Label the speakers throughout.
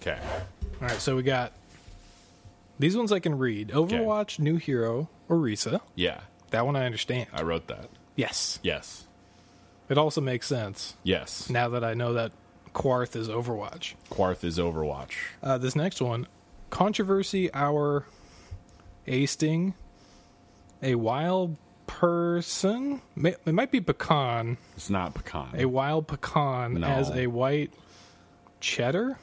Speaker 1: Okay.
Speaker 2: All right, so we got these ones I can read. Overwatch, New Hero, Orisa.
Speaker 1: Yeah.
Speaker 2: That one I understand.
Speaker 1: I wrote that.
Speaker 2: Yes.
Speaker 1: Uh, Yes.
Speaker 2: It also makes sense
Speaker 1: Yes.
Speaker 2: now that I know that Quarth is Overwatch.
Speaker 1: Quarth is Overwatch.
Speaker 2: Uh, this next one, controversy our asting a wild person. Ma- It might be pecan.
Speaker 1: It's not pecan.
Speaker 2: A wild pecan
Speaker 1: No.
Speaker 2: as a white cheddar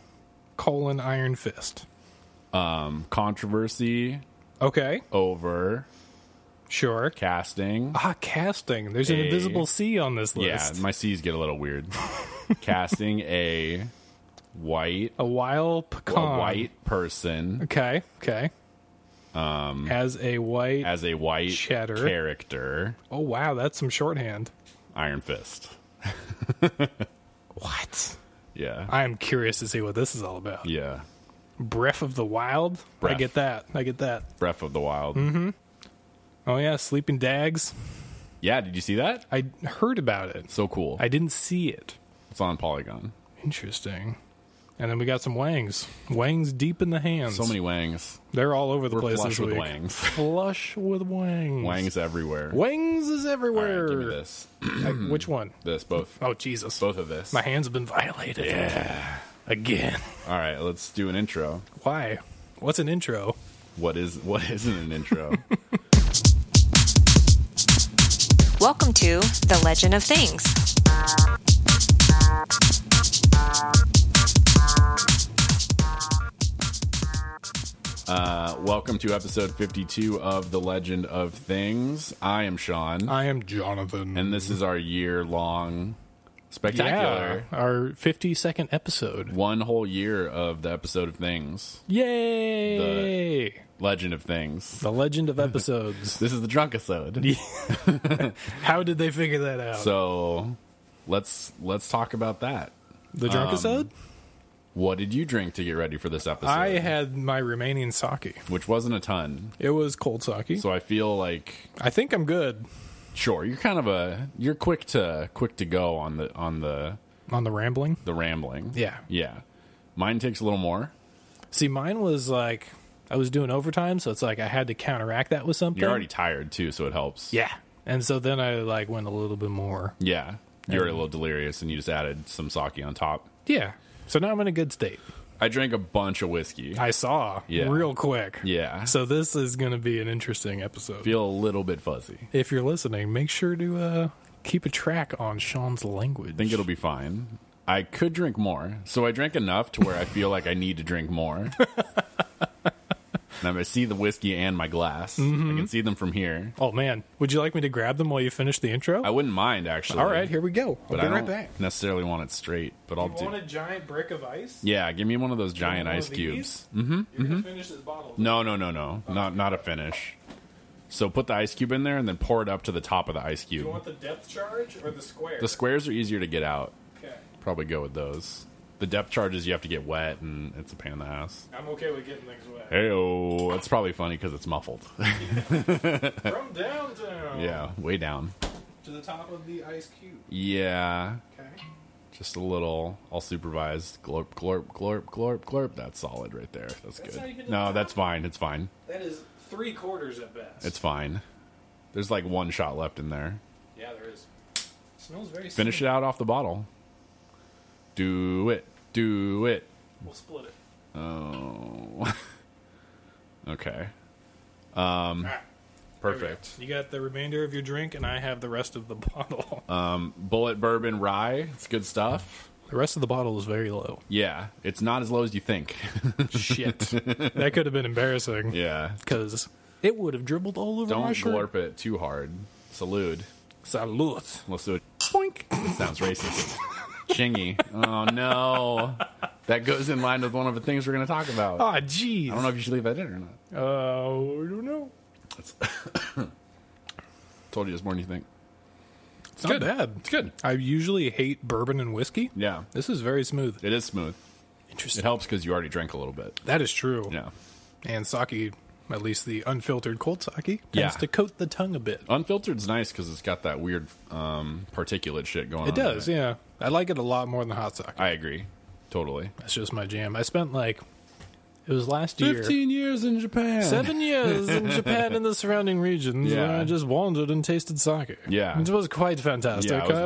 Speaker 2: colon iron fist.
Speaker 1: Controversy
Speaker 2: Okay,
Speaker 1: over
Speaker 2: sure.
Speaker 1: casting.
Speaker 2: Ah, casting. There's an
Speaker 1: A-
Speaker 2: invisible C on this
Speaker 1: Yeah,
Speaker 2: list.
Speaker 1: my C's get a little weird. casting a white
Speaker 2: a wild pecan.
Speaker 1: a white person
Speaker 2: Okay. Okay. Um, as a white.
Speaker 1: as a white
Speaker 2: Cheddar.
Speaker 1: character.
Speaker 2: oh wow, that's some shorthand.
Speaker 1: Iron Fist.
Speaker 2: What?
Speaker 1: Yeah.
Speaker 2: I am curious to see what this is all about.
Speaker 1: yeah.
Speaker 2: Breath of the Wild. I
Speaker 1: Breath.
Speaker 2: get that. I get that.
Speaker 1: Breath of the Wild.
Speaker 2: Mm-hmm. Oh yeah, Sleeping Dags.
Speaker 1: Yeah, did you see that?
Speaker 2: I heard about it.
Speaker 1: So cool.
Speaker 2: I didn't see it.
Speaker 1: it's on Polygon.
Speaker 2: Interesting. And then we got some wangs. Wangs deep in the hands.
Speaker 1: So many Wangs.
Speaker 2: They're all over the
Speaker 1: We're
Speaker 2: place
Speaker 1: flush
Speaker 2: this
Speaker 1: with
Speaker 2: week.
Speaker 1: Wangs.
Speaker 2: Flush with wangs.
Speaker 1: Wangs everywhere.
Speaker 2: Wangs is
Speaker 1: All right,
Speaker 2: everywhere.
Speaker 1: give me this.
Speaker 2: I- which one?
Speaker 1: This, both.
Speaker 2: Oh Jesus!
Speaker 1: Mm-hmm. Both of this.
Speaker 2: My hands have been violated. Yeah. Again.
Speaker 1: All right, let's do an intro.
Speaker 2: Why? What's an intro?
Speaker 1: What is what isn't an intro?
Speaker 3: Welcome to The Legend of Things.
Speaker 1: uh, welcome to episode 52 of The Legend of Things. I am Sean,
Speaker 2: I am Jonathan.
Speaker 1: and this is our year-long
Speaker 2: yeah,
Speaker 1: spectacular.
Speaker 2: our fifty-second episode.
Speaker 1: One whole year of the episode of Things,
Speaker 2: Yay! The,
Speaker 1: Legend of Things.
Speaker 2: legend of episodes.
Speaker 1: This is the drunk episode.
Speaker 2: How did they figure that out?
Speaker 1: So, let's let's talk about that.
Speaker 2: the
Speaker 1: um,
Speaker 2: drunk episode.
Speaker 1: What did you drink to get ready for this episode?
Speaker 2: I had my remaining sake.
Speaker 1: which wasn't a ton.
Speaker 2: It was cold sake.
Speaker 1: So I feel like
Speaker 2: I think I'm good
Speaker 1: Sure, you're kind of a you're quick to quick to go on the on the
Speaker 2: on the rambling.
Speaker 1: the rambling.
Speaker 2: Yeah.
Speaker 1: yeah. Mine takes a little more.
Speaker 2: See, mine was like I was doing overtime, so it's like I had to counteract that with something.
Speaker 1: You're already tired too, so it helps.
Speaker 2: yeah, and so then I like went a little bit more.
Speaker 1: yeah. You're a little delirious, and you just added some sake on top.
Speaker 2: Yeah, so now I'm in a good state.
Speaker 1: I drank a bunch of whiskey. I
Speaker 2: I saw
Speaker 1: Yeah.
Speaker 2: real quick.
Speaker 1: Yeah.
Speaker 2: So this is going to be an interesting episode.
Speaker 1: feel a little bit fuzzy.
Speaker 2: if you're listening, make sure to uh, keep a track on Sean's language.
Speaker 1: I think it'll be fine. I could drink more, so I drank enough to where I feel like I need to drink more. and I'm gonna see the whiskey and my glass.
Speaker 2: Mm-hmm.
Speaker 1: I can see them from here.
Speaker 2: oh man, would you like me to grab them while you finish the intro?
Speaker 1: I wouldn't mind actually.
Speaker 2: All right, here we go. I'll
Speaker 1: but
Speaker 2: be
Speaker 1: I
Speaker 2: right
Speaker 1: don't
Speaker 2: back.
Speaker 1: necessarily want it straight. But I'll do.
Speaker 2: giant brick of ice?
Speaker 1: Yeah, give me one of those giant ice cubes.
Speaker 2: Mm-hmm. You're gonna finish this bottle.
Speaker 1: No, no, no, no, not not a finish. So put the ice cube in there and then pour it up to the top of the ice cube.
Speaker 2: the depth charge or the square?
Speaker 1: The squares are easier to get out.
Speaker 2: Okay.
Speaker 1: Probably go with those. The depth charges you have to get wet and it's a pain in the ass.
Speaker 2: I'm okay with getting things wet.
Speaker 1: Hey, that's probably funny because it's muffled.
Speaker 2: From downtown
Speaker 1: yeah, way down.
Speaker 2: to the top of the ice cube.
Speaker 1: Yeah,
Speaker 2: Okay.
Speaker 1: just a little. I'll supervise. Glorp, glorp, glorp, glorp, glorp. That's solid right there. That's
Speaker 2: That's not
Speaker 1: good.
Speaker 2: even
Speaker 1: No,
Speaker 2: the
Speaker 1: that's
Speaker 2: top.
Speaker 1: fine. It's fine.
Speaker 2: That is three quarters at best.
Speaker 1: It's fine. There's like one shot left in there.
Speaker 2: yeah, there is. Smells very.
Speaker 1: Finish it out off the bottle. Do it. Do it.
Speaker 2: We'll split it.
Speaker 1: Oh. okay. Um, Perfect.
Speaker 2: You got the remainder of your drink, and I have the rest of the bottle.
Speaker 1: Uh, Bullet bourbon rye. It's good stuff.
Speaker 2: the rest of the bottle is very low.
Speaker 1: Yeah. It's not as low as you think.
Speaker 2: Shit, that could have been embarrassing
Speaker 1: yeah.
Speaker 2: because it would have dribbled all over my
Speaker 1: Don't
Speaker 2: shirt.
Speaker 1: glorp it too hard. Salute.
Speaker 2: Salute.
Speaker 1: Let's do it. Boink. Sounds racist. Chingy. Oh, no. That goes in line with one of the things we're going to talk about. I
Speaker 2: Ah, jeez.
Speaker 1: don't know if you should leave that in or not.
Speaker 2: Oh, I don't know.
Speaker 1: Told you this more than you think.
Speaker 2: It's not
Speaker 1: good.
Speaker 2: bad.
Speaker 1: It's good.
Speaker 2: I usually hate bourbon and whiskey.
Speaker 1: Yeah.
Speaker 2: This is very smooth.
Speaker 1: It is smooth. It
Speaker 2: Interesting.
Speaker 1: helps because you already drank a little bit.
Speaker 2: That is true.
Speaker 1: Yeah.
Speaker 2: And sake, at least the unfiltered cold sake, tends
Speaker 1: Yeah.
Speaker 2: to coat the tongue a bit.
Speaker 1: Unfiltered's nice because it's got that weird um, particulate shit going on.
Speaker 2: It does, yeah. I like it a lot more than hot sake.
Speaker 1: I agree. Totally.
Speaker 2: That's just my jam. I spent like it was last year.
Speaker 1: 15 years in Japan.
Speaker 2: Seven years in Japan and the surrounding regions
Speaker 1: Yeah.
Speaker 2: where I just wandered and tasted sake.
Speaker 1: Yeah.
Speaker 2: It was quite fantastic.
Speaker 1: Yeah, it was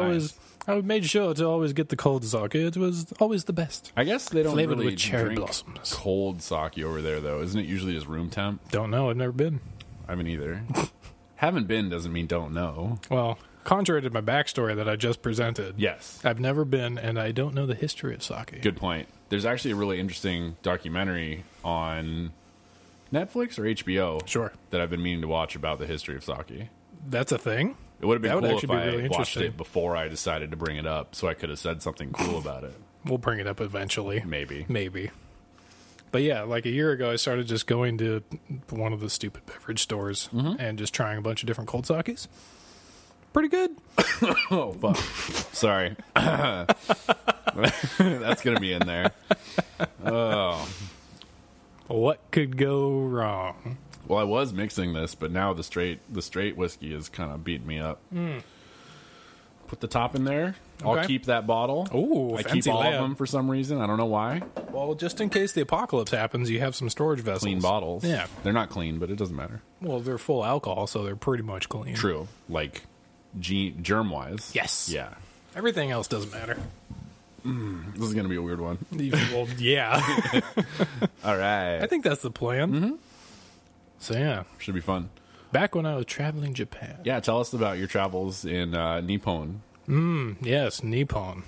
Speaker 2: I always I made sure to always get the cold sake. It was always the best.
Speaker 1: I guess they don't
Speaker 2: Flavored
Speaker 1: really
Speaker 2: with cherry
Speaker 1: drink
Speaker 2: blossoms.
Speaker 1: cold sake over there, though. Isn't it usually just room temp?
Speaker 2: Don't know, I've never been.
Speaker 1: I haven't either. haven't been doesn't mean don't know.
Speaker 2: Well, contrary to my backstory that I just presented,
Speaker 1: Yes.
Speaker 2: I've never been and I don't know the history of sake.
Speaker 1: Good point. There's actually a really interesting documentary on Netflix or HBO.
Speaker 2: Sure.
Speaker 1: That I've been meaning to watch about the history of sake.
Speaker 2: That's a thing.
Speaker 1: It would have been
Speaker 2: That would
Speaker 1: cool if
Speaker 2: actually be
Speaker 1: I
Speaker 2: really
Speaker 1: watched
Speaker 2: interesting.
Speaker 1: it before I decided to bring it up, so I could have said something cool about it.
Speaker 2: We'll bring it up eventually.
Speaker 1: Maybe.
Speaker 2: Maybe. But yeah, like a year ago, I started just going to one of the stupid beverage stores
Speaker 1: Mm-hmm.
Speaker 2: and just trying a bunch of different cold sakes. Pretty good.
Speaker 1: Oh fuck! Sorry. That's gonna be in there.
Speaker 2: What could go wrong?
Speaker 1: Well, I was mixing this, but now the straight the straight whiskey is kind of beating me up. Put the top in there. I'll
Speaker 2: Okay.
Speaker 1: keep that bottle.
Speaker 2: Ooh,
Speaker 1: I keep
Speaker 2: fancy
Speaker 1: all
Speaker 2: lab.
Speaker 1: of them for some reason. I don't know why.
Speaker 2: Well, just in case the apocalypse happens, you have some storage vessels.
Speaker 1: Clean bottles.
Speaker 2: Yeah.
Speaker 1: they're not clean, but it doesn't matter.
Speaker 2: Well, they're full alcohol, so they're pretty much clean.
Speaker 1: True. Like gene, germ wise.
Speaker 2: Yes.
Speaker 1: Yeah.
Speaker 2: Everything else doesn't matter.
Speaker 1: This is gonna be a weird one.
Speaker 2: well, yeah.
Speaker 1: All right.
Speaker 2: I think that's the plan.
Speaker 1: Mm-hmm.
Speaker 2: So yeah,
Speaker 1: Should be fun.
Speaker 2: back when I was traveling Japan.
Speaker 1: Yeah. Tell us about your travels in uh, Nippon.
Speaker 2: Yes, Nippon.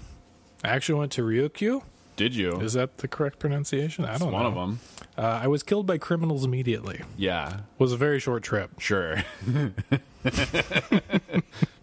Speaker 2: I actually went to Ryukyu.
Speaker 1: Did you?
Speaker 2: Is that the correct pronunciation? I don't
Speaker 1: one
Speaker 2: know.
Speaker 1: of them.
Speaker 2: Uh, I was killed by criminals immediately.
Speaker 1: Yeah.
Speaker 2: Was a very short trip.
Speaker 1: Sure.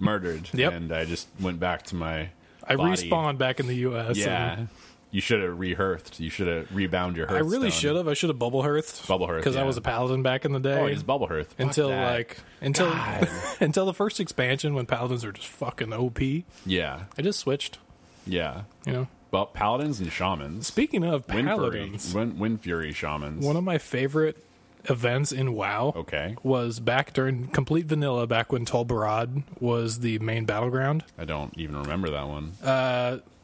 Speaker 1: Murdered.
Speaker 2: Yep.
Speaker 1: And I just went back to my.
Speaker 2: I
Speaker 1: body.
Speaker 2: respawned back in the U.S. and
Speaker 1: Yeah. You should have rehearthed. You should have rebound your hearth.
Speaker 2: I really should have. I should have bubble hearthed.
Speaker 1: Bubble hearthed,
Speaker 2: because I
Speaker 1: yeah.
Speaker 2: was a paladin back in the day.
Speaker 1: Oh, it's bubble hearth. Fuck
Speaker 2: until
Speaker 1: that.
Speaker 2: like until until the first expansion when paladins are just fucking OP. I
Speaker 1: Yeah.
Speaker 2: just switched.
Speaker 1: Yeah.
Speaker 2: You know.
Speaker 1: But paladins and shamans.
Speaker 2: Speaking of
Speaker 1: Wind fury.
Speaker 2: paladins,
Speaker 1: Wind, wind fury shamans.
Speaker 2: one of my favorite events in WoW.
Speaker 1: Okay.
Speaker 2: Was back during complete vanilla, back when Tol Barad was the main battleground.
Speaker 1: I don't even remember that one.
Speaker 2: Uh,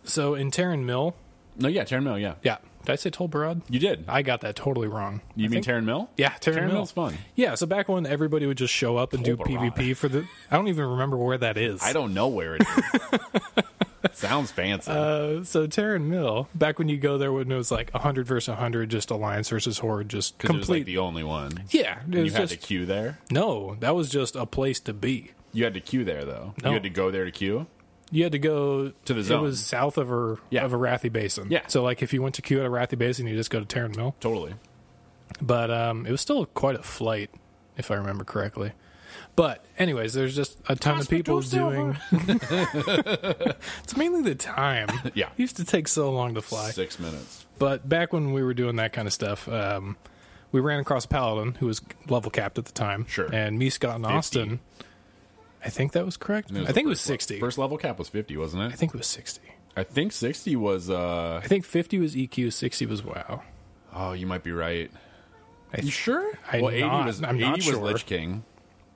Speaker 2: So in Terran Mill,
Speaker 1: no, yeah, Terran Mill, yeah.
Speaker 2: yeah. Did I say Tol Barad?
Speaker 1: You did.
Speaker 2: I got that totally wrong.
Speaker 1: you
Speaker 2: I
Speaker 1: mean
Speaker 2: think-
Speaker 1: Terran Mill?
Speaker 2: Yeah, Terran,
Speaker 1: Terran
Speaker 2: Mill.
Speaker 1: Mill's fun.
Speaker 2: Yeah, so back when everybody would just show up and do
Speaker 1: Tol Barad.
Speaker 2: PvP for the. I don't even remember where that is.
Speaker 1: I don't know where it is. Sounds fancy.
Speaker 2: Uh, so Terran Mill, back when you go there when it was like 100 versus 100, just Alliance versus Horde, just
Speaker 1: 'Cause it was like
Speaker 2: complete.
Speaker 1: the only one.
Speaker 2: yeah, it
Speaker 1: You
Speaker 2: was
Speaker 1: had
Speaker 2: just.
Speaker 1: to queue there.
Speaker 2: no, that was just a place to be.
Speaker 1: You had to queue there though.
Speaker 2: No.
Speaker 1: You had to go there to queue.
Speaker 2: You had to go
Speaker 1: To the
Speaker 2: It
Speaker 1: zone.
Speaker 2: was south of a
Speaker 1: Yeah.
Speaker 2: of Arathi Basin.
Speaker 1: Yeah.
Speaker 2: So like if you went to Q at Arathi Basin, you just go to Terran Mill.
Speaker 1: Totally.
Speaker 2: but um, it was still quite a flight, if I remember correctly. But anyways, there's just a ton of people doing. it's mainly the time.
Speaker 1: Yeah.
Speaker 2: it used to take so long to fly.
Speaker 1: Six minutes.
Speaker 2: But back when we were doing that kind of stuff, um, we ran across a paladin who was level capped at the time.
Speaker 1: Sure.
Speaker 2: And me, Scott, and Austin. I think that was correct.
Speaker 1: And
Speaker 2: I think
Speaker 1: the
Speaker 2: it was
Speaker 1: first le-
Speaker 2: sixty.
Speaker 1: First level cap was fifty, wasn't it?
Speaker 2: I think it was sixty.
Speaker 1: I think sixty was. uh
Speaker 2: I think fifty was EQ, sixty was WoW.
Speaker 1: Oh, you might be right.
Speaker 2: I
Speaker 1: You sure?
Speaker 2: I'm
Speaker 1: well, eighty
Speaker 2: not-
Speaker 1: was.
Speaker 2: I'm
Speaker 1: 80
Speaker 2: not
Speaker 1: was
Speaker 2: sure.
Speaker 1: Lich King.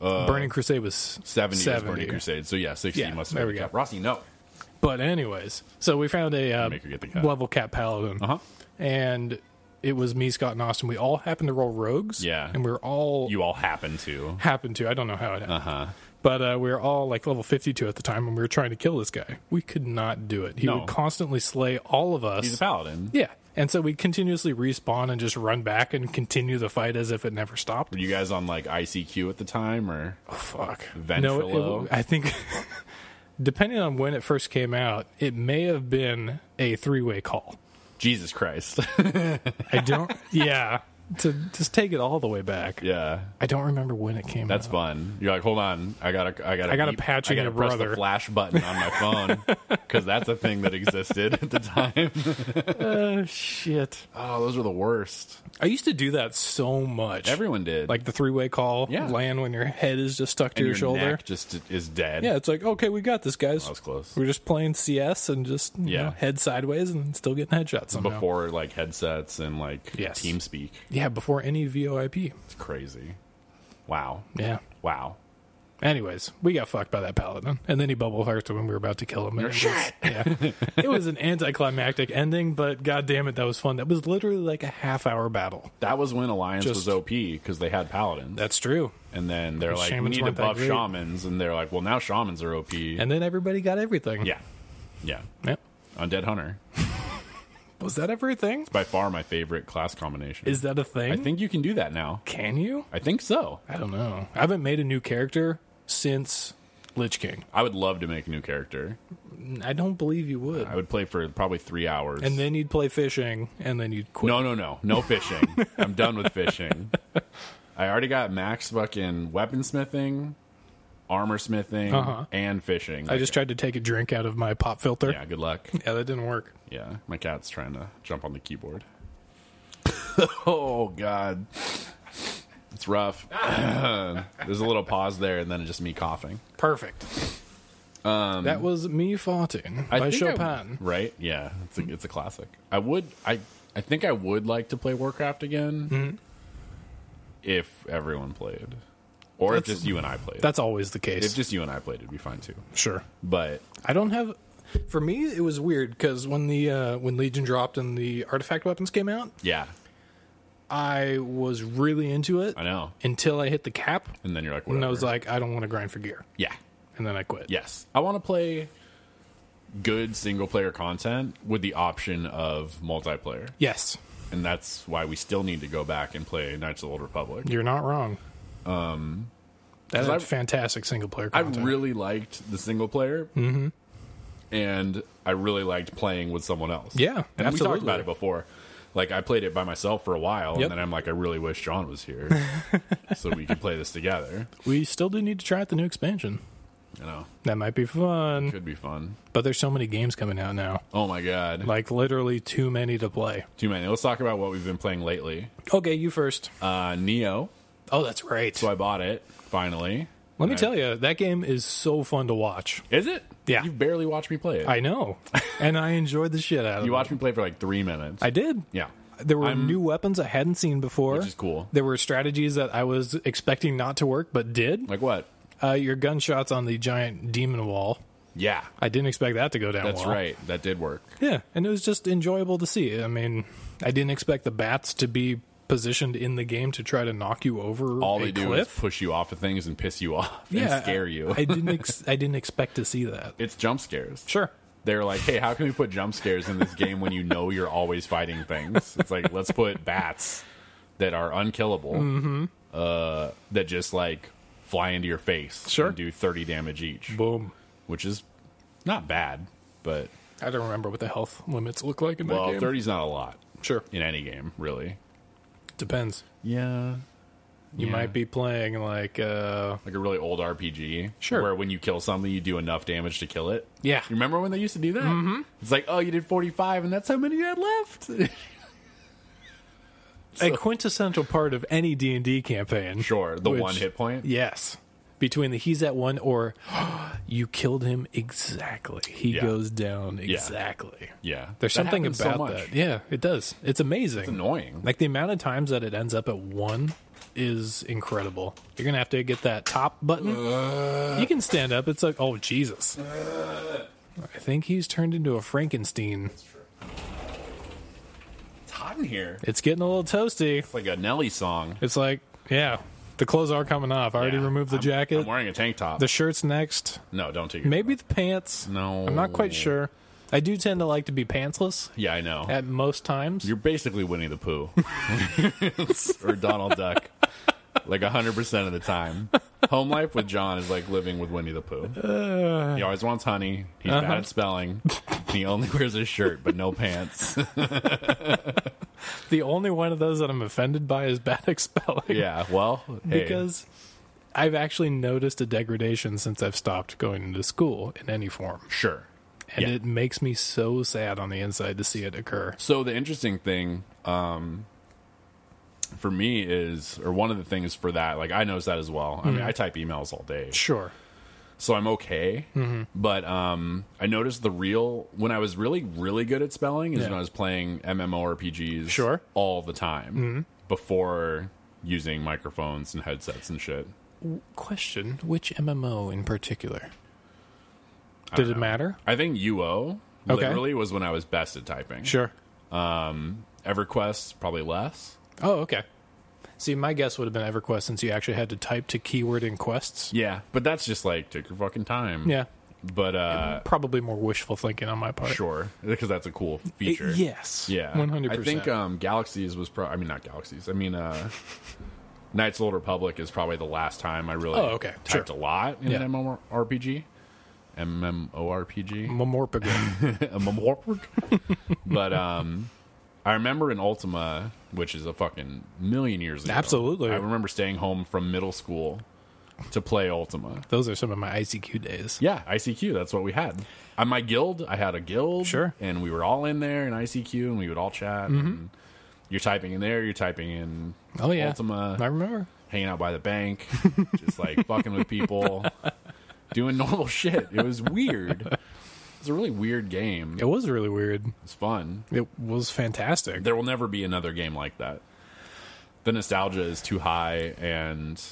Speaker 2: Burning Crusade was
Speaker 1: Seventy, was
Speaker 2: 70.
Speaker 1: Burning Crusade. So yeah, sixty
Speaker 2: Yeah,
Speaker 1: must have
Speaker 2: there
Speaker 1: been
Speaker 2: we
Speaker 1: the
Speaker 2: go.
Speaker 1: cap. Rossi, no.
Speaker 2: But anyways, so we found a uh,
Speaker 1: Make her get the cat.
Speaker 2: level cap paladin,
Speaker 1: Uh huh.
Speaker 2: and it was me, Scott, and Austin. We all happened to roll rogues,
Speaker 1: Yeah.
Speaker 2: and we were all
Speaker 1: You all happen to.
Speaker 2: happened to. I don't know how it happened,
Speaker 1: Uh huh.
Speaker 2: but uh, we were all like level fifty-two at the time, and we were trying to kill this guy. We could not do it. He
Speaker 1: No.
Speaker 2: would constantly slay all of us.
Speaker 1: He's a paladin.
Speaker 2: yeah, and so we continuously respawn and just run back and continue the fight as if it never stopped.
Speaker 1: Were you guys on like ICQ at the time or?
Speaker 2: Fuck.
Speaker 1: Ventrilo?
Speaker 2: I think depending on when it first came out, it may have been a three-way call.
Speaker 1: Jesus Christ.
Speaker 2: I don't. yeah, to just take it all the way back.
Speaker 1: yeah.
Speaker 2: I don't remember when it came.
Speaker 1: That's
Speaker 2: out.
Speaker 1: fun. You're like, hold on, I gotta, I gotta,
Speaker 2: Uh-huh. I gotta patch
Speaker 1: I
Speaker 2: in
Speaker 1: gotta
Speaker 2: your
Speaker 1: press the
Speaker 2: brother.
Speaker 1: flash button on my phone because that's a thing that existed at the time.
Speaker 2: Oh shit!
Speaker 1: oh, those were the worst.
Speaker 2: I used to do that so much.
Speaker 1: Everyone did.
Speaker 2: like the three-way call.
Speaker 1: Yeah.
Speaker 2: land when your head is just stuck to
Speaker 1: And
Speaker 2: your, shoulder.
Speaker 1: neck just is dead.
Speaker 2: Yeah, it's like okay, we got this, guys.
Speaker 1: that was close.
Speaker 2: We're just playing CS and just you
Speaker 1: Yeah.
Speaker 2: know, head sideways and still getting headshots. Somehow.
Speaker 1: Before like headsets and like
Speaker 2: Yes.
Speaker 1: team speak,
Speaker 2: yeah, before any VoIP.
Speaker 1: it's crazy. Wow,
Speaker 2: Yeah,
Speaker 1: wow.
Speaker 2: Anyways, we got fucked by that paladin, and then he bubble hearted when we were about to kill him. and it was- yeah, it was an anticlimactic ending, but god damn it, that was fun. That was literally like a half hour battle.
Speaker 1: That was when Alliance was
Speaker 2: Just-
Speaker 1: OP because they had paladins,
Speaker 2: That's true.
Speaker 1: and then they're like,
Speaker 2: shamans
Speaker 1: we need to
Speaker 2: weren't that
Speaker 1: buff
Speaker 2: great.
Speaker 1: shamans, and they're like, well, now shamans are OP.
Speaker 2: And then everybody got everything.
Speaker 1: yeah, yeah,
Speaker 2: Yep.
Speaker 1: undead hunter
Speaker 2: Was that ever a thing?
Speaker 1: by far my favorite class combination.
Speaker 2: Is that a thing?
Speaker 1: I think you can do that now.
Speaker 2: Can you?
Speaker 1: I think so.
Speaker 2: I don't know. I haven't made a new character since Lich King.
Speaker 1: I would love to make a new character.
Speaker 2: I don't believe you would.
Speaker 1: I would play for probably three hours.
Speaker 2: And then you'd play fishing, and then you'd quit.
Speaker 1: no, no, no, no fishing. I'm done with fishing. I already got max fucking weaponsmithing, armor smithing,
Speaker 2: Uh-huh.
Speaker 1: and fishing.
Speaker 2: I just tried to take a drink out of my pop filter.
Speaker 1: yeah. Good luck.
Speaker 2: Yeah, that didn't work.
Speaker 1: Yeah, my cat's trying to jump on the keyboard. oh god. It's rough. There's a little pause there and then it's just me coughing.
Speaker 2: Perfect. that was Me Farting
Speaker 1: Um, I
Speaker 2: by
Speaker 1: think I-
Speaker 2: Chopin.
Speaker 1: right? Yeah, it's a, it's a classic. I would I I think I would like to play Warcraft again.
Speaker 2: Mm-hmm.
Speaker 1: If everyone played. Or if
Speaker 2: That's-
Speaker 1: just you and I played.
Speaker 2: That's always the
Speaker 1: if
Speaker 2: case.
Speaker 1: just you and I played it'd be fine too.
Speaker 2: sure.
Speaker 1: But
Speaker 2: I don't have. For me, it was weird because when the uh, when Legion dropped and the artifact weapons came out,
Speaker 1: yeah,
Speaker 2: I was really into it
Speaker 1: I know.
Speaker 2: until I hit the cap,
Speaker 1: And then you're like
Speaker 2: and I
Speaker 1: whatever.
Speaker 2: was like, I don't want to grind for gear,
Speaker 1: yeah.
Speaker 2: and then I quit.
Speaker 1: Yes. I want to play good single player content with the option of multiplayer.
Speaker 2: Yes,
Speaker 1: And that's why we still need to go back and play Knights of the Old Republic.
Speaker 2: you're not wrong. Um, that
Speaker 1: 'cause
Speaker 2: is
Speaker 1: I-
Speaker 2: fantastic single player.
Speaker 1: I
Speaker 2: Content.
Speaker 1: really liked the single player.
Speaker 2: Mm-hmm.
Speaker 1: And I really liked playing with someone else. And
Speaker 2: Yeah,
Speaker 1: we
Speaker 2: absolutely.
Speaker 1: talked about it before. Like I played it by myself for a while
Speaker 2: Yep.
Speaker 1: and then I'm like I really wish John was here so we could play this together.
Speaker 2: we still do need to try out the new expansion.
Speaker 1: You know,
Speaker 2: That might be fun,
Speaker 1: could be fun.
Speaker 2: but there's so many games coming out now.
Speaker 1: Oh my god.
Speaker 2: Like literally too many to play.
Speaker 1: Too many. Let's talk about what we've been playing lately.
Speaker 2: Okay, you first.
Speaker 1: Uh Neo.
Speaker 2: Oh, that's right.
Speaker 1: So I bought it finally.
Speaker 2: Let me
Speaker 1: Right.
Speaker 2: tell you, that game is so fun to watch.
Speaker 1: Is it?
Speaker 2: Yeah.
Speaker 1: You barely watched me play it.
Speaker 2: I know, and I enjoyed the shit out of
Speaker 1: you
Speaker 2: it.
Speaker 1: watched me play for like three minutes.
Speaker 2: I did.
Speaker 1: yeah.
Speaker 2: There were new weapons I hadn't seen before,
Speaker 1: Which is cool.
Speaker 2: There were strategies that I was expecting not to work but did.
Speaker 1: Like what?
Speaker 2: Uh, your gunshots on the giant demon wall.
Speaker 1: Yeah.
Speaker 2: I didn't expect that to go down.
Speaker 1: That's
Speaker 2: well.
Speaker 1: right. That did work.
Speaker 2: Yeah, and it was just enjoyable to see. I mean, I didn't expect the bats to be positioned in the game to try to knock you over
Speaker 1: All
Speaker 2: a
Speaker 1: they do
Speaker 2: cliff.
Speaker 1: is push you off of things and piss you off
Speaker 2: yeah,
Speaker 1: and scare you.
Speaker 2: I didn't. Ex- I didn't expect to see that.
Speaker 1: it's jump scares.
Speaker 2: Sure.
Speaker 1: They're like, hey, how can we put jump scares in this game when you know you're always fighting things? It's like, let's put bats that are unkillable
Speaker 2: Mm-hmm.
Speaker 1: uh, that just like fly into your face
Speaker 2: Sure.
Speaker 1: and do 30 damage each,
Speaker 2: Boom.
Speaker 1: which is not bad, but
Speaker 2: I don't remember what the health limits look like in that
Speaker 1: well,
Speaker 2: game.
Speaker 1: 30's not a lot
Speaker 2: sure,
Speaker 1: in any game, really.
Speaker 2: depends.
Speaker 1: Yeah.
Speaker 2: You
Speaker 1: Yeah.
Speaker 2: might be playing like uh
Speaker 1: Like a really old RPG.
Speaker 2: Sure.
Speaker 1: Where when you kill something, you do enough damage to kill it.
Speaker 2: Yeah.
Speaker 1: You remember when they used to do that? Mm-hmm. It's like, oh, you did 45, and that's how many you had left.
Speaker 2: a quintessential part of any D and D campaign.
Speaker 1: sure. The
Speaker 2: Which-
Speaker 1: one hit point.
Speaker 2: Yes. Between the he's at one or you killed him exactly. He
Speaker 1: Yeah.
Speaker 2: goes down exactly.
Speaker 1: Yeah.
Speaker 2: There's
Speaker 1: That
Speaker 2: something about
Speaker 1: happens so much.
Speaker 2: that. Yeah, it does. It's amazing.
Speaker 1: It's annoying.
Speaker 2: Like the amount of times that it ends up at one is incredible. You're gonna have to get that top button.
Speaker 1: Uh.
Speaker 2: you can stand up. It's like, oh Jesus. I think he's turned into a Frankenstein.
Speaker 1: It's hot in here.
Speaker 2: It's getting a little toasty.
Speaker 1: It's like a Nelly song.
Speaker 2: It's like, yeah, the clothes are coming off. I already
Speaker 1: Yeah.
Speaker 2: removed the
Speaker 1: I'm-
Speaker 2: jacket.
Speaker 1: I'm wearing a tank top.
Speaker 2: the shirt's next.
Speaker 1: no, don't take it.
Speaker 2: Maybe the pants.
Speaker 1: No.
Speaker 2: I'm not quite sure. I do tend to like to be pantsless
Speaker 1: Yeah, I know.
Speaker 2: at most times.
Speaker 1: You're basically Winnie the Pooh or Donald Duck, like 100% of the time. Home life with John is like living with Winnie the Pooh. he always wants honey. He's bad at spelling. he only wears a shirt, but no pants.
Speaker 2: the only one of those that I'm offended by is bad at spelling.
Speaker 1: yeah, well, hey,
Speaker 2: Because I've actually noticed a degradation since I've stopped going into school in any form.
Speaker 1: sure.
Speaker 2: And
Speaker 1: Yeah.
Speaker 2: it makes me so sad on the inside to see it occur.
Speaker 1: So the interesting thing um, for me is, or one of the things for that, like I notice that as well. I mean, I type emails all day.
Speaker 2: Sure.
Speaker 1: so I'm okay.
Speaker 2: Mm-hmm.
Speaker 1: But um, I noticed the real when I was really really good at spelling is
Speaker 2: Yeah.
Speaker 1: when I was playing MMORPGs,
Speaker 2: Sure. Mm-hmm.
Speaker 1: all the time before using microphones and headsets and shit.
Speaker 2: question: Which MMO in particular? Did it matter?
Speaker 1: I think UO
Speaker 2: Okay.
Speaker 1: literally was when I was best at typing.
Speaker 2: Sure.
Speaker 1: EverQuest probably less.
Speaker 2: Oh, okay. See, my guess would have been EverQuest since you actually had to type to keyword in quests.
Speaker 1: Yeah, but that's just like take your fucking time.
Speaker 2: Yeah.
Speaker 1: but uh,
Speaker 2: Probably more wishful thinking on my part.
Speaker 1: sure because that's a cool
Speaker 2: It-
Speaker 1: feature.
Speaker 2: yes.
Speaker 1: yeah,
Speaker 2: 100%.
Speaker 1: I think um, Galaxies was probably. I mean, not Galaxies. I mean, uh, Knights of the Old Republic is probably the last time I really
Speaker 2: Oh, okay.
Speaker 1: typed
Speaker 2: Sure.
Speaker 1: a lot in
Speaker 2: Yeah.
Speaker 1: an MMORPG.
Speaker 2: Mm-hmm.
Speaker 1: MMORPG.
Speaker 2: Memorpigo.
Speaker 1: a memorial. but um, I remember in Ultima, which is a fucking million years ago.
Speaker 2: Absolutely.
Speaker 1: I remember staying home from middle school to play Ultima.
Speaker 2: Those are some of my ICQ days.
Speaker 1: Yeah, ICQ. That's what we had. On my guild, I had a guild.
Speaker 2: Sure. Mm-hmm.
Speaker 1: And we were all in there in ICQ, and we would all chat. And you're typing in there. You're typing in.
Speaker 2: Oh, yeah.
Speaker 1: Ultima
Speaker 2: I remember.
Speaker 1: hanging out by the bank, just like fucking with people, doing normal shit. It was weird. It was a really weird game.
Speaker 2: It was really weird.
Speaker 1: It's fun.
Speaker 2: It was fantastic.
Speaker 1: There will never be another game like that. The nostalgia is too high, and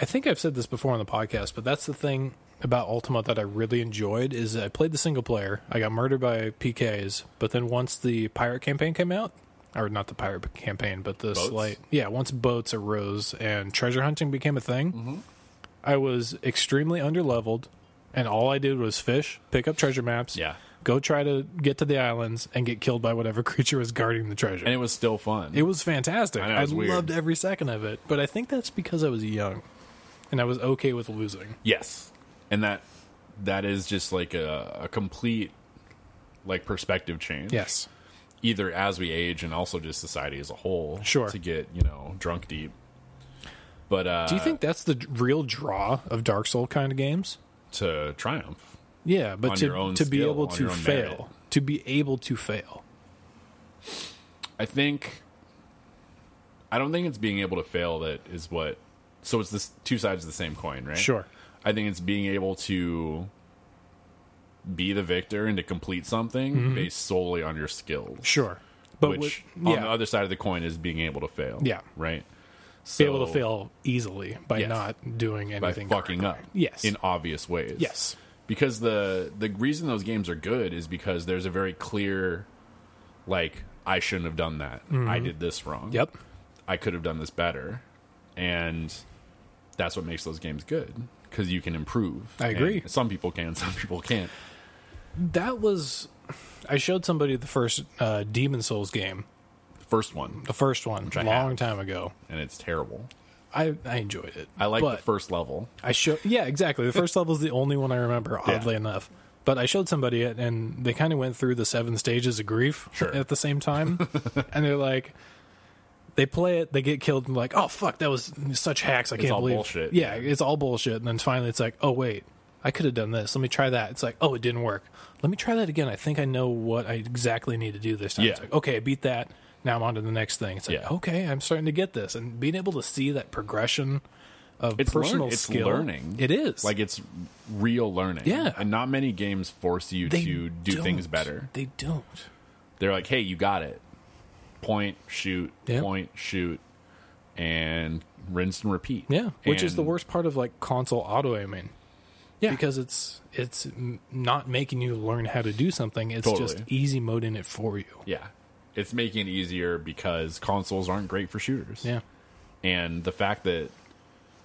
Speaker 2: I think I've said this before on the podcast, but that's the thing about Ultima that I really enjoyed is I played the single player. I got murdered by PKs, but then once the pirate campaign came out, or not the pirate campaign, but the
Speaker 1: Boats?
Speaker 2: slight yeah, once boats arose and treasure hunting became a thing,
Speaker 1: Mm-hmm.
Speaker 2: I was extremely underleveled, and all I did was fish, pick up treasure maps,
Speaker 1: Yeah.
Speaker 2: go try to get to the islands and get killed by whatever creature was guarding the treasure.
Speaker 1: and it was still fun.
Speaker 2: It was fantastic.
Speaker 1: I know, it
Speaker 2: I,
Speaker 1: was weird.
Speaker 2: loved every second of it. But I think that's because I was young and I was okay with losing.
Speaker 1: yes, and that that is just like a, a complete like perspective change.
Speaker 2: Yes.
Speaker 1: either as we age and also just society as a whole.
Speaker 2: Sure.
Speaker 1: to get you know drunk deep. But uh,
Speaker 2: Do you think that's the d- real draw of Dark Soul kind of games?
Speaker 1: to triumph?
Speaker 2: Yeah, but
Speaker 1: On
Speaker 2: to,
Speaker 1: your own
Speaker 2: to be
Speaker 1: skill,
Speaker 2: able
Speaker 1: on
Speaker 2: to
Speaker 1: your own
Speaker 2: fail.
Speaker 1: merit.
Speaker 2: To be able to fail.
Speaker 1: I think I don't think it's being able to fail that is what. So it's this two sides of the same coin, right?
Speaker 2: Sure.
Speaker 1: I think it's being able to be the victor and to complete something
Speaker 2: Mm-hmm.
Speaker 1: based solely on your skills.
Speaker 2: Sure. But
Speaker 1: which
Speaker 2: with,
Speaker 1: on
Speaker 2: yeah,
Speaker 1: the other side of the coin is being able to fail.
Speaker 2: Yeah.
Speaker 1: Right.
Speaker 2: be
Speaker 1: So,
Speaker 2: able to fail easily by
Speaker 1: Yes.
Speaker 2: not doing
Speaker 1: by
Speaker 2: anything.
Speaker 1: fucking
Speaker 2: correctly.
Speaker 1: up.
Speaker 2: Yes.
Speaker 1: In obvious ways.
Speaker 2: Yes.
Speaker 1: Because the the reason those games are good is because there's a very clear like I shouldn't have done that. I did this wrong.
Speaker 2: Mm-hmm. Yep.
Speaker 1: I could have done this better. And that's what makes those games good because you can improve.
Speaker 2: I agree.
Speaker 1: And some people can, some people can't.
Speaker 2: That was. I showed somebody the first uh, Demon Souls game,
Speaker 1: The first one,
Speaker 2: the first one,
Speaker 1: I
Speaker 2: a long
Speaker 1: have.
Speaker 2: time ago.
Speaker 1: and it's terrible.
Speaker 2: I, I enjoyed it.
Speaker 1: I like
Speaker 2: But-
Speaker 1: the first level.
Speaker 2: I show yeah, exactly. The first level is the only one I remember,
Speaker 1: Yeah.
Speaker 2: oddly enough. But I showed somebody it, and they kind of went through the seven stages of grief
Speaker 1: Sure.
Speaker 2: at the same time, and they're like, they play it, they get killed, and like, oh fuck, that was such hacks. I can't
Speaker 1: all
Speaker 2: believe
Speaker 1: bullshit,
Speaker 2: Yeah,
Speaker 1: yeah.
Speaker 2: it's all bullshit. And then finally, it's like, oh wait, I could have done this. Let me try that. It's like, oh, it didn't work. Let me try that again. I think I know what I exactly need to do this time.
Speaker 1: Yeah.
Speaker 2: It's like, okay, I beat that. Now I'm on to the next thing. It's like,
Speaker 1: Yeah.
Speaker 2: okay, I'm starting to get this, and being able to see that progression of
Speaker 1: It's learn-
Speaker 2: personal
Speaker 1: it's
Speaker 2: skill,
Speaker 1: learning.
Speaker 2: It is
Speaker 1: Like it's real learning.
Speaker 2: Yeah.
Speaker 1: And not many games force you to do
Speaker 2: don't.
Speaker 1: things better.
Speaker 2: They don't.
Speaker 1: They're like, hey, you got it. Point, shoot,
Speaker 2: Yeah.
Speaker 1: point, shoot, and rinse and repeat.
Speaker 2: Yeah, which is the
Speaker 1: And-
Speaker 2: worst part of like console auto aiming.
Speaker 1: Yeah.
Speaker 2: because it's it's m- not making you learn how to do something. It's just
Speaker 1: Totally.
Speaker 2: easy moding it for you.
Speaker 1: Yeah. It's making it easier because consoles aren't great for shooters.
Speaker 2: Yeah,
Speaker 1: and the fact that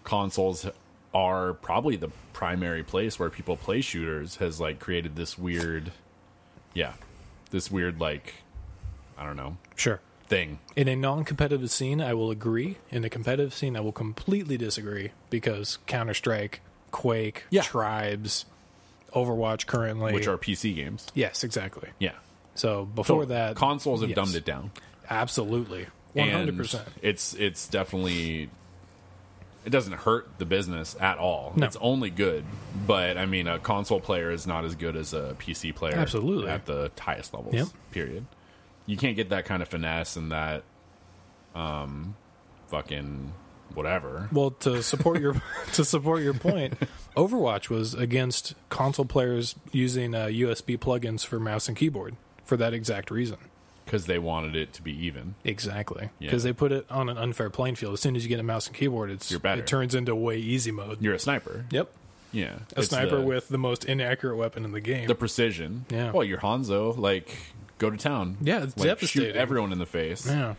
Speaker 1: consoles are probably the primary place where people play shooters has like created this weird yeah this weird like i don't know
Speaker 2: sure.
Speaker 1: thing
Speaker 2: In a non-competitive scene, I will agree. In a competitive scene, I will completely disagree because Counter Strike, Quake,
Speaker 1: Yeah.
Speaker 2: Tribes, Overwatch currently,
Speaker 1: which are pc games
Speaker 2: yes, exactly.
Speaker 1: yeah
Speaker 2: So before
Speaker 1: So,
Speaker 2: that,
Speaker 1: consoles have
Speaker 2: yes.
Speaker 1: dumbed it down
Speaker 2: Absolutely, one
Speaker 1: And
Speaker 2: hundred percent.
Speaker 1: it's it's definitely it doesn't hurt the business at all
Speaker 2: No.
Speaker 1: it's only good but i mean a console player is not as good as a pc player
Speaker 2: Absolutely.
Speaker 1: at the highest levels
Speaker 2: Yep.
Speaker 1: period you can't get that kind of finesse and that um fucking whatever
Speaker 2: Well, to support your to support your point, Overwatch was against console players using uh, USB plugins for mouse and keyboard for that exact reason.
Speaker 1: because they wanted it to be even.
Speaker 2: Exactly.
Speaker 1: Yeah.
Speaker 2: Because they put it on an unfair playing field. As soon as you get a mouse and keyboard, it's
Speaker 1: You're better.
Speaker 2: it turns into way easy mode.
Speaker 1: You're a sniper.
Speaker 2: yep.
Speaker 1: Yeah,
Speaker 2: A sniper
Speaker 1: the,
Speaker 2: with the most inaccurate weapon in the game.
Speaker 1: the precision.
Speaker 2: Yeah.
Speaker 1: Well, you're Hanzo. Like, go to town.
Speaker 2: Yeah, it's
Speaker 1: like,
Speaker 2: devastating.
Speaker 1: Shoot everyone in the face.
Speaker 2: yeah. Mm-hmm.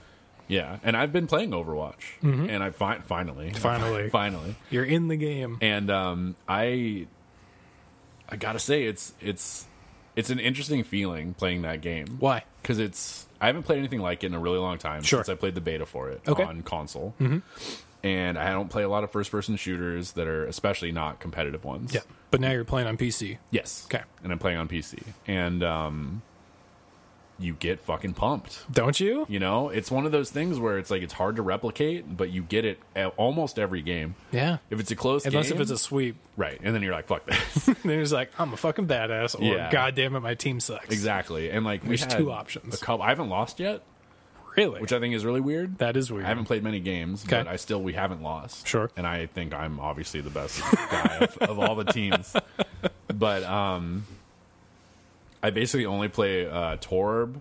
Speaker 1: Yeah, and I've been playing Overwatch, and I fi- finally,
Speaker 2: Finally.
Speaker 1: finally,
Speaker 2: You're in the game.
Speaker 1: and um, I, I gotta say, it's it's it's an interesting feeling playing that game.
Speaker 2: Why?
Speaker 1: Because it's I haven't played anything like it in a really long time
Speaker 2: Sure.
Speaker 1: since I played the beta for it
Speaker 2: Okay. Mm-hmm.
Speaker 1: on console, and I don't play a lot of first person shooters that are especially not competitive ones.
Speaker 2: Yeah. But now you're playing on PC.
Speaker 1: Yes.
Speaker 2: Okay.
Speaker 1: And I'm playing on PC, and um, you get fucking pumped.
Speaker 2: Don't you?
Speaker 1: You know, it's one of those things where it's like it's hard to replicate, but you get it at almost every game.
Speaker 2: Yeah.
Speaker 1: If it's a close
Speaker 2: Unless
Speaker 1: game,
Speaker 2: if it's a sweep.
Speaker 1: right, and then you're like, "Fuck this."
Speaker 2: then it's like, I'm a fucking badass, or
Speaker 1: Yeah.
Speaker 2: God damn it, my team sucks.
Speaker 1: exactly. And like, we
Speaker 2: There's
Speaker 1: had
Speaker 2: two options.
Speaker 1: A couple. I haven't lost yet,
Speaker 2: Really?
Speaker 1: which I think is really weird.
Speaker 2: that is weird.
Speaker 1: I haven't played many games,
Speaker 2: Okay.
Speaker 1: but I still we haven't lost.
Speaker 2: Sure.
Speaker 1: And I think I'm obviously the best guy of, of all the teams. But um, I basically only play uh, Torb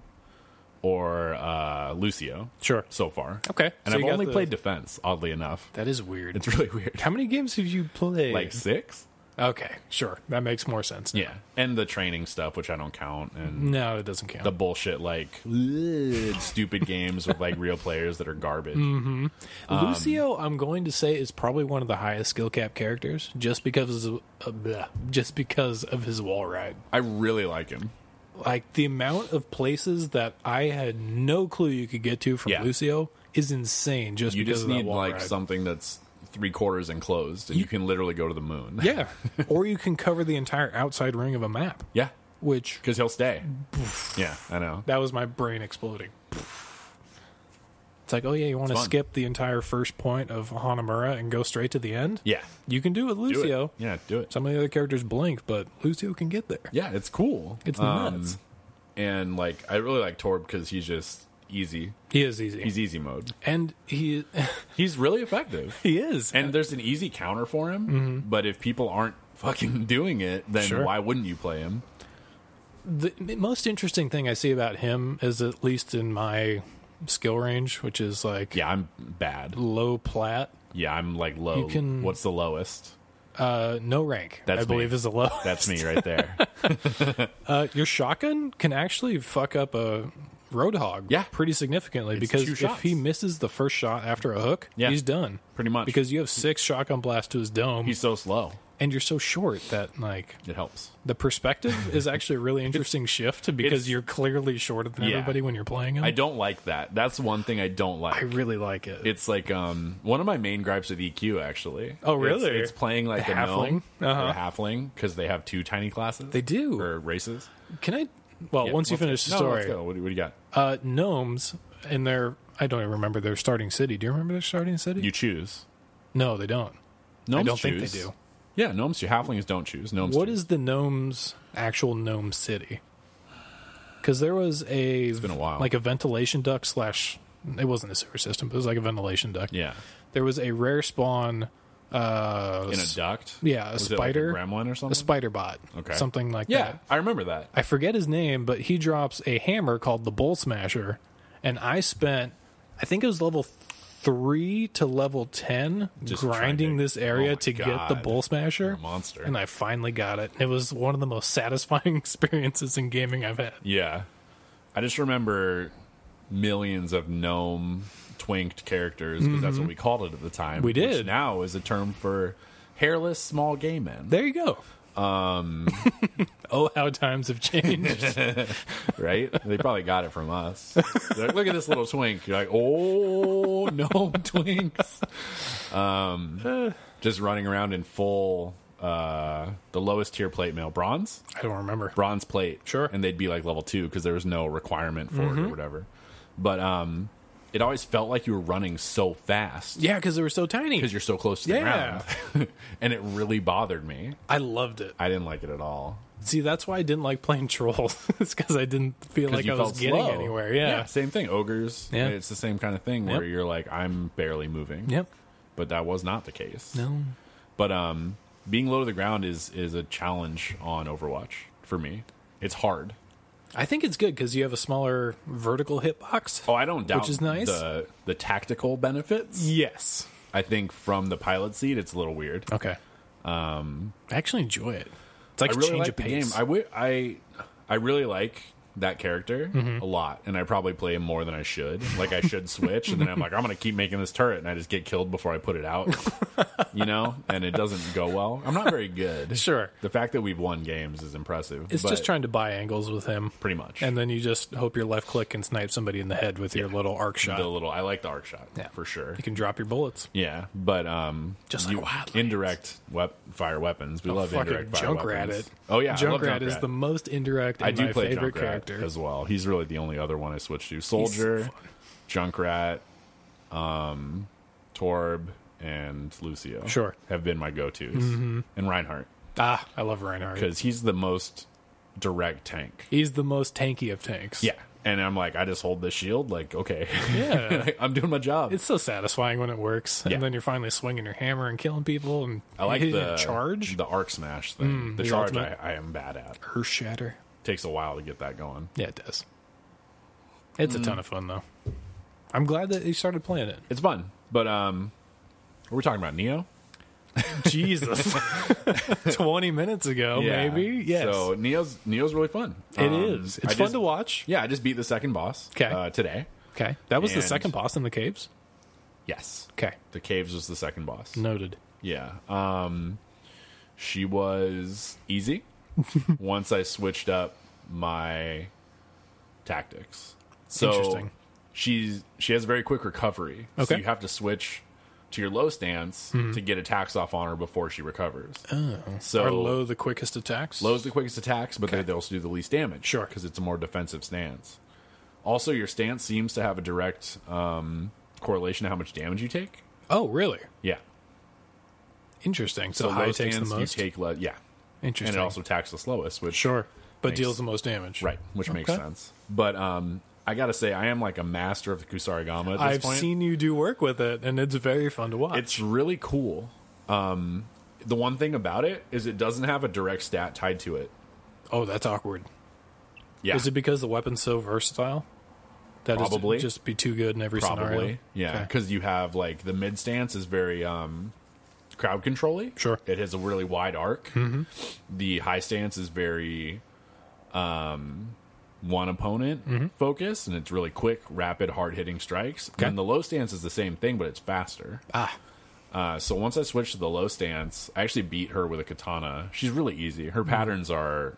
Speaker 1: or uh, Lucio
Speaker 2: sure.
Speaker 1: so far.
Speaker 2: Okay.
Speaker 1: And
Speaker 2: So you
Speaker 1: I've
Speaker 2: got
Speaker 1: only
Speaker 2: the-
Speaker 1: played defense, oddly enough.
Speaker 2: That is weird.
Speaker 1: It's really weird.
Speaker 2: How many games have you played?
Speaker 1: Like six?
Speaker 2: okay, sure. That makes more sense.
Speaker 1: Yeah. And the training stuff, which I don't count, and
Speaker 2: No, it doesn't count.
Speaker 1: the bullshit like stupid games with like real players that are garbage.
Speaker 2: Mm.
Speaker 1: um,
Speaker 2: Lucio, I'm going to say, is probably one of the highest skill cap characters, just because of, uh, bleh, just because of his wall ride.
Speaker 1: I really like him.
Speaker 2: Like the amount of places that I had no clue you could get to from
Speaker 1: Yeah.
Speaker 2: Lucio is insane. Just
Speaker 1: You
Speaker 2: because
Speaker 1: just
Speaker 2: of that
Speaker 1: need
Speaker 2: wall
Speaker 1: like
Speaker 2: ride.
Speaker 1: something that's three quarters enclosed, and you, can literally go to the moon.
Speaker 2: yeah, or you can cover the entire outside ring of a map,
Speaker 1: yeah,
Speaker 2: which
Speaker 1: because he'll stay. yeah, I know.
Speaker 2: that was my brain exploding. It's like, oh yeah, you want to
Speaker 1: fun.
Speaker 2: skip the entire first point of Hanamura and go straight to the end?
Speaker 1: Yeah,
Speaker 2: You can do it with
Speaker 1: do it.
Speaker 2: Lucio.
Speaker 1: Yeah, do it.
Speaker 2: Some of the other characters blink, but Lucio can get there.
Speaker 1: Yeah, it's cool.
Speaker 2: It's
Speaker 1: Um,
Speaker 2: nuts.
Speaker 1: And like, I really like Torb because he's just easy.
Speaker 2: He is easy,
Speaker 1: He's easy mode.
Speaker 2: and he
Speaker 1: He's really effective.
Speaker 2: he is.
Speaker 1: And there's an easy counter for him, but if people aren't fucking doing it, then
Speaker 2: Mm-hmm. Sure.
Speaker 1: why wouldn't you play him?
Speaker 2: the the most interesting thing I see about him is, at least in my skill range, which is like
Speaker 1: Yeah, I'm bad.
Speaker 2: low plat,
Speaker 1: Yeah, I'm like low.
Speaker 2: You can-
Speaker 1: What's the lowest?
Speaker 2: uh, no rank.
Speaker 1: That's
Speaker 2: I believe
Speaker 1: me.
Speaker 2: is the low.
Speaker 1: That's me right there.
Speaker 2: Uh, your shotgun can actually fuck up a roadhog,
Speaker 1: Yeah.
Speaker 2: pretty significantly
Speaker 1: two
Speaker 2: because if
Speaker 1: shots.
Speaker 2: he misses the first shot after a hook,
Speaker 1: Yeah.
Speaker 2: he's done
Speaker 1: Pretty much.
Speaker 2: because you have six shotgun blasts to his dome,
Speaker 1: he's so slow.
Speaker 2: and you're so short that like
Speaker 1: It helps.
Speaker 2: the perspective is actually a really interesting shift because
Speaker 1: it's-
Speaker 2: you're clearly shorter than
Speaker 1: Yeah.
Speaker 2: everybody when you're playing him.
Speaker 1: I don't like that. That's one thing I don't like.
Speaker 2: I really like it.
Speaker 1: it's like um one of my main gripes with EQ actually.
Speaker 2: Oh,
Speaker 1: It's-
Speaker 2: really?
Speaker 1: It's, playing like
Speaker 2: The
Speaker 1: a gnome
Speaker 2: halfling? Uh-huh.
Speaker 1: or a halfling because they have two tiny classes.
Speaker 2: They do.
Speaker 1: or races.
Speaker 2: Can I? Well,
Speaker 1: Yeah,
Speaker 2: once you
Speaker 1: let's go.
Speaker 2: finish the
Speaker 1: No, let's
Speaker 2: story,
Speaker 1: go. What, do, what do you got?
Speaker 2: uh, gnomes in their I don't even remember their starting city. Do you remember their starting city?
Speaker 1: You choose.
Speaker 2: no, they don't.
Speaker 1: Gnomes
Speaker 2: don't think they
Speaker 1: choose.
Speaker 2: do.
Speaker 1: Yeah, gnomes. do. halflings don't choose. Gnomes.
Speaker 2: What
Speaker 1: do.
Speaker 2: is the gnomes' actual gnome city? Because there was a
Speaker 1: been a while.
Speaker 2: like a ventilation duct slash. It wasn't a sewer system, but it was like a ventilation duct.
Speaker 1: Yeah,
Speaker 2: There was a rare spawn. Uh,
Speaker 1: in a
Speaker 2: s-
Speaker 1: duct.
Speaker 2: yeah, a
Speaker 1: Was
Speaker 2: spider.
Speaker 1: it like a gremlin or
Speaker 2: a
Speaker 1: something.
Speaker 2: spider bot,
Speaker 1: Okay.
Speaker 2: something like
Speaker 1: yeah,
Speaker 2: that.
Speaker 1: I remember that.
Speaker 2: I forget his name, but he drops a hammer called the Bull Smasher, and I spent, I think it was level three to level ten,
Speaker 1: Just
Speaker 2: grinding
Speaker 1: trying to-
Speaker 2: this area
Speaker 1: oh my
Speaker 2: to get the
Speaker 1: God.
Speaker 2: Bull Smasher
Speaker 1: a monster.
Speaker 2: and I finally got it. It was one of the most satisfying experiences in gaming I've had.
Speaker 1: Yeah, I just remember millions of gnome twinked characters because that's what we called it at the time.
Speaker 2: Mm-hmm. We
Speaker 1: which
Speaker 2: did.
Speaker 1: now is a term for hairless small gay men.
Speaker 2: There you go. Um, oh, how times have changed.
Speaker 1: right? They probably got it from us. They're like, Look at this little twink. You're like, oh no, twinks. Um, just running around in full, uh, the lowest tier plate mail, bronze,
Speaker 2: I don't remember.
Speaker 1: bronze plate.
Speaker 2: Sure. Mm-hmm.
Speaker 1: and they'd be like level two because there was no requirement for it or whatever. But um, it always felt like you were running so fast.
Speaker 2: Yeah, because they were so tiny.
Speaker 1: Because you're so close to the
Speaker 2: Yeah.
Speaker 1: ground, and it really bothered me.
Speaker 2: I loved it.
Speaker 1: I didn't like it at all.
Speaker 2: See, that's why I didn't like playing trolls. it's because I didn't feel
Speaker 1: 'Cause
Speaker 2: like
Speaker 1: you
Speaker 2: I was
Speaker 1: felt
Speaker 2: getting
Speaker 1: slow.
Speaker 2: anywhere. Yeah.
Speaker 1: same thing. Ogres.
Speaker 2: Yeah.
Speaker 1: it's the same kind of thing where
Speaker 2: Yep.
Speaker 1: you're like, I'm barely moving.
Speaker 2: Yep.
Speaker 1: But that was not the case.
Speaker 2: No.
Speaker 1: But um, being low to the ground is is a challenge on Overwatch for me. It's hard.
Speaker 2: I think it's good because you have a smaller vertical hitbox.
Speaker 1: Oh, I don't doubt
Speaker 2: Which is nice.
Speaker 1: the the tactical benefits.
Speaker 2: yes.
Speaker 1: I think from the pilot seat, it's a little weird.
Speaker 2: Okay. Um, I actually enjoy it. It's like
Speaker 1: Um, I
Speaker 2: a
Speaker 1: really
Speaker 2: change
Speaker 1: like
Speaker 2: of
Speaker 1: the
Speaker 2: pace.
Speaker 1: game. I wi- I I really like that character
Speaker 2: Mm-hmm.
Speaker 1: a lot, and I probably play him more than I should. Like I should switch, and then I'm like, I'm gonna keep making this turret, and I just get killed before I put it out, you know. And it doesn't go well. I'm not very good.
Speaker 2: Sure.
Speaker 1: The fact that we've won games is impressive.
Speaker 2: it's
Speaker 1: but
Speaker 2: just trying to buy angles with him,
Speaker 1: pretty much.
Speaker 2: and then you just hope your left click can snipe somebody in the head with your little arc shot.
Speaker 1: the little I like the arc shot for sure.
Speaker 2: You can drop your bullets.
Speaker 1: Yeah, but um,
Speaker 2: Just like Wildlands.
Speaker 1: indirect wep- fire weapons. We love
Speaker 2: Fucking
Speaker 1: indirect fire
Speaker 2: Junkrat
Speaker 1: weapons.
Speaker 2: it.
Speaker 1: Oh yeah, I love
Speaker 2: Junkrat is
Speaker 1: Junkrat.
Speaker 2: the most indirect. And
Speaker 1: I do
Speaker 2: my
Speaker 1: play
Speaker 2: favorite
Speaker 1: Junkrat
Speaker 2: character.
Speaker 1: as well. He's really the only other one I switched to. Soldier, Junkrat, um, Torb, and Lucio.
Speaker 2: Sure. Mm-hmm.
Speaker 1: have been my go tos, and Reinhardt
Speaker 2: Ah, I love Reinhardt.
Speaker 1: because he's the most direct tank.
Speaker 2: He's the most tanky of tanks.
Speaker 1: Yeah, and I'm like, I just hold the shield. Like, okay,
Speaker 2: Yeah.
Speaker 1: I'm doing my job.
Speaker 2: It's so satisfying when it works,
Speaker 1: Yeah.
Speaker 2: and then you're finally swinging your hammer and killing people. And
Speaker 1: I like
Speaker 2: hitting
Speaker 1: the
Speaker 2: a charge, Mm,
Speaker 1: the arc smash thing. the
Speaker 2: the
Speaker 1: charge I,
Speaker 2: ultimate.
Speaker 1: I am bad at.
Speaker 2: her shatter.
Speaker 1: Takes a while to get that going.
Speaker 2: Yeah, it does. It's a ton
Speaker 1: Mm.
Speaker 2: of fun though. I'm glad that you started playing it.
Speaker 1: It's fun, but um, we're talking about Neo.
Speaker 2: Jesus, twenty minutes ago, maybe. Yes,
Speaker 1: So Neo's Neo's really fun.
Speaker 2: It
Speaker 1: Um,
Speaker 2: is. It's
Speaker 1: I
Speaker 2: fun
Speaker 1: just-
Speaker 2: to watch.
Speaker 1: Yeah, I just beat the second boss.
Speaker 2: 'Kay.
Speaker 1: Uh, today.
Speaker 2: Okay, that was the
Speaker 1: And-
Speaker 2: second boss in the caves.
Speaker 1: Yes.
Speaker 2: Okay,
Speaker 1: The caves was the second boss.
Speaker 2: noted.
Speaker 1: Yeah. Um, she was easy once I switched up my tactics. So
Speaker 2: Interesting.
Speaker 1: she's she has very quick recovery. So
Speaker 2: Okay. Mm-hmm.
Speaker 1: you have to switch to your low stance to get attacks off on her before she recovers. Oh. So
Speaker 2: Are low the quickest attacks?
Speaker 1: Low's the quickest attacks, but they, they also do the least damage.
Speaker 2: Sure.
Speaker 1: Because it's a more defensive stance. Also, your stance seems to have a direct um, correlation to how much damage you take.
Speaker 2: Oh, really?
Speaker 1: Yeah.
Speaker 2: Interesting. So,
Speaker 1: low
Speaker 2: high takes the
Speaker 1: stance,
Speaker 2: most.
Speaker 1: You take le- yeah. And
Speaker 2: Interesting.
Speaker 1: it also attacks the slowest, which.
Speaker 2: sure, but
Speaker 1: Makes-
Speaker 2: deals the most damage.
Speaker 1: Right. Which makes
Speaker 2: Okay.
Speaker 1: sense. But um, I got to say, I am like a master of the Kusarigama at this
Speaker 2: I've
Speaker 1: point.
Speaker 2: seen you do work with it, and it's very fun to watch.
Speaker 1: It's really cool. Um, the one thing about it is it doesn't have a direct stat tied to it.
Speaker 2: oh, that's awkward.
Speaker 1: Yeah.
Speaker 2: Is it because the weapon's so versatile? That is
Speaker 1: Probably.
Speaker 2: just be too good in every scenario.
Speaker 1: probably yeah
Speaker 2: Okay.
Speaker 1: because you have like the mid stance is very um crowd controlly
Speaker 2: Sure. Mm-hmm.
Speaker 1: it has a really wide arc the high stance is very um one opponent
Speaker 2: Mm-hmm.
Speaker 1: focus and it's really quick rapid hard hitting strikes and the low stance is the same thing but it's faster
Speaker 2: Ah.
Speaker 1: uh, so once I switched to the low stance, I actually beat her with a katana. She's really easy.
Speaker 2: Mm-hmm.
Speaker 1: Her patterns are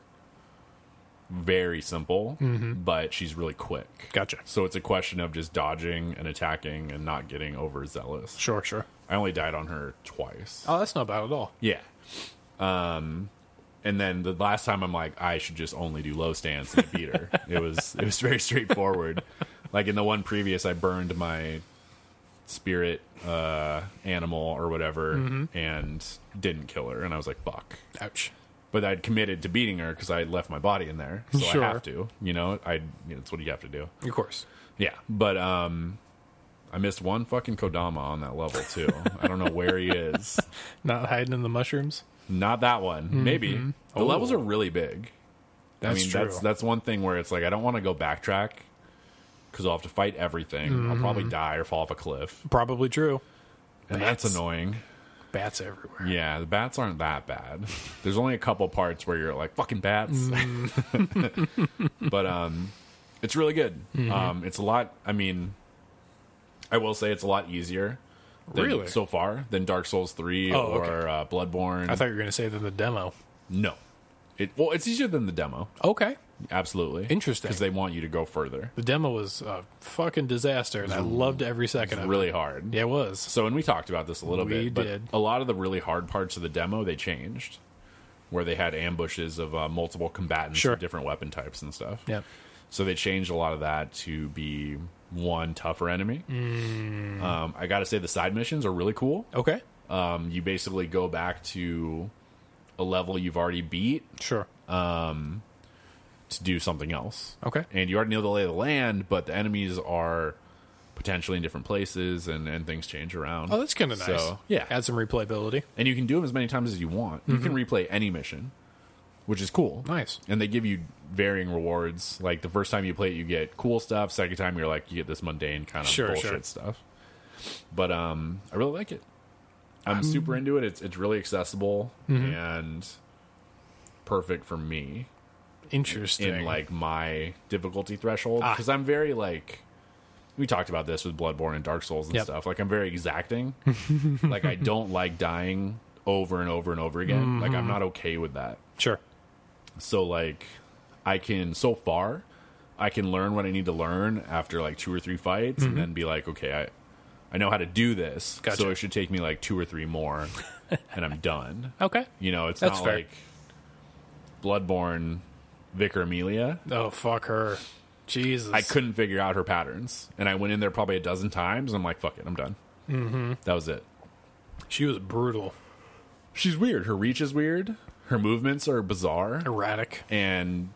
Speaker 1: very simple,
Speaker 2: Mm-hmm.
Speaker 1: but she's really quick.
Speaker 2: Gotcha.
Speaker 1: So it's a question of just dodging and attacking and not getting overzealous.
Speaker 2: Sure, sure.
Speaker 1: I only died on her twice.
Speaker 2: Oh, that's not bad at all.
Speaker 1: Yeah. Um, and then the last time I'm like, I should just only do low stance and I beat her. it was it was very straightforward. like in the one previous, I burned my spirit uh, animal or whatever and didn't kill her, and I was like, fuck.
Speaker 2: Ouch.
Speaker 1: But I'd committed to beating her because I had left my body in there, so
Speaker 2: Sure.
Speaker 1: I have to. You know, I you know, it's what you have to do.
Speaker 2: Of course.
Speaker 1: Yeah, but um, I missed one fucking Kodama on that level too. I don't know where he is.
Speaker 2: Not hiding in the mushrooms.
Speaker 1: Not that one. Maybe the levels are really big.
Speaker 2: Mm-hmm. That's
Speaker 1: I mean,
Speaker 2: true.
Speaker 1: that's that's one thing where it's like I don't want to go backtrack because I'll have to fight everything. I'll
Speaker 2: Mm-hmm.
Speaker 1: probably die or fall off a cliff,
Speaker 2: Probably true.
Speaker 1: and that's annoying.
Speaker 2: Bats everywhere.
Speaker 1: Yeah, the bats aren't that bad. There's only a couple parts where you're like fucking bats,
Speaker 2: Mm.
Speaker 1: but um, it's really good.
Speaker 2: Mm-hmm.
Speaker 1: Um, it's a lot. I mean, I will say it's a lot easier. Than,
Speaker 2: Really?
Speaker 1: so far than Dark Souls three
Speaker 2: Oh,
Speaker 1: or
Speaker 2: okay.
Speaker 1: uh, Bloodborne.
Speaker 2: I thought you were going to say that the demo.
Speaker 1: no, it well, it's easier than the demo.
Speaker 2: Okay.
Speaker 1: Absolutely.
Speaker 2: Interesting.
Speaker 1: Because they want you to go further.
Speaker 2: The demo was a fucking disaster, and I loved every second of
Speaker 1: Really hard.
Speaker 2: it. Yeah, it was.
Speaker 1: So, and we talked about this a little
Speaker 2: We
Speaker 1: bit, but
Speaker 2: did.
Speaker 1: a lot of the really hard parts of the demo they changed, where they had ambushes of uh, multiple combatants,
Speaker 2: Sure.
Speaker 1: of different weapon types and stuff.
Speaker 2: Yep.
Speaker 1: So they changed a lot of that to be one tougher enemy.
Speaker 2: Mm.
Speaker 1: Um, I got to say, the side missions are really cool.
Speaker 2: Okay.
Speaker 1: Um, you basically go back to a level you've already beat
Speaker 2: Sure.
Speaker 1: to do something else.
Speaker 2: Okay.
Speaker 1: and you already know the lay of the land, but the enemies are potentially in different places and, and things change around.
Speaker 2: Oh, that's kind of nice.
Speaker 1: So, yeah.
Speaker 2: Add some replayability.
Speaker 1: And you can do them as many times as you want. You can replay any mission. which is cool.
Speaker 2: Mm-hmm. Nice.
Speaker 1: And they give you varying rewards. Like the first time you play it, you get cool stuff. Second time, you're like you get this mundane kind of
Speaker 2: Sure,
Speaker 1: bullshit
Speaker 2: sure.
Speaker 1: stuff. But um, I really like it. I'm super into it. It's it's really accessible
Speaker 2: Mm-hmm.
Speaker 1: and perfect for me
Speaker 2: Interesting.
Speaker 1: in like my difficulty threshold
Speaker 2: Ah.
Speaker 1: because I'm very like we talked about this with Bloodborne and Dark Souls and
Speaker 2: Yep.
Speaker 1: stuff. Like I'm very exacting. like I don't like dying over and over and over again. Like
Speaker 2: Mm-hmm.
Speaker 1: I'm not okay with that.
Speaker 2: sure.
Speaker 1: So like I can so far I can learn what I need to learn after like two or three fights and then be like okay I I know how to do this.
Speaker 2: Mm-hmm. Gotcha.
Speaker 1: So it should take me like two or three more and I'm done.
Speaker 2: Okay.
Speaker 1: You know, it's
Speaker 2: That's
Speaker 1: not
Speaker 2: fair.
Speaker 1: like Bloodborne Vicar Amelia.
Speaker 2: Oh fuck her. Jesus.
Speaker 1: I couldn't figure out her patterns, and I went in there probably a dozen times. And I'm like, "Fuck it, I'm done." Mm-hmm. That was it.
Speaker 2: She was brutal.
Speaker 1: She's weird. Her reach is weird. Her movements are bizarre,
Speaker 2: Erratic.
Speaker 1: and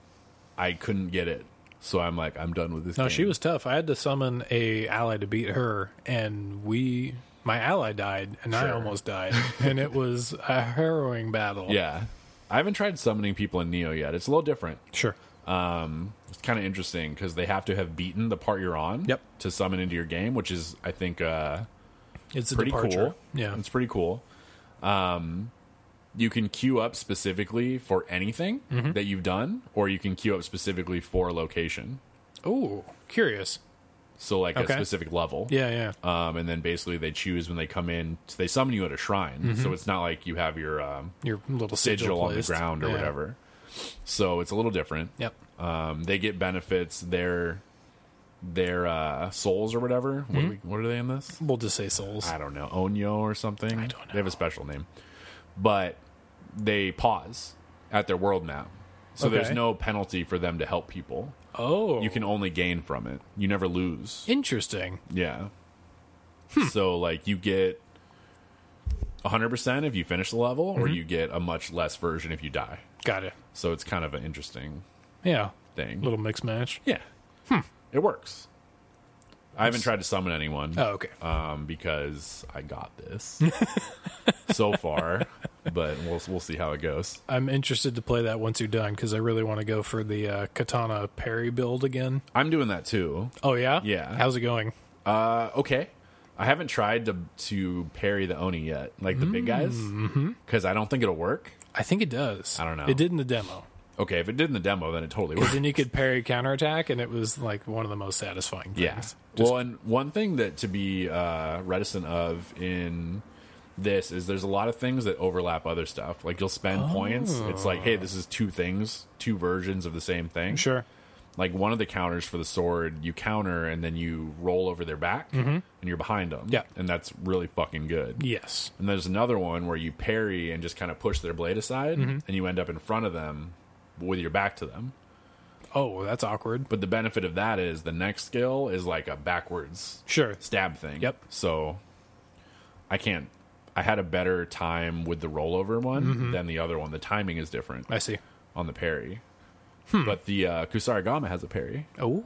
Speaker 1: I couldn't get it. So I'm like, "I'm done with this."
Speaker 2: No,
Speaker 1: game.
Speaker 2: she was tough. I had to summon a ally to beat her, and we my ally died, and I
Speaker 1: Sure.
Speaker 2: almost died, and it was a harrowing battle.
Speaker 1: Yeah, I haven't tried summoning people in Neo yet. It's a little different.
Speaker 2: sure.
Speaker 1: It's kind of interesting because they have to have beaten the part you're on
Speaker 2: Yep.
Speaker 1: to summon into your game, which is, I think, uh,
Speaker 2: It's a
Speaker 1: pretty
Speaker 2: departure.
Speaker 1: cool.
Speaker 2: Yeah,
Speaker 1: it's pretty cool. Um, you can queue up specifically for anything
Speaker 2: Mm-hmm.
Speaker 1: that you've done, or you can queue up specifically for a location.
Speaker 2: Oh, curious.
Speaker 1: So like
Speaker 2: Okay.
Speaker 1: a specific level.
Speaker 2: Yeah, yeah.
Speaker 1: Um, and then basically they choose when they come in. They summon you at a shrine, so it's not like you have your um,
Speaker 2: Your little Mm-hmm. sigil,
Speaker 1: sigil on the
Speaker 2: placed.
Speaker 1: ground or
Speaker 2: Yeah.
Speaker 1: whatever. So it's a little different.
Speaker 2: Yep.
Speaker 1: Um, they get benefits. Their their uh, souls or whatever. What,
Speaker 2: Mm-hmm.
Speaker 1: do we, what are they in this?
Speaker 2: We'll just say souls.
Speaker 1: I don't know, Onyo or something. I
Speaker 2: don't
Speaker 1: They have a special name. But they pause at their world map. So there's
Speaker 2: Okay.
Speaker 1: no penalty for them to help people.
Speaker 2: Oh,
Speaker 1: You can only gain from it. You never lose.
Speaker 2: Interesting.
Speaker 1: Yeah.
Speaker 2: Hmm.
Speaker 1: So like you get 100% if you finish the level or
Speaker 2: Mm-hmm.
Speaker 1: you get a much less version if you die.
Speaker 2: Got it.
Speaker 1: So it's kind of an interesting
Speaker 2: Yeah.
Speaker 1: thing.
Speaker 2: Little Hmm. mix match.
Speaker 1: yeah. It works. I haven't tried to summon anyone
Speaker 2: Oh, okay.
Speaker 1: um, because I got this so far, but we'll we'll see how it goes.
Speaker 2: I'm interested to play that once you're done because I really want to go for the uh, katana parry build again.
Speaker 1: I'm doing that too.
Speaker 2: Oh yeah,
Speaker 1: Yeah.
Speaker 2: How's it going?
Speaker 1: Uh, okay, I haven't tried to to parry the oni yet, like the big guys, because I don't think it'll work.
Speaker 2: I think it does.
Speaker 1: I don't know.
Speaker 2: It did in the demo.
Speaker 1: Okay, if it did in the demo, then it totally
Speaker 2: Because
Speaker 1: works.
Speaker 2: then you could parry counterattack, and it was like one of the most satisfying things.
Speaker 1: Yeah. well, and one thing that to be uh, reticent of in this is there's a lot of things that overlap other stuff. Like you'll spend points. It's like, hey, this is two things, two versions of the same thing.
Speaker 2: Sure.
Speaker 1: like one of the counters for the sword, you counter and then you roll over their back and you're behind them.
Speaker 2: Mm-hmm. Yeah.
Speaker 1: And that's really fucking good.
Speaker 2: Yes.
Speaker 1: And there's another one where you parry and just kind of push their blade aside
Speaker 2: Mm-hmm.
Speaker 1: and you end up in front of them with your back to them.
Speaker 2: Oh, well, that's awkward.
Speaker 1: But the benefit of that is the next skill is like a backwards
Speaker 2: Sure.
Speaker 1: stab thing.
Speaker 2: Yep.
Speaker 1: So I can't. I had a better time with the rollover one
Speaker 2: Mm-hmm.
Speaker 1: than the other one. The timing is different
Speaker 2: I see.
Speaker 1: on the parry.
Speaker 2: Hmm.
Speaker 1: But the uh, Kusarigama has a parry.
Speaker 2: Oh,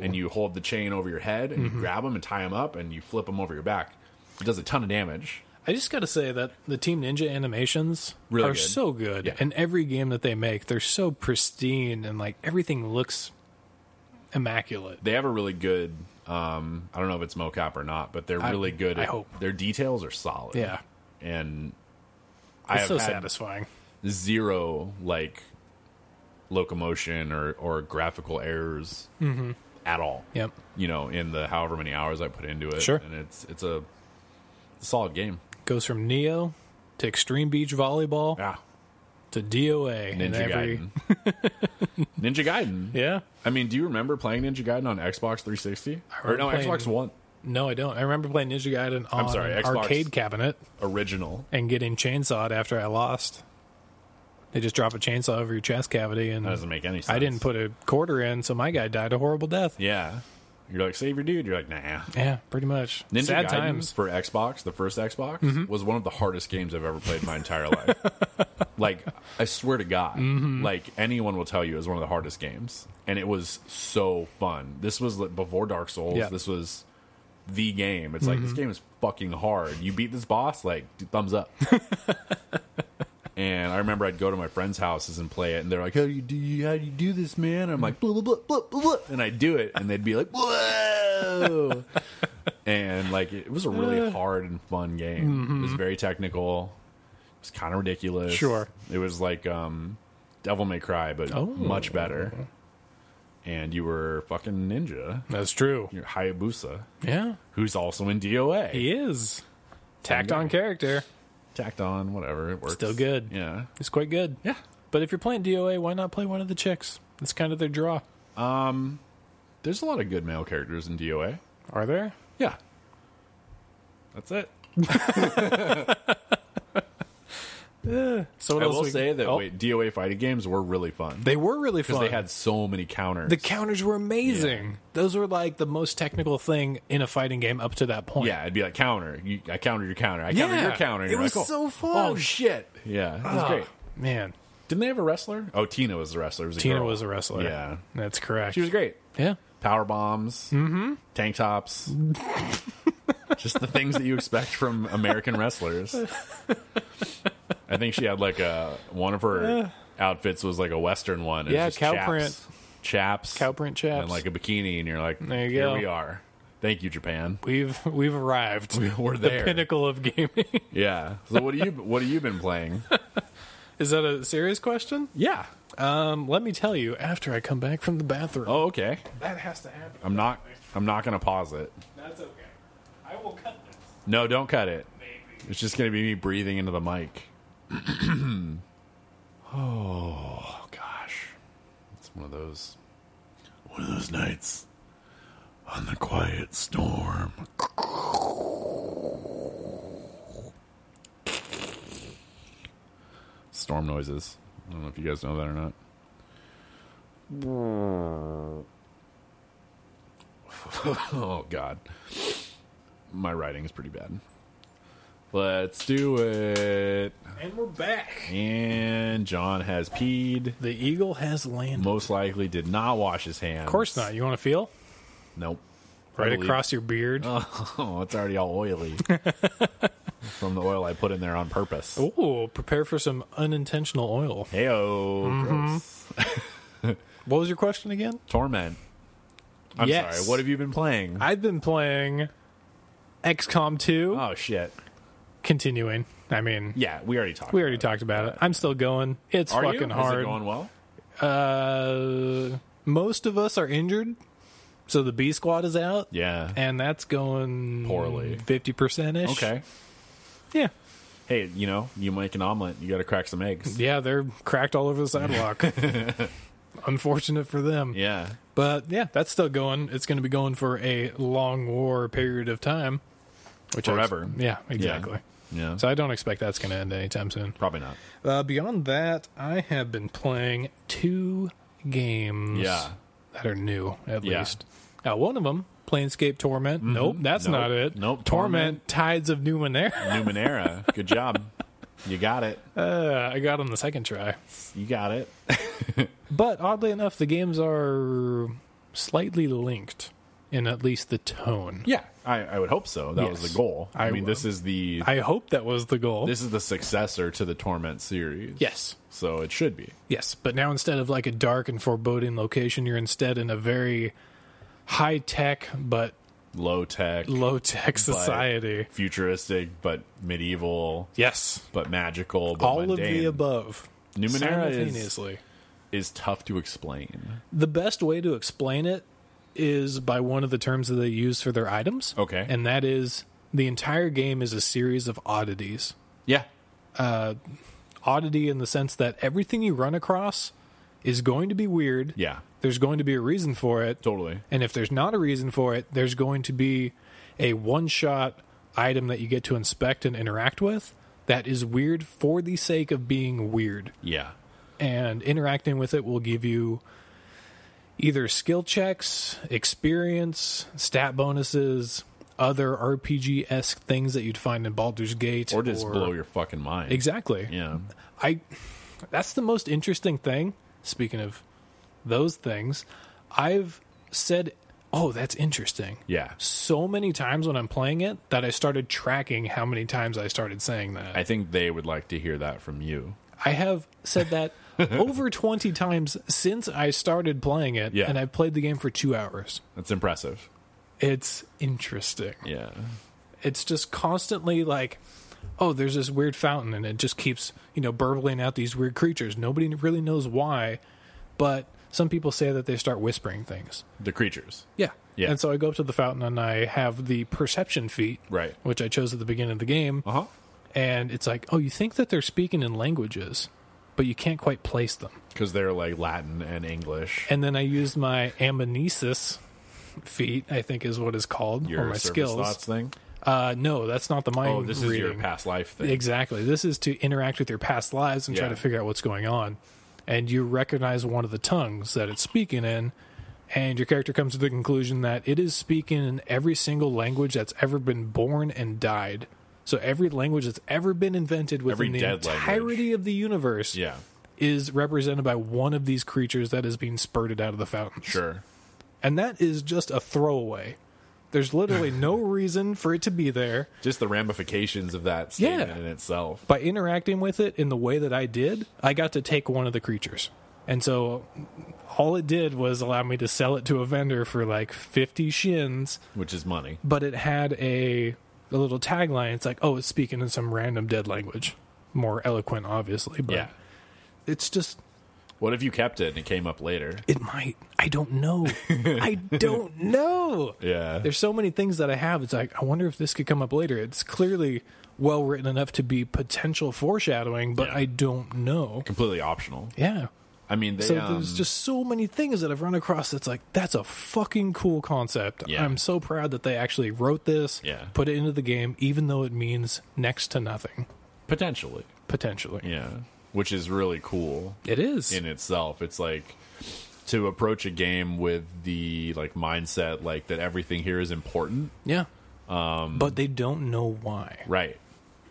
Speaker 1: and you hold the chain over your head
Speaker 2: Mm-hmm.
Speaker 1: and you grab them and tie them up and you flip them over your back. It does a ton of damage.
Speaker 2: I just got to say that the Team Ninja animations
Speaker 1: Really
Speaker 2: are
Speaker 1: good.
Speaker 2: so good,
Speaker 1: Yeah.
Speaker 2: and every game that they make, they're so pristine, and like everything looks immaculate.
Speaker 1: They have a really good. Um, I don't know if it's mocap or not, but they're really good.
Speaker 2: I
Speaker 1: at-
Speaker 2: hope.
Speaker 1: their details are solid.
Speaker 2: Yeah.
Speaker 1: and I
Speaker 2: It's
Speaker 1: have
Speaker 2: so
Speaker 1: had
Speaker 2: satisfying.
Speaker 1: zero like locomotion or or graphical errors
Speaker 2: Mm-hmm.
Speaker 1: at all.
Speaker 2: Yep.
Speaker 1: You know, in the however many hours I put into it,
Speaker 2: Sure.
Speaker 1: and it's it's a solid game.
Speaker 2: Goes from Neo to Extreme Beach Volleyball
Speaker 1: Yeah,
Speaker 2: to DOA. and
Speaker 1: Ninja
Speaker 2: every-
Speaker 1: Gaiden. Ninja Gaiden.
Speaker 2: Yeah.
Speaker 1: I mean, do you remember playing Ninja Gaiden on Xbox 360? Or
Speaker 2: remember
Speaker 1: no,
Speaker 2: playing-
Speaker 1: Xbox One
Speaker 2: No, I don't. I remember playing Ninja Gaiden on
Speaker 1: sorry,
Speaker 2: an
Speaker 1: Xbox.
Speaker 2: arcade cabinet.
Speaker 1: original.
Speaker 2: and getting chainsawed after I lost. They just drop a chainsaw over your chest cavity, and
Speaker 1: That doesn't make any sense.
Speaker 2: I didn't put a quarter in, so my guy died a horrible death. Yeah,
Speaker 1: Yeah, you're like save your dude. You're like nah.
Speaker 2: pretty much.
Speaker 1: Ninja
Speaker 2: Sad
Speaker 1: Gaiden
Speaker 2: times. Mm-hmm.
Speaker 1: for Xbox, the first Xbox, was one of the hardest games I've ever played in my entire life. like, I swear to God,
Speaker 2: Mm-hmm.
Speaker 1: like anyone will tell you, it was one of the hardest games, and it was so fun. This was like, before Dark Souls.
Speaker 2: Yeah. Mm-hmm.
Speaker 1: This was the game. It's like this game is fucking hard. You beat this boss, like dude, thumbs up. And I remember I'd go to my friends' houses and play it, and they're like, "How do you do? You, how do you do this, man?" I'm like, "Blah blah blah blah blah,", blah," and I'd do it, and they'd be like, "Whoa!" and like it was a really hard and fun game. It was very technical. It was kind of ridiculous.
Speaker 2: Mm-hmm. Sure. Oh.
Speaker 1: it was like um, Devil May Cry, but much better. And you were fucking ninja,
Speaker 2: That's true.
Speaker 1: you're Hayabusa,
Speaker 2: Yeah,
Speaker 1: who's also in DOA.
Speaker 2: he is tacked on character.
Speaker 1: tacked on, whatever. It works.
Speaker 2: Still good.
Speaker 1: Yeah.
Speaker 2: He's quite good. Yeah, but if you're playing DOA, why not play one of the chicks? It's kind of their draw.
Speaker 1: There's a lot of good male characters in DOA.
Speaker 2: Are there?
Speaker 1: Yeah. That's it.
Speaker 2: So what
Speaker 1: I
Speaker 2: else
Speaker 1: will
Speaker 2: we-
Speaker 1: say that
Speaker 2: Oh,
Speaker 1: wait, DOA fighting games were really fun
Speaker 2: They were really fun.
Speaker 1: because they had so many counters.
Speaker 2: the counters were amazing. Those were like the most technical thing in a fighting game up to that point.
Speaker 1: yeah, it'd be like counter. You, I countered your counter. I countered
Speaker 2: Yeah.
Speaker 1: your counter. And
Speaker 2: It
Speaker 1: you're
Speaker 2: was
Speaker 1: like,
Speaker 2: so
Speaker 1: oh,
Speaker 2: fun.
Speaker 1: Oh shit! Yeah, it was
Speaker 2: Ah,
Speaker 1: great.
Speaker 2: man.
Speaker 1: Didn't they have a wrestler? Oh, Tina was the wrestler. It was a
Speaker 2: Tina
Speaker 1: girl.
Speaker 2: was a wrestler.
Speaker 1: Yeah.
Speaker 2: that's correct.
Speaker 1: She was great.
Speaker 2: yeah,
Speaker 1: Power bombs,
Speaker 2: Mm-hmm.
Speaker 1: tank tops, just the things that you expect from American wrestlers. I think she had like a one of her outfits was like a Western one. It was
Speaker 2: Yeah,
Speaker 1: just
Speaker 2: cow
Speaker 1: chaps,
Speaker 2: print.
Speaker 1: chaps,
Speaker 2: cow print chaps.
Speaker 1: and like a bikini, and you're like,
Speaker 2: There you
Speaker 1: here
Speaker 2: go.
Speaker 1: we are. Thank you, Japan.
Speaker 2: we've we've arrived.
Speaker 1: We're
Speaker 2: the
Speaker 1: there.
Speaker 2: pinnacle of gaming.
Speaker 1: yeah. So what do you what have you been playing?
Speaker 2: Is that a serious question?
Speaker 1: yeah.
Speaker 2: Um, let me tell you after I come back from the bathroom.
Speaker 1: Oh, okay.
Speaker 2: that has to happen.
Speaker 1: I'm not I'm not gonna pause it.
Speaker 2: That's okay. I will cut this.
Speaker 1: No, don't cut it. It's just gonna be me breathing into the mic. oh gosh, it's one of those one of those nights on the quiet storm. Storm noises. I don't know if you guys know that or not. oh god, my writing is pretty bad. Let's do it.
Speaker 2: And we're back.
Speaker 1: And John has peed.
Speaker 2: The eagle has landed.
Speaker 1: Most likely did not wash his hands.
Speaker 2: Of course not. You want to feel
Speaker 1: Nope.
Speaker 2: right
Speaker 1: Probably-
Speaker 2: across your beard?
Speaker 1: Oh, it's already all oily from the oil I put in there on purpose.
Speaker 2: Ooh, prepare for some unintentional oil.
Speaker 1: Heyo,
Speaker 2: Mm-hmm.
Speaker 1: gross.
Speaker 2: What was your question again?
Speaker 1: torment. I'm
Speaker 2: Yes.
Speaker 1: sorry. What have you been playing?
Speaker 2: I've been playing XCOM 2.
Speaker 1: oh shit.
Speaker 2: Continuing. I mean,
Speaker 1: Yeah, we already talked.
Speaker 2: we already
Speaker 1: about
Speaker 2: talked about it. I'm still going. It's
Speaker 1: it. Are you?
Speaker 2: fucking
Speaker 1: Is
Speaker 2: hard.
Speaker 1: it going well?
Speaker 2: uh, most of us are injured, so the B squad is out.
Speaker 1: Yeah.
Speaker 2: and that's going
Speaker 1: Poorly.
Speaker 2: fifty percent ish.
Speaker 1: okay.
Speaker 2: yeah,
Speaker 1: Hey, you know, you make an omelet, you got to crack some eggs.
Speaker 2: yeah, they're cracked all over the sidewalk. Unfortunate for them,
Speaker 1: Yeah.
Speaker 2: but yeah, that's still going. It's going to be going for a long war period of time, which I-
Speaker 1: Forever.
Speaker 2: yeah, exactly.
Speaker 1: Yeah.
Speaker 2: So I don't expect that's going to end anytime soon.
Speaker 1: Probably not.
Speaker 2: Uh, beyond that, I have been playing two games.
Speaker 1: Yeah.
Speaker 2: That are new, at
Speaker 1: Yeah. Mm-hmm.
Speaker 2: least. Uh, one of them, Planescape Torment. Nope, that's
Speaker 1: Nope.
Speaker 2: not it.
Speaker 1: Nope,
Speaker 2: Torment, Tides of Numenera.
Speaker 1: Numenera. Good job. You got it.
Speaker 2: Uh, I got on the second try.
Speaker 1: You got it.
Speaker 2: But oddly enough, the games are slightly linked in at least the tone.
Speaker 1: Yeah, I, I would hope so. That was
Speaker 2: Yes.
Speaker 1: the goal. I,
Speaker 2: I
Speaker 1: mean,
Speaker 2: would.
Speaker 1: this is the
Speaker 2: I hope that was the goal.
Speaker 1: this is the successor to the Torment series.
Speaker 2: yes.
Speaker 1: so it should be.
Speaker 2: Yes, but now instead of like a dark and foreboding location, you're instead in a very high tech but
Speaker 1: Low tech,
Speaker 2: low tech society.
Speaker 1: futuristic, but medieval,
Speaker 2: Yes.
Speaker 1: but magical. But
Speaker 2: All of
Speaker 1: mundane.
Speaker 2: the above.
Speaker 1: Numenera is-
Speaker 2: simultaneously.
Speaker 1: is tough to explain.
Speaker 2: The best way to explain it is by one of the terms that they use for their items.
Speaker 1: Okay.
Speaker 2: And that is the entire game is a series of oddities.
Speaker 1: Yeah,
Speaker 2: Oddity in the sense that everything you run across is going to be weird.
Speaker 1: yeah,
Speaker 2: There's going to be a reason for it.
Speaker 1: totally.
Speaker 2: And if there's not a reason for it, there's going to be a one shot item that you get to inspect and interact with that is weird for the sake of being weird.
Speaker 1: Yeah,
Speaker 2: And interacting with it will give you either skill checks, experience, stat bonuses, other RPG esque things that you'd find in Baldur's Gate.
Speaker 1: or just blow your fucking mind.
Speaker 2: Exactly.
Speaker 1: Yeah,
Speaker 2: I that's the most interesting thing. Speaking of those things, I've said, "Oh, that's interesting."
Speaker 1: yeah.
Speaker 2: So many times when I'm playing it that I started tracking how many times I started saying that.
Speaker 1: I think they would like to hear that from you.
Speaker 2: I, I have said that over 20 times since I started playing it,
Speaker 1: Yeah.
Speaker 2: and I've played the game for two hours.
Speaker 1: That's impressive.
Speaker 2: It's interesting.
Speaker 1: Yeah.
Speaker 2: It's just constantly like, oh, there's this weird fountain, and it just keeps, you know, burbling out these weird creatures. Nobody really knows why, but some people say that they start whispering things.
Speaker 1: The creatures.
Speaker 2: Yeah.
Speaker 1: Yeah.
Speaker 2: And so I go up to the fountain and I have the perception feat,
Speaker 1: Right.
Speaker 2: which I chose at the beginning of the game.
Speaker 1: Uh huh.
Speaker 2: And it's like, oh, you think that they're speaking in languages, but you can't quite place them.
Speaker 1: Because they're like Latin and English.
Speaker 2: And then I used my ammonesis feat, I think is what is called,
Speaker 1: Your
Speaker 2: or my
Speaker 1: service
Speaker 2: skills.
Speaker 1: thoughts thing.
Speaker 2: Uh, no, that's not the mind
Speaker 1: Oh, this is
Speaker 2: reading.
Speaker 1: your past life thing.
Speaker 2: Exactly. This is to interact with your past lives and try
Speaker 1: Yeah.
Speaker 2: to figure out what's going on. And you recognize one of the tongues that it's speaking in, and your character comes to the conclusion that it is speaking in every single language that's ever been born and died. So every language that's ever been invented within
Speaker 1: Every
Speaker 2: the
Speaker 1: dead language.
Speaker 2: entirety of the universe
Speaker 1: Yeah.
Speaker 2: is represented by one of these creatures that is being spurted out of the fountain.
Speaker 1: Sure.
Speaker 2: And that is just a throwaway. There's literally no reason for it to be there.
Speaker 1: Just the ramifications of that statement
Speaker 2: Yeah.
Speaker 1: in itself.
Speaker 2: by interacting with it in the way that I did, I got to take one of the creatures. And so all it did was allow me to sell it to a vendor for like 50 shins,
Speaker 1: Which is money.
Speaker 2: but it had a, a little tagline. It's like, oh, it's speaking in some random dead language. More eloquent, obviously, but
Speaker 1: Yeah.
Speaker 2: it's just,
Speaker 1: What if you kept it and it came up later?
Speaker 2: it might. I don't know. I don't know.
Speaker 1: Yeah.
Speaker 2: There's so many things that I have. It's like, I wonder if this could come up later. It's clearly well written enough to be potential foreshadowing, but
Speaker 1: Yeah.
Speaker 2: I don't know.
Speaker 1: Completely optional.
Speaker 2: Yeah.
Speaker 1: I mean, they,
Speaker 2: So
Speaker 1: um,
Speaker 2: there's just so many things that I've run across that's like, that's a fucking cool concept.
Speaker 1: Yeah.
Speaker 2: I'm so proud that they actually wrote this,
Speaker 1: Yeah.
Speaker 2: put it into the game, even though it means next to nothing,
Speaker 1: potentially.
Speaker 2: potentially.
Speaker 1: Yeah. Which is really cool.
Speaker 2: It is.
Speaker 1: in itself. It's like to approach a game with the like mindset like that everything here is important.
Speaker 2: yeah. Um, but they don't know why.
Speaker 1: Right.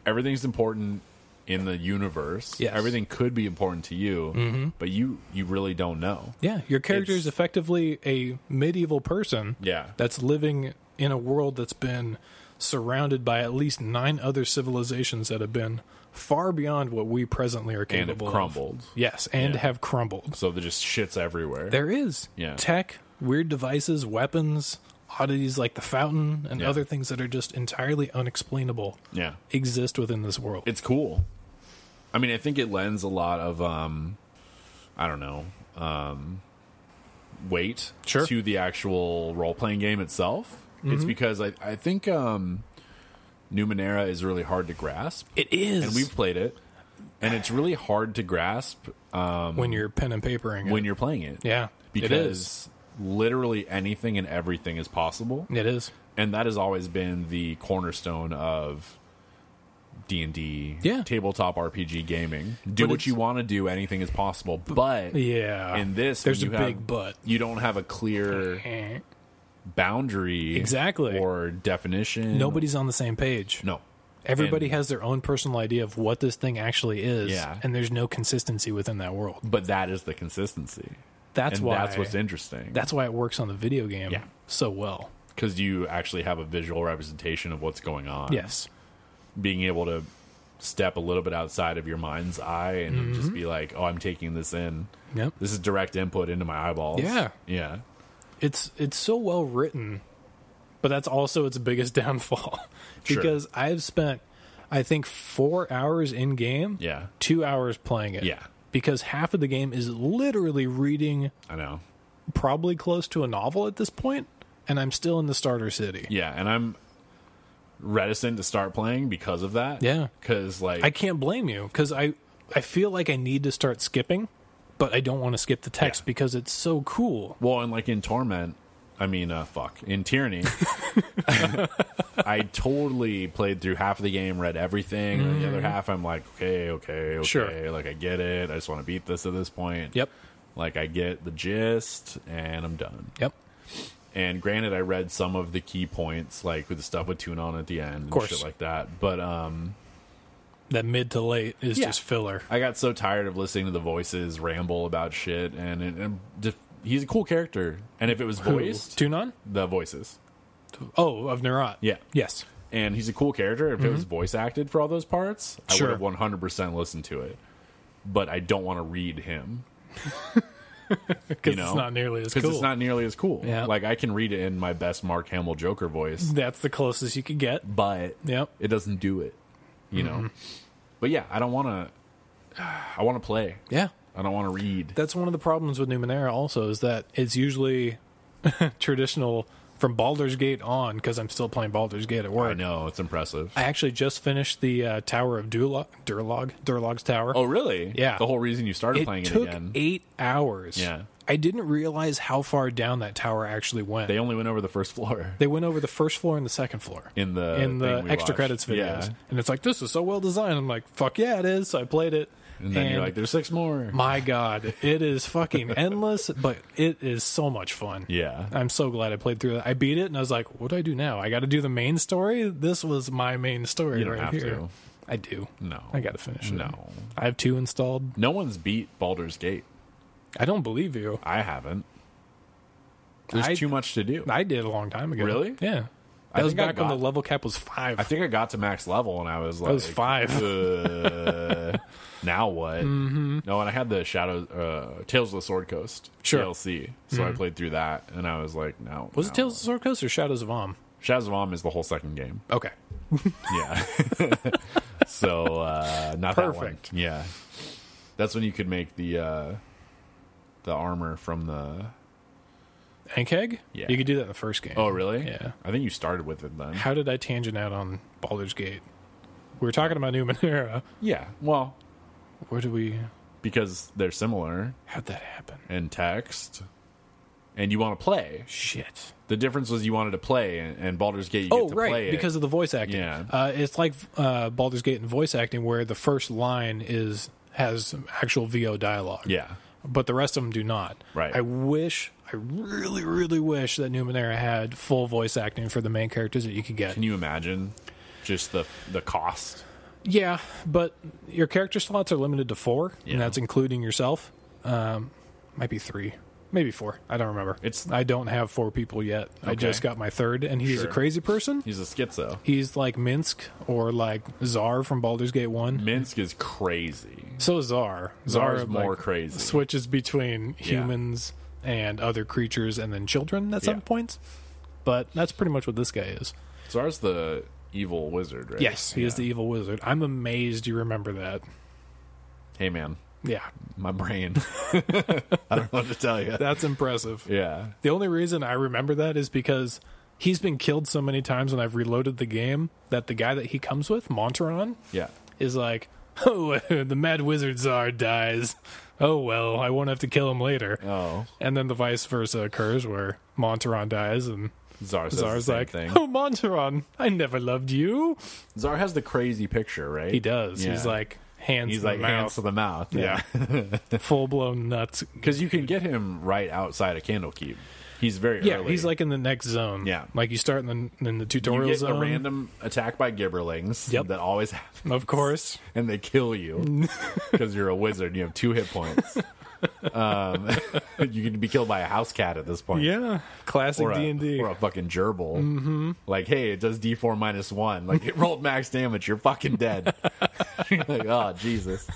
Speaker 1: Everything's important in the universe.
Speaker 2: Yes. Mm-hmm.
Speaker 1: Everything could be important to you, but you you really don't know.
Speaker 2: Yeah. Your character
Speaker 1: It's-
Speaker 2: is effectively a medieval person
Speaker 1: Yeah.
Speaker 2: that's living in a world that's been surrounded by at least nine other civilizations that have been far beyond what we presently are
Speaker 1: and have
Speaker 2: capable of.
Speaker 1: crumbled.
Speaker 2: Yes, and have crumbled.
Speaker 1: So there just shits everywhere.
Speaker 2: There is.
Speaker 1: Yeah.
Speaker 2: Tech, weird devices, weapons, oddities like the fountain, and
Speaker 1: Yeah.
Speaker 2: other things that are just entirely unexplainable
Speaker 1: yeah.
Speaker 2: exist within this world.
Speaker 1: It's cool. I mean, I think it lends a lot of um I don't know, um weight
Speaker 2: Sure. Mm-hmm.
Speaker 1: to the actual role playing game itself. It's because I I think um Numenera is really hard to grasp.
Speaker 2: it is.
Speaker 1: And we've played it. And it's really hard to grasp
Speaker 2: when you're pen and papering it.
Speaker 1: Um, when you're playing it.
Speaker 2: yeah. it
Speaker 1: Because
Speaker 2: is.
Speaker 1: literally anything and everything is possible.
Speaker 2: It is.
Speaker 1: and that has always been the cornerstone of d&d
Speaker 2: Yeah.
Speaker 1: tabletop rpg gaming do
Speaker 2: But
Speaker 1: what
Speaker 2: it's-
Speaker 1: you want to do anything is possible but
Speaker 2: Yeah.
Speaker 1: in this
Speaker 2: there's a
Speaker 1: you have-
Speaker 2: big but.
Speaker 1: you don't have a clear boundary
Speaker 2: Exactly.
Speaker 1: or definition
Speaker 2: Nobody's on the same page.
Speaker 1: no
Speaker 2: Everybody
Speaker 1: And-
Speaker 2: has their own personal idea of what this thing actually is,
Speaker 1: Yeah.
Speaker 2: and there's no consistency within that world.
Speaker 1: but that is the consistency
Speaker 2: That's
Speaker 1: and
Speaker 2: why
Speaker 1: that's what's interesting
Speaker 2: that's why it works on the video game
Speaker 1: Yeah.
Speaker 2: so well.
Speaker 1: because you actually have a visual representation of what's going on
Speaker 2: Yes.
Speaker 1: being able to step a little bit outside of your mind's eye and
Speaker 2: Mm-hmm.
Speaker 1: just be like, "Oh, I'm taking this in.
Speaker 2: Yep.
Speaker 1: This is direct input into my eyeballs."
Speaker 2: Yeah.
Speaker 1: yeah,
Speaker 2: it's it's so well written, but that's also its biggest downfall
Speaker 1: Sure.
Speaker 2: because I've spent I think 4 hours in game,
Speaker 1: Yeah.
Speaker 2: 2 hours playing it.
Speaker 1: Yeah.
Speaker 2: Because half of the game is literally reading
Speaker 1: I know.
Speaker 2: probably close to a novel at this point and I'm still in the starter city.
Speaker 1: Yeah, and I'm reticent to start playing because of that.
Speaker 2: Yeah.
Speaker 1: because like
Speaker 2: I can't blame you cuz I I feel like I need to start skipping, but I don't want to skip the text
Speaker 1: Yeah.
Speaker 2: because it's so cool.
Speaker 1: well, and like in torment. I mean, uh, fuck. In Tyranny, I totally played through half of the game, read everything, and the other half I'm like, okay, okay, okay.
Speaker 2: Mm-hmm. Sure.
Speaker 1: Like, I get it. I just want to beat this at this point.
Speaker 2: Yep.
Speaker 1: Like, I get the gist, and I'm done.
Speaker 2: Yep.
Speaker 1: And granted, I read some of the key points, like with the stuff with tune on at the end, and
Speaker 2: course.
Speaker 1: shit like that. But um,
Speaker 2: That mid to late is
Speaker 1: Yeah.
Speaker 2: just filler.
Speaker 1: I got so tired of listening to the voices ramble about shit, and, and, and def- he's a cool character. And if it was voiced,
Speaker 2: Tune on?
Speaker 1: the voices,
Speaker 2: Oh, of Nerat.
Speaker 1: Yeah.
Speaker 2: Yes.
Speaker 1: and he's a cool character. If it was voice acted for all those parts, I
Speaker 2: Mm-hmm. Sure.
Speaker 1: would have one hundred percent listened to it. but I don't want to read him
Speaker 2: because
Speaker 1: you know?
Speaker 2: it's not nearly as
Speaker 1: because
Speaker 2: cool.
Speaker 1: it's not nearly as cool.
Speaker 2: Yeah.
Speaker 1: Like I can read it in my best Mark Hamill Joker voice,
Speaker 2: That's the closest you could get.
Speaker 1: but
Speaker 2: Yep.
Speaker 1: it doesn't do it. You
Speaker 2: Mm-hmm.
Speaker 1: know. But yeah, I don't want to. I want to play.
Speaker 2: Yeah.
Speaker 1: I don't want to read.
Speaker 2: That's one of the problems with Numenera also is that it's usually traditional from Baldur's Gate on because I'm still playing Baldur's Gate at
Speaker 1: I
Speaker 2: work.
Speaker 1: know it's impressive.
Speaker 2: I actually just finished the uh, Tower of Durlog, Durlog, Durlog's Tower.
Speaker 1: oh really?
Speaker 2: Yeah.
Speaker 1: The whole reason you started
Speaker 2: it
Speaker 1: playing
Speaker 2: took
Speaker 1: it again.
Speaker 2: eight hours.
Speaker 1: Yeah.
Speaker 2: I didn't realize how far down that tower actually went.
Speaker 1: They only went over the first floor.
Speaker 2: They went over the first floor and the second floor
Speaker 1: In the
Speaker 2: in the
Speaker 1: thing we
Speaker 2: extra
Speaker 1: watched.
Speaker 2: credits videos,
Speaker 1: Yeah.
Speaker 2: and it's like this is so well designed. I'm like, fuck yeah, it is. So I played it,
Speaker 1: And then you're like, there's six more.
Speaker 2: my god, it is fucking endless, but it is so much fun.
Speaker 1: Yeah.
Speaker 2: I'm so glad I played through that. I beat it, and I was like, what do I do now? I got to do the main story. This was my main story
Speaker 1: You don't
Speaker 2: right
Speaker 1: have
Speaker 2: here.
Speaker 1: to.
Speaker 2: I do.
Speaker 1: No.
Speaker 2: I got to finish it.
Speaker 1: No.
Speaker 2: I have two installed.
Speaker 1: No one's beat Baldur's Gate.
Speaker 2: I don't believe you.
Speaker 1: I haven't. There's
Speaker 2: I-
Speaker 1: too much to do.
Speaker 2: I did a long time ago.
Speaker 1: Really?
Speaker 2: Yeah.
Speaker 1: I
Speaker 2: That was
Speaker 1: think I
Speaker 2: back when the
Speaker 1: got-
Speaker 2: level cap was five.
Speaker 1: I think I got to max level and I was like,
Speaker 2: was five.
Speaker 1: "Uh, now what? Mm-hmm. No, and I had the Shadow uh, Tales of the Sword Coast
Speaker 2: Sure. Mm-hmm.
Speaker 1: DLC, so I played through that and I was like, no.
Speaker 2: was
Speaker 1: no.
Speaker 2: it Tales of the Sword Coast or Shadows of Om?
Speaker 1: Shadows of Om is the whole second game.
Speaker 2: Okay.
Speaker 1: Yeah. so uh, not
Speaker 2: Perfect.
Speaker 1: That one. Yeah, that's when you could make the uh, the armor from the.
Speaker 2: Ankeg?
Speaker 1: Yeah.
Speaker 2: You could do that in the first game.
Speaker 1: Oh really?
Speaker 2: Yeah.
Speaker 1: I think you started with it then.
Speaker 2: How did I tangent out on Baldur's Gate? We were talking about Numenera.
Speaker 1: Yeah. Well,
Speaker 2: Where do we.
Speaker 1: because they're similar
Speaker 2: How'd that happen?
Speaker 1: in text, and you want to play.
Speaker 2: Shit.
Speaker 1: The difference was you wanted to play, and, and Baldur's Gate. You
Speaker 2: Oh,
Speaker 1: get to play
Speaker 2: right.
Speaker 1: it.
Speaker 2: Because of the voice acting.
Speaker 1: Yeah.
Speaker 2: Uh, it's like uh, Baldur's Gate and voice acting, where the first line is has actual VO dialogue.
Speaker 1: yeah,
Speaker 2: but the rest of them do not.
Speaker 1: Right.
Speaker 2: I wish, I really, really wish that Numenera had full voice acting for the main characters that you could get.
Speaker 1: can you imagine just the the cost?
Speaker 2: yeah, but your character slots are limited to four,
Speaker 1: Yeah.
Speaker 2: and that's including yourself. Um, might be three, maybe four. I don't remember.
Speaker 1: It's-
Speaker 2: I don't have four people yet. I
Speaker 1: Okay.
Speaker 2: just got my third, and he's
Speaker 1: Sure.
Speaker 2: a crazy person.
Speaker 1: He's a schizo.
Speaker 2: He's like Minsk or like Czar from Baldur's Gate One.
Speaker 1: Minsk is crazy.
Speaker 2: So is Czar.
Speaker 1: Czar is
Speaker 2: like,
Speaker 1: more crazy.
Speaker 2: Switches between humans and other creatures and then children at some
Speaker 1: Yeah.
Speaker 2: points. But that's pretty much what this guy is.
Speaker 1: Czar's the evil wizard, right?
Speaker 2: He is the evil wizard. I'm amazed you remember that.
Speaker 1: Hey man,
Speaker 2: Yeah.
Speaker 1: my brain. I don't know what to tell you.
Speaker 2: That's impressive.
Speaker 1: Yeah.
Speaker 2: The only reason I remember that is because he's been killed so many times when I've reloaded the game that the guy that he comes with, Monteron,
Speaker 1: Yeah.
Speaker 2: is like, oh, the mad wizard czar dies. Oh, well, I won't have to kill him later.
Speaker 1: Oh,
Speaker 2: And then the vice versa occurs where Monteron dies and
Speaker 1: Czar says
Speaker 2: Czar's
Speaker 1: the same
Speaker 2: like,
Speaker 1: thing.
Speaker 2: "Oh, Monteron, I never loved you."
Speaker 1: Czar has the crazy picture, right?
Speaker 2: He does. He's
Speaker 1: Yeah.
Speaker 2: like hands.
Speaker 1: he's
Speaker 2: in the
Speaker 1: like hands
Speaker 2: mouth.
Speaker 1: to the mouth.
Speaker 2: Yeah, full blown nuts.
Speaker 1: because you can get him right outside of Candlekeep. He's very
Speaker 2: Yeah,
Speaker 1: early.
Speaker 2: he's like in the next zone.
Speaker 1: Yeah.
Speaker 2: like you start in the in
Speaker 1: you
Speaker 2: the tutorial
Speaker 1: get
Speaker 2: zone.
Speaker 1: a random attack by Gibberlings.
Speaker 2: Yep.
Speaker 1: that always happens.
Speaker 2: of course,
Speaker 1: and they kill you because you're a wizard. and You have two hit points. Um, you can be killed by a house cat at this point.
Speaker 2: yeah, classic
Speaker 1: Or a,
Speaker 2: D and D.
Speaker 1: or a fucking gerbil. Mm-hmm. Like, hey, it does D4 minus one. Like, it rolled max damage. You're fucking dead. You're like, oh, Jesus.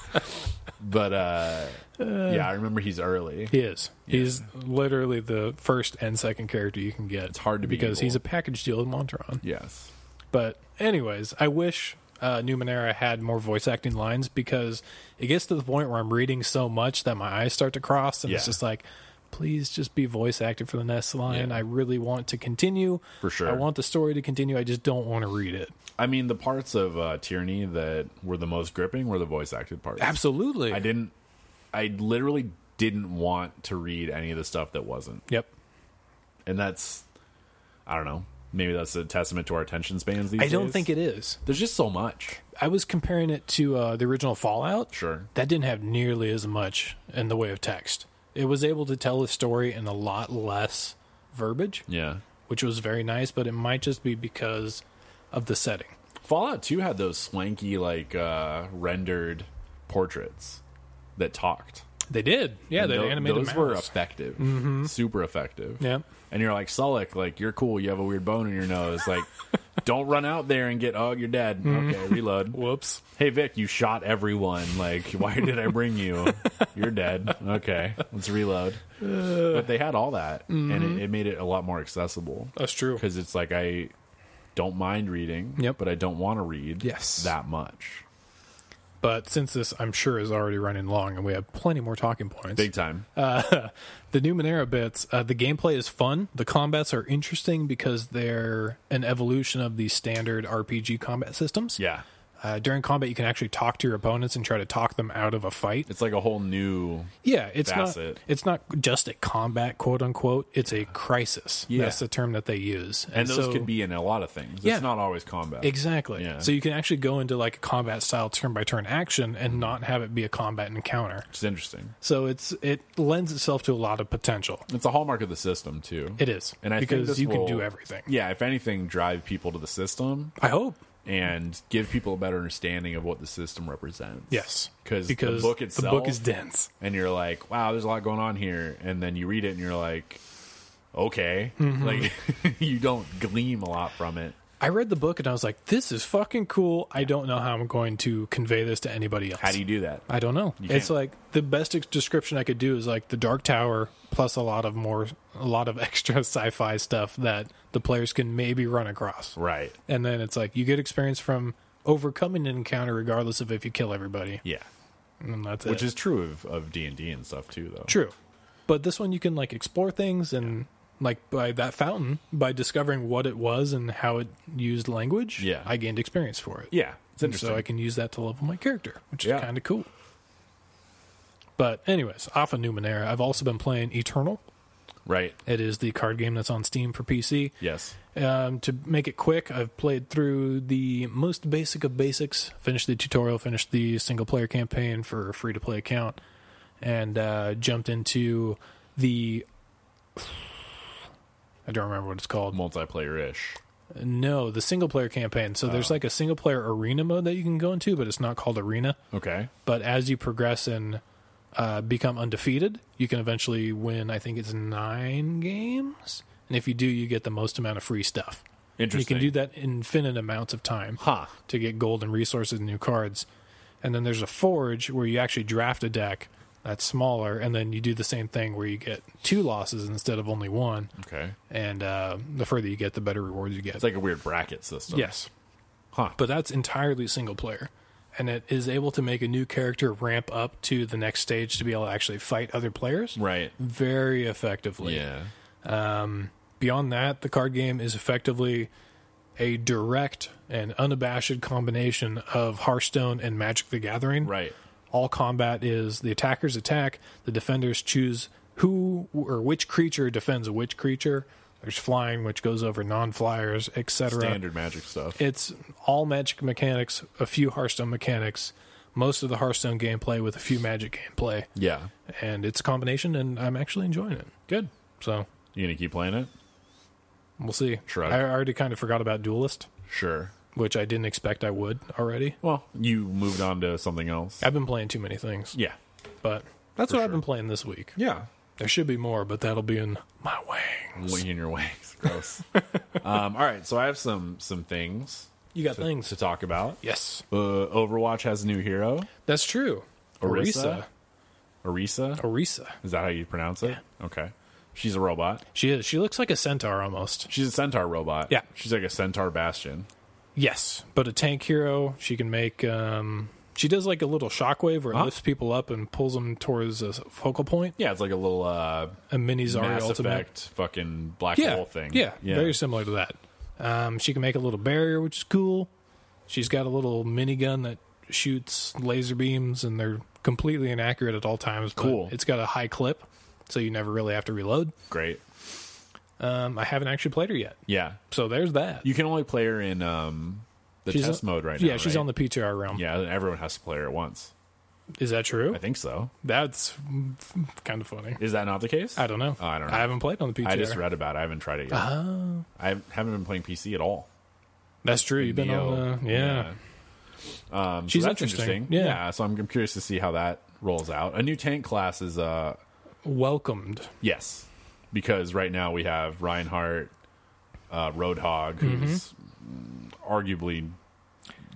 Speaker 1: But, uh, yeah, I remember he's early.
Speaker 2: He is. He's literally the first and second character you can get. It's
Speaker 1: hard to be
Speaker 2: because
Speaker 1: evil.
Speaker 2: he's a package deal with Monteron.
Speaker 1: Yes.
Speaker 2: But anyways, I wish uh, Numenera had more voice acting lines because it gets to the point where I'm reading so much that my eyes start to cross, and it's
Speaker 1: Yeah.
Speaker 2: just like, please just be voice acting for the next line.
Speaker 1: Yeah.
Speaker 2: I really want to continue.
Speaker 1: For sure.
Speaker 2: I want the story to continue. I just don't want to read it.
Speaker 1: I mean, the parts of uh, Tyranny that were the most gripping were the voice acted parts.
Speaker 2: Absolutely.
Speaker 1: I didn't, I literally didn't want to read any of the stuff that wasn't.
Speaker 2: Yep.
Speaker 1: and that's I don't know. Maybe that's a testament to our attention spans these
Speaker 2: I don't
Speaker 1: days.
Speaker 2: think it is.
Speaker 1: there's just so much.
Speaker 2: I was comparing it to uh, the original Fallout.
Speaker 1: Sure.
Speaker 2: That didn't have nearly as much in the way of text. It was able to tell a story in a lot less verbiage.
Speaker 1: Yeah.
Speaker 2: which was very nice, but it might just be because of the setting.
Speaker 1: Fallout 2 had those swanky like uh rendered portraits that talked.
Speaker 2: They did, yeah.
Speaker 1: And
Speaker 2: they
Speaker 1: tho-
Speaker 2: animated
Speaker 1: those
Speaker 2: mouse.
Speaker 1: were effective. Super effective.
Speaker 2: Mm-hmm. Yeah.
Speaker 1: And you're like, Sulik, like you're cool, you have a weird bone in your nose. Like Don't run out there and get, oh, you're dead.
Speaker 2: Mm-hmm.
Speaker 1: Okay, reload.
Speaker 2: Whoops.
Speaker 1: Hey, Vic, you shot everyone. Like, why did I bring you? You're dead. Okay, let's reload. But they had all that, and it, it made it a lot more accessible.
Speaker 2: That's true.
Speaker 1: Because it's like, I don't mind reading,
Speaker 2: Yep.
Speaker 1: but I don't want to read
Speaker 2: Yes.
Speaker 1: that much.
Speaker 2: But since this, I'm sure, is already running long and we have plenty more talking points, uh,
Speaker 1: Big time.
Speaker 2: the new Monero bits, uh, the gameplay is fun. The combats are interesting because they're an evolution of the standard RPG combat systems.
Speaker 1: yeah.
Speaker 2: Uh, during combat, you can actually talk to your opponents and try to talk them out of a fight.
Speaker 1: It's like a whole new
Speaker 2: Yeah, it's
Speaker 1: facet.
Speaker 2: not it's not just a combat, quote unquote. It's a crisis.
Speaker 1: Yeah.
Speaker 2: That's the term that they use,
Speaker 1: and those
Speaker 2: so-
Speaker 1: could be in a lot of things.
Speaker 2: Yeah.
Speaker 1: It's not always combat.
Speaker 2: exactly.
Speaker 1: Yeah.
Speaker 2: So you can actually go into like a combat style turn by turn action and not have it be a combat encounter.
Speaker 1: It's interesting.
Speaker 2: So it's it lends itself to a lot of potential.
Speaker 1: It's a hallmark of the system too.
Speaker 2: It is
Speaker 1: and I think
Speaker 2: because
Speaker 1: this
Speaker 2: you can
Speaker 1: will-
Speaker 2: do everything.
Speaker 1: Yeah, if anything, drive people to the system
Speaker 2: I hope.
Speaker 1: and give people a better understanding of what the system represents.
Speaker 2: Yes,
Speaker 1: because the
Speaker 2: because
Speaker 1: book itself,
Speaker 2: the book is dense.
Speaker 1: and you're like, wow, there's a lot going on here, and then you read it and you're like, okay,
Speaker 2: Mm-hmm.
Speaker 1: like you don't gleam a lot from it.
Speaker 2: I read the book and I was like, "This is fucking cool." I don't know how I'm going to convey this to anybody else.
Speaker 1: How do you do that?
Speaker 2: I don't know. It's
Speaker 1: can't.
Speaker 2: like the best ex- description I could do is like the Dark Tower plus a lot of more, a lot of extra sci-fi stuff that the players can maybe run across.
Speaker 1: Right.
Speaker 2: And then it's like you get experience from overcoming an encounter, regardless of if you kill everybody.
Speaker 1: Yeah,
Speaker 2: And that's
Speaker 1: which
Speaker 2: it.
Speaker 1: is true of of D and D and stuff too, though.
Speaker 2: Uh, True. But this one you can like explore things and like by that fountain by discovering what it was and how it used language.
Speaker 1: Yeah.
Speaker 2: I gained experience for it.
Speaker 1: Yeah, it's
Speaker 2: And
Speaker 1: interesting.
Speaker 2: so I can use that to level my character, which is
Speaker 1: Yeah.
Speaker 2: kind of cool. But anyways, off of Numenera, I've also been playing Eternal.
Speaker 1: right.
Speaker 2: It is the card game that's on Steam for PC.
Speaker 1: Yes.
Speaker 2: Um, to make it quick, I've played through the most basic of basics, finished the tutorial, finished the single player campaign for a free to play account, and uh, jumped into the. I don't remember what it's called.
Speaker 1: Multiplayer ish.
Speaker 2: No, the single player campaign. So
Speaker 1: Oh.
Speaker 2: there's like a single player arena mode that you can go into, but it's not called arena.
Speaker 1: Okay.
Speaker 2: But as you progress and uh, become undefeated, you can eventually win, I think it's nine games. And if you do, you get the most amount of free stuff. You
Speaker 1: Interesting.
Speaker 2: can do that infinite amounts of time
Speaker 1: Huh.
Speaker 2: to get gold and resources and new cards. And then there's a forge where you actually draft a deck that's smaller, and then you do the same thing where you get two losses instead of only one.
Speaker 1: Okay.
Speaker 2: And uh, the further you get, the better rewards you get.
Speaker 1: It's like a weird bracket system.
Speaker 2: yes,
Speaker 1: Huh.
Speaker 2: but that's entirely single player, and it is able to make a new character ramp up to the next stage to be able to actually fight other players
Speaker 1: Right.
Speaker 2: very effectively.
Speaker 1: Yeah.
Speaker 2: beyond that, the card game is effectively a direct and unabashed combination of Hearthstone and Magic the Gathering.
Speaker 1: Right.
Speaker 2: All combat is the attackers attack, the defenders choose who or which creature defends which creature. There's flying, which goes over non flyers, etc.
Speaker 1: Standard magic stuff.
Speaker 2: It's all magic mechanics, a few Hearthstone mechanics, most of the Hearthstone gameplay with a few magic gameplay.
Speaker 1: yeah.
Speaker 2: And it's a combination, and I'm actually enjoying it.
Speaker 1: Good.
Speaker 2: So
Speaker 1: You gonna keep playing it?
Speaker 2: We'll see.
Speaker 1: Shrug.
Speaker 2: I already kind of forgot about Duelist,
Speaker 1: Sure.
Speaker 2: which I didn't expect I would already.
Speaker 1: Well, you moved on to something else.
Speaker 2: I've been playing too many things,
Speaker 1: Yeah.
Speaker 2: but that's
Speaker 1: For
Speaker 2: what
Speaker 1: sure.
Speaker 2: I've been playing this week.
Speaker 1: Yeah.
Speaker 2: There should be more, but that'll be in my wang.
Speaker 1: Winging your ways. Gross. um, all right. So I have some some things
Speaker 2: You got things.
Speaker 1: to talk about.
Speaker 2: Yes,
Speaker 1: Uh, Overwatch has a new hero.
Speaker 2: that's true.
Speaker 1: Orisa? Arisa.
Speaker 2: Orisa.
Speaker 1: Is that how you pronounce it? Okay. She's a robot.
Speaker 2: She is. She looks like a centaur almost.
Speaker 1: She's a centaur robot.
Speaker 2: Yeah.
Speaker 1: She's like a centaur bastion.
Speaker 2: Yes, but a tank hero. She can make. um She does like a little shockwave where it lifts people up and pulls them towards a focal point.
Speaker 1: Yeah, it's like a little uh,
Speaker 2: A mini Zarya
Speaker 1: Mass
Speaker 2: ultimate.
Speaker 1: Effect fucking black
Speaker 2: yeah,
Speaker 1: hole thing.
Speaker 2: Yeah, very similar to that. Um, she can make a little barrier, which is cool. She's got a little minigun that shoots laser beams, and they're completely inaccurate at all times. but
Speaker 1: Cool.
Speaker 2: It's got a high clip, so you never really have to reload.
Speaker 1: great.
Speaker 2: Um, I haven't actually played her yet,
Speaker 1: Yeah,
Speaker 2: so there's that.
Speaker 1: you can only play her in um, the
Speaker 2: She's
Speaker 1: test
Speaker 2: on-
Speaker 1: mode right
Speaker 2: yeah,
Speaker 1: now.
Speaker 2: she's
Speaker 1: right?
Speaker 2: on the PTR realm.
Speaker 1: Yeah, everyone has to play her at once.
Speaker 2: Is that true?
Speaker 1: I think so.
Speaker 2: That's kind of funny.
Speaker 1: Is that not the case?
Speaker 2: I don't know.
Speaker 1: Oh, I don't know.
Speaker 2: I haven't played on the PTR.
Speaker 1: I just read about. it. I haven't tried it yet.
Speaker 2: Oh.
Speaker 1: I haven't been playing PC at all.
Speaker 2: That's true. You've been
Speaker 1: Neo.
Speaker 2: on the yeah.
Speaker 1: Um, so
Speaker 2: She's
Speaker 1: that's interesting.
Speaker 2: interesting. Yeah.
Speaker 1: So I'm, I'm curious to see how that rolls out. A new tank class is uh
Speaker 2: welcomed.
Speaker 1: yes, because right now we have Reinhardt, uh, Roadhog, who's
Speaker 2: Mm-hmm.
Speaker 1: arguably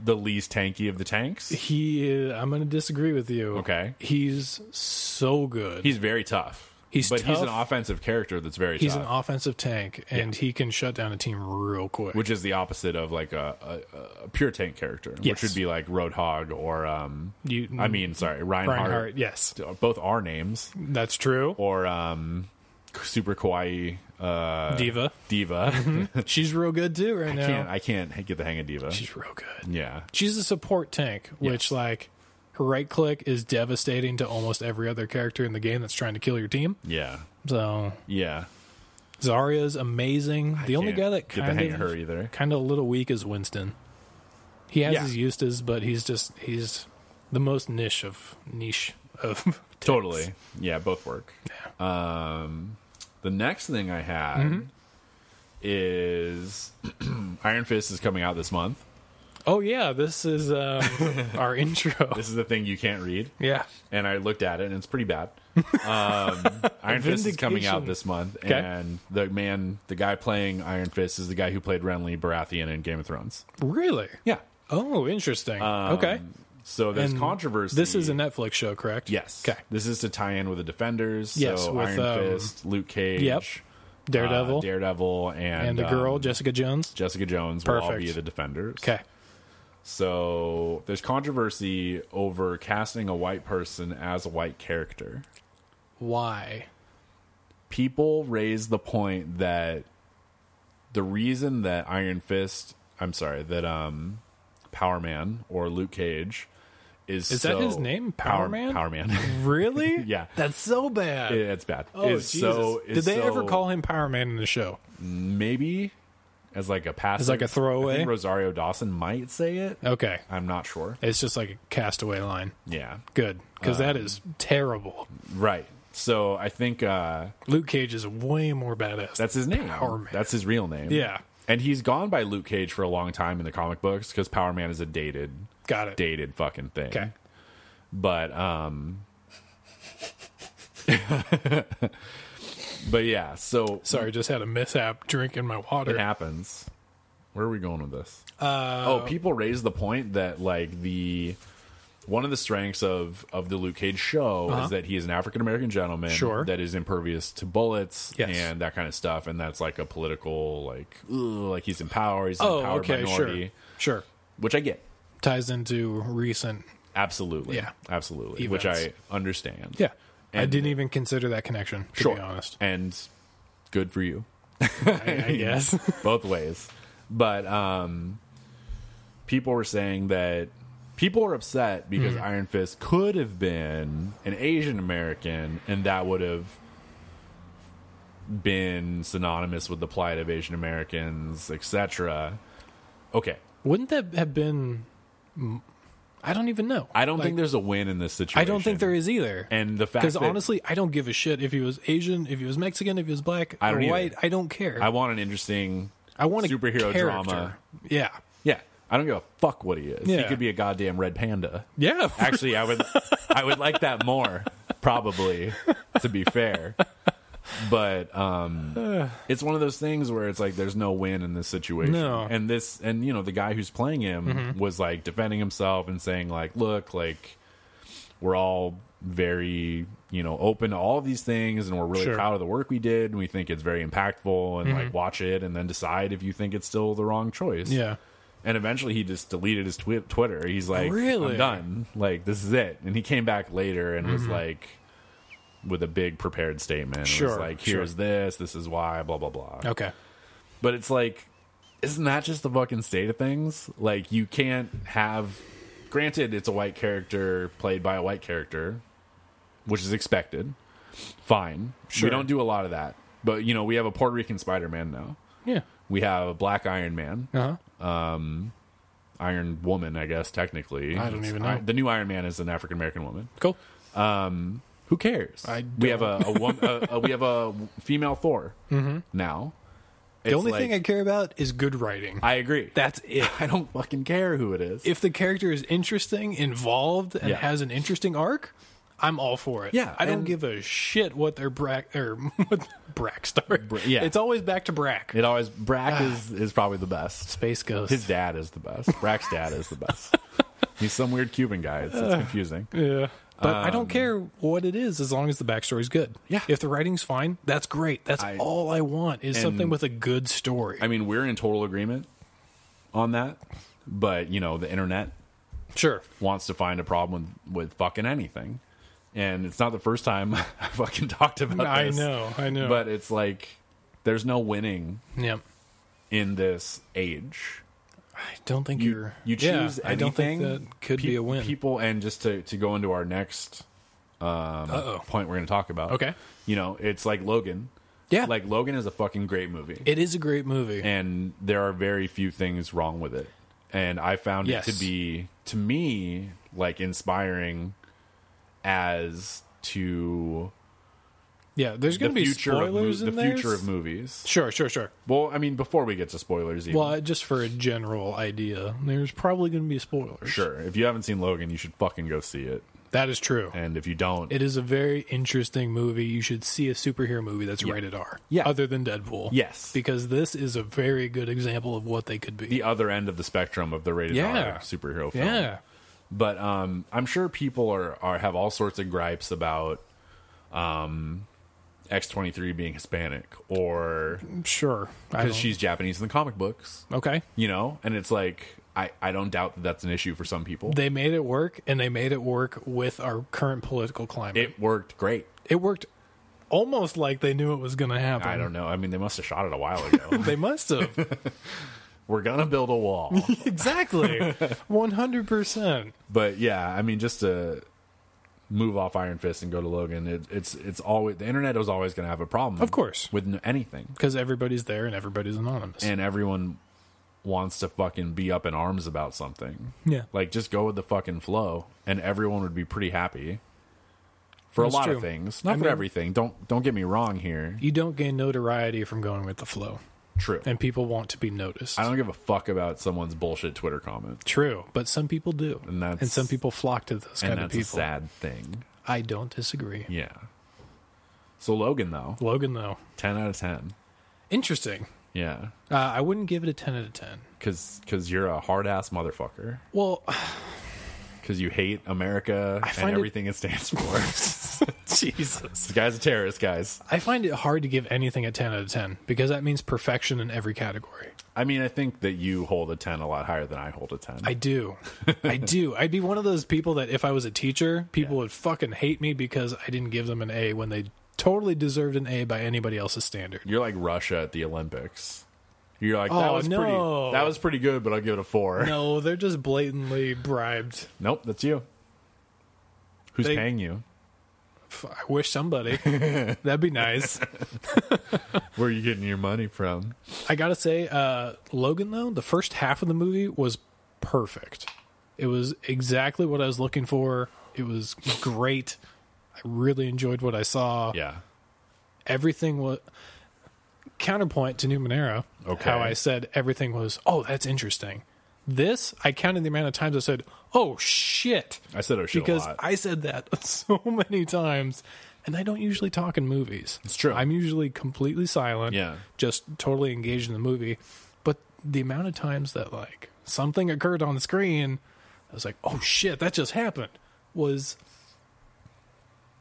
Speaker 1: the least tanky of the tanks.
Speaker 2: He, uh, I'm going to disagree with you.
Speaker 1: Okay.
Speaker 2: He's so good.
Speaker 1: He's very tough.
Speaker 2: He's
Speaker 1: but he's an
Speaker 2: tough.
Speaker 1: offensive character that's very
Speaker 2: He's
Speaker 1: tough,
Speaker 2: an offensive tank, and he can shut down a team real quick.
Speaker 1: which is the opposite of like a, a, a pure tank character,
Speaker 2: Yes.
Speaker 1: which would be like Roadhog or um,
Speaker 2: You-
Speaker 1: I mean, sorry, Reinhardt.
Speaker 2: Reinhardt, yes,
Speaker 1: Both are names
Speaker 2: that's true.
Speaker 1: or um, super kawaii uh,
Speaker 2: Diva,
Speaker 1: diva.
Speaker 2: she's real good too right now.
Speaker 1: can't I can't get the hang of diva.
Speaker 2: Mm-hmm. She's real good.
Speaker 1: Yeah,
Speaker 2: She's a support tank, which like her right click is devastating to almost every other character in the game that's trying to kill your team.
Speaker 1: yeah,
Speaker 2: So
Speaker 1: yeah.
Speaker 2: Zarya's amazing. The only
Speaker 1: Can't
Speaker 2: guy that
Speaker 1: get the hang
Speaker 2: kind
Speaker 1: of her
Speaker 2: of
Speaker 1: either.
Speaker 2: kind of a little weak is Winston. He has
Speaker 1: Yeah.
Speaker 2: his Eustace, but he's just he's the most niche of niche of
Speaker 1: Totally. Yeah, both work. Um, the next thing I had
Speaker 2: Mm-hmm.
Speaker 1: is Iron Fist is coming out this month.
Speaker 2: Oh yeah, this is um, our intro.
Speaker 1: This is the thing you can't read.
Speaker 2: yeah,
Speaker 1: And I looked at it and it's pretty bad. Um, Iron Fist is coming out
Speaker 2: Vindication.
Speaker 1: this month.
Speaker 2: Okay.
Speaker 1: And the man, the guy playing Iron Fist is the guy who played Renly Baratheon in Game of Thrones.
Speaker 2: really?
Speaker 1: Yeah.
Speaker 2: Oh, interesting. okay,
Speaker 1: So there's
Speaker 2: And
Speaker 1: controversy.
Speaker 2: This is a Netflix show, correct?
Speaker 1: Yes.
Speaker 2: Okay.
Speaker 1: This is to tie in with the Defenders.
Speaker 2: Yes,
Speaker 1: So
Speaker 2: with,
Speaker 1: Iron
Speaker 2: um,
Speaker 1: Fist, Luke Cage,
Speaker 2: Yep.
Speaker 1: uh,
Speaker 2: Daredevil
Speaker 1: Daredevil, and,
Speaker 2: and the girl
Speaker 1: um,
Speaker 2: Jessica Jones.
Speaker 1: Jessica Jones will all
Speaker 2: Perfect.
Speaker 1: be the defenders.
Speaker 2: Okay.
Speaker 1: So there's controversy over casting a white person as a white character.
Speaker 2: Why?
Speaker 1: People raise the point that the reason that Iron Fist, I'm sorry, that um Power Man or Luke Cage is
Speaker 2: Is that
Speaker 1: so-
Speaker 2: his name? Power Man?
Speaker 1: Power Man.
Speaker 2: Really?
Speaker 1: Yeah.
Speaker 2: That's so bad.
Speaker 1: it's bad.
Speaker 2: Oh,
Speaker 1: Is
Speaker 2: Jesus.
Speaker 1: so- is
Speaker 2: Did they
Speaker 1: so-
Speaker 2: ever call him Power Man in the show?
Speaker 1: maybe as like a passive
Speaker 2: like a throwaway?
Speaker 1: I think Rosario Dawson might say it.
Speaker 2: Okay.
Speaker 1: I'm not sure.
Speaker 2: It's just like a castaway line.
Speaker 1: Yeah.
Speaker 2: Good. Because
Speaker 1: Um,
Speaker 2: that is terrible.
Speaker 1: Right. So I think uh
Speaker 2: Luke Cage is way more badass.
Speaker 1: That's his name.
Speaker 2: Power Man.
Speaker 1: That's his real name.
Speaker 2: Yeah.
Speaker 1: And he's gone by Luke Cage for a long time in the comic books because Power Man is a dated,
Speaker 2: Got it.
Speaker 1: dated fucking thing.
Speaker 2: Okay.
Speaker 1: But um. but yeah, so
Speaker 2: Sorry, just had a mishap drinking my
Speaker 1: it
Speaker 2: water.
Speaker 1: happens. Where are we going with this? Uh, oh, people raise the point that like the one of the strengths of of the Luke Cage show is that he is an African American gentleman
Speaker 2: Uh-huh. Sure.
Speaker 1: that is impervious to bullets
Speaker 2: Yes.
Speaker 1: and that kind of stuff, and that's like a political like ugh, like he's in power, he's an
Speaker 2: Oh,
Speaker 1: empowered
Speaker 2: okay,
Speaker 1: minority,
Speaker 2: sure. Sure.
Speaker 1: which I get
Speaker 2: Ties into recent.
Speaker 1: absolutely,
Speaker 2: Yeah.
Speaker 1: absolutely, which I
Speaker 2: Events.
Speaker 1: understand,
Speaker 2: Yeah. I
Speaker 1: And-
Speaker 2: didn't even consider that connection, to
Speaker 1: sure,
Speaker 2: be honest.
Speaker 1: and good for you.
Speaker 2: I, I guess.
Speaker 1: both ways. But um, people were saying that people were upset because
Speaker 2: Mm.
Speaker 1: Iron Fist could have been an Asian American, and that would have been synonymous with the plight of Asian Americans, etc. Okay,
Speaker 2: Wouldn't that have been? mm, I don't even know.
Speaker 1: I don't
Speaker 2: Like,
Speaker 1: think there's a win in this situation.
Speaker 2: I don't think there is either.
Speaker 1: And the fact
Speaker 2: because
Speaker 1: that-
Speaker 2: honestly, I don't give a shit if he was Asian, if he was Mexican, if he was black,
Speaker 1: I
Speaker 2: or
Speaker 1: don't either.
Speaker 2: white. I don't care.
Speaker 1: I want an interesting.
Speaker 2: I want a
Speaker 1: superhero
Speaker 2: character.
Speaker 1: drama.
Speaker 2: Yeah,
Speaker 1: Yeah, I don't give a fuck what he is. He
Speaker 2: Yeah.
Speaker 1: could be a goddamn red panda.
Speaker 2: yeah.
Speaker 1: Actually, I would I would like that more, probably, to be fair. But um it's one of those things where it's like there's no win in this situation.
Speaker 2: No. Mm-hmm.
Speaker 1: And this and you know, the guy who's playing him was like defending himself and saying like, "Look, like we're all very, you know, open to all of these things and we're really
Speaker 2: Sure. Mm-hmm.
Speaker 1: proud of the work we did and we think it's very impactful and like watch it and then decide if you think it's still the wrong choice."
Speaker 2: yeah.
Speaker 1: And eventually he just deleted his twi- Twitter. He's like,
Speaker 2: Really? Mm-hmm.
Speaker 1: I'm done. Like, this is it. And he came back later and was like, with a big prepared statement. It was
Speaker 2: Sure,
Speaker 1: like,
Speaker 2: sure.
Speaker 1: here's this, this is why, blah, blah, blah.
Speaker 2: Okay.
Speaker 1: But it's like, isn't that just the fucking state of things? Like, you can't have. Granted, it's a white character played by a white character, which is expected. Fine.
Speaker 2: Sure.
Speaker 1: We don't do a lot of that. But, you know, we have a Puerto Rican Spider Man now.
Speaker 2: Yeah.
Speaker 1: We have a black Iron Man.
Speaker 2: Uh huh.
Speaker 1: Iron Woman, I guess technically.
Speaker 2: I don't
Speaker 1: It's
Speaker 2: even know.
Speaker 1: I- the new Iron Man is an African American woman.
Speaker 2: Cool.
Speaker 1: Who cares?
Speaker 2: I
Speaker 1: we have a, a, wom- a, a we have a female Thor now.
Speaker 2: Mm-hmm. The only thing I care about is good writing.
Speaker 1: I agree.
Speaker 2: That's it.
Speaker 1: I don't fucking care who it is.
Speaker 2: if the character is interesting, involved, and
Speaker 1: Yeah.
Speaker 2: has an interesting arc, I'm all for it.
Speaker 1: Yeah,
Speaker 2: I don't
Speaker 1: and-
Speaker 2: give a shit what their Brack or what Brack star.
Speaker 1: yeah.
Speaker 2: it's always back to Brack.
Speaker 1: It always Brack is is probably the best.
Speaker 2: Ah. Space Ghost.
Speaker 1: His dad is the best. Brack's dad is the best. He's some weird Cuban guy. It's,
Speaker 2: Ah.
Speaker 1: it's confusing.
Speaker 2: Yeah. But I don't care what it is as long as the backstory's good.
Speaker 1: Um, Yeah.
Speaker 2: If the writing's fine, that's great. That's
Speaker 1: I-
Speaker 2: all I want is something with a good story.
Speaker 1: I mean, we're in total agreement on that, but you know, the internet
Speaker 2: sure.
Speaker 1: wants to find a problem with, with fucking anything, and it's not the first time I fucking talked about.
Speaker 2: I
Speaker 1: this,
Speaker 2: know, I know.
Speaker 1: but it's like there's no winning
Speaker 2: Yeah.
Speaker 1: in this age.
Speaker 2: I don't think you, are
Speaker 1: You choose
Speaker 2: I don't think
Speaker 1: anything,
Speaker 2: that could
Speaker 1: pe-
Speaker 2: be a win.
Speaker 1: People, and just to to go into our next um,
Speaker 2: Uh-oh.
Speaker 1: point we're going to talk about.
Speaker 2: Okay.
Speaker 1: You know, it's like Logan.
Speaker 2: Yeah.
Speaker 1: Like Logan is a fucking great movie.
Speaker 2: It is a great movie.
Speaker 1: and there are very few things wrong with it. And I found
Speaker 2: Yes.
Speaker 1: it to be to me like inspiring as to
Speaker 2: yeah, there's
Speaker 1: the
Speaker 2: going to be
Speaker 1: future of mo-
Speaker 2: spoilers
Speaker 1: the
Speaker 2: in there.
Speaker 1: future of movies.
Speaker 2: Sure, sure, sure.
Speaker 1: Well, I mean before we get to spoilers even.
Speaker 2: Well, I- just for a general idea, there's probably going to be spoilers.
Speaker 1: sure. If you haven't seen Logan, you should fucking go see it.
Speaker 2: That is true.
Speaker 1: And if you don't,
Speaker 2: It is a very interesting movie. You should see a superhero movie that's rated R.
Speaker 1: Yeah.
Speaker 2: Other than Deadpool.
Speaker 1: Yes.
Speaker 2: Because this is a very good example of what they could be.
Speaker 1: the other end of the spectrum of the rated
Speaker 2: Yeah.
Speaker 1: R superhero film.
Speaker 2: yeah.
Speaker 1: but um, I'm sure people are, are have all sorts of gripes about um, X23 being Hispanic or
Speaker 2: Sure. I
Speaker 1: because
Speaker 2: don't-
Speaker 1: she's Japanese in the comic books,
Speaker 2: okay.
Speaker 1: you know, and it's like I, I don't doubt that that's an issue for some people.
Speaker 2: They made it work, and they made it work with our current political climate. It,
Speaker 1: it worked great.
Speaker 2: worked almost like they knew it was going to happen.
Speaker 1: I don't know. I mean, they must have shot it a while ago.
Speaker 2: They must have.
Speaker 1: We're gonna build a wall,
Speaker 2: exactly. 100%.
Speaker 1: but yeah, I mean, just to move off Iron Fist and go to Logan, it, it's it's always the internet was always gonna have a problem,
Speaker 2: Of course.
Speaker 1: with n- anything.
Speaker 2: Because everybody's there and everybody's anonymous.
Speaker 1: and everyone wants to fucking be up in arms about something.
Speaker 2: Yeah.
Speaker 1: Like just go with the fucking flow and everyone would be pretty happy for
Speaker 2: That's
Speaker 1: a lot
Speaker 2: true.
Speaker 1: of things. Not
Speaker 2: I
Speaker 1: for
Speaker 2: mean-
Speaker 1: everything. Don't don't get me wrong here.
Speaker 2: you don't gain notoriety from going with the flow,
Speaker 1: True.
Speaker 2: and people want to be noticed.
Speaker 1: I don't give a fuck about someone's bullshit Twitter comment.
Speaker 2: True, but some people do,
Speaker 1: And that's-
Speaker 2: some people flock to those
Speaker 1: And
Speaker 2: kind of
Speaker 1: that's a
Speaker 2: people.
Speaker 1: sad thing.
Speaker 2: I don't disagree.
Speaker 1: Yeah. So Logan though,
Speaker 2: Logan, though,
Speaker 1: 10 out of 10.
Speaker 2: interesting.
Speaker 1: Yeah.
Speaker 2: Uh, I wouldn't give it a ten out of ten.
Speaker 1: Cuz cuz you're a hard ass motherfucker.
Speaker 2: Well,
Speaker 1: Cuz you hate America and
Speaker 2: find it-
Speaker 1: everything it stands for. this
Speaker 2: Jesus,
Speaker 1: guy's a terrorist, guys.
Speaker 2: I find it hard to give anything a ten out of ten because that means perfection in every category.
Speaker 1: I mean, I think that you hold a 10 a lot higher than I hold a 10.
Speaker 2: I do, I do. I'd be one of those people that if I was a teacher, people would fucking hate me because I didn't give them an A when they totally deserved an A by anybody else's standard.
Speaker 1: You're like Russia at the Olympics. You're like, that
Speaker 2: Oh,
Speaker 1: was
Speaker 2: no.
Speaker 1: pretty that was pretty good, but I'll give it a 4.
Speaker 2: No, they're just blatantly bribed.
Speaker 1: Nope, that's you. Who's
Speaker 2: They-
Speaker 1: paying you?
Speaker 2: F- I wish somebody. That'd be nice.
Speaker 1: Where are you getting your money from?
Speaker 2: I gotta say, uh, Logan though, the first half of the movie was perfect. It was exactly what I was looking for. It was great. I really enjoyed what I saw.
Speaker 1: Yeah.
Speaker 2: Everything was counterpoint to Numenera.
Speaker 1: Okay.
Speaker 2: How I said everything was. Oh, that's interesting. This I counted the amount of times I said, "Oh shit,"
Speaker 1: I said oh shit
Speaker 2: because
Speaker 1: a lot.
Speaker 2: I said that so many times, and I don't usually talk in movies. It's
Speaker 1: true.
Speaker 2: I'm usually completely silent.
Speaker 1: Yeah.
Speaker 2: Just totally engaged in the movie. But the amount of times that like something occurred on the screen, I was like, "Oh shit, that just happened." Was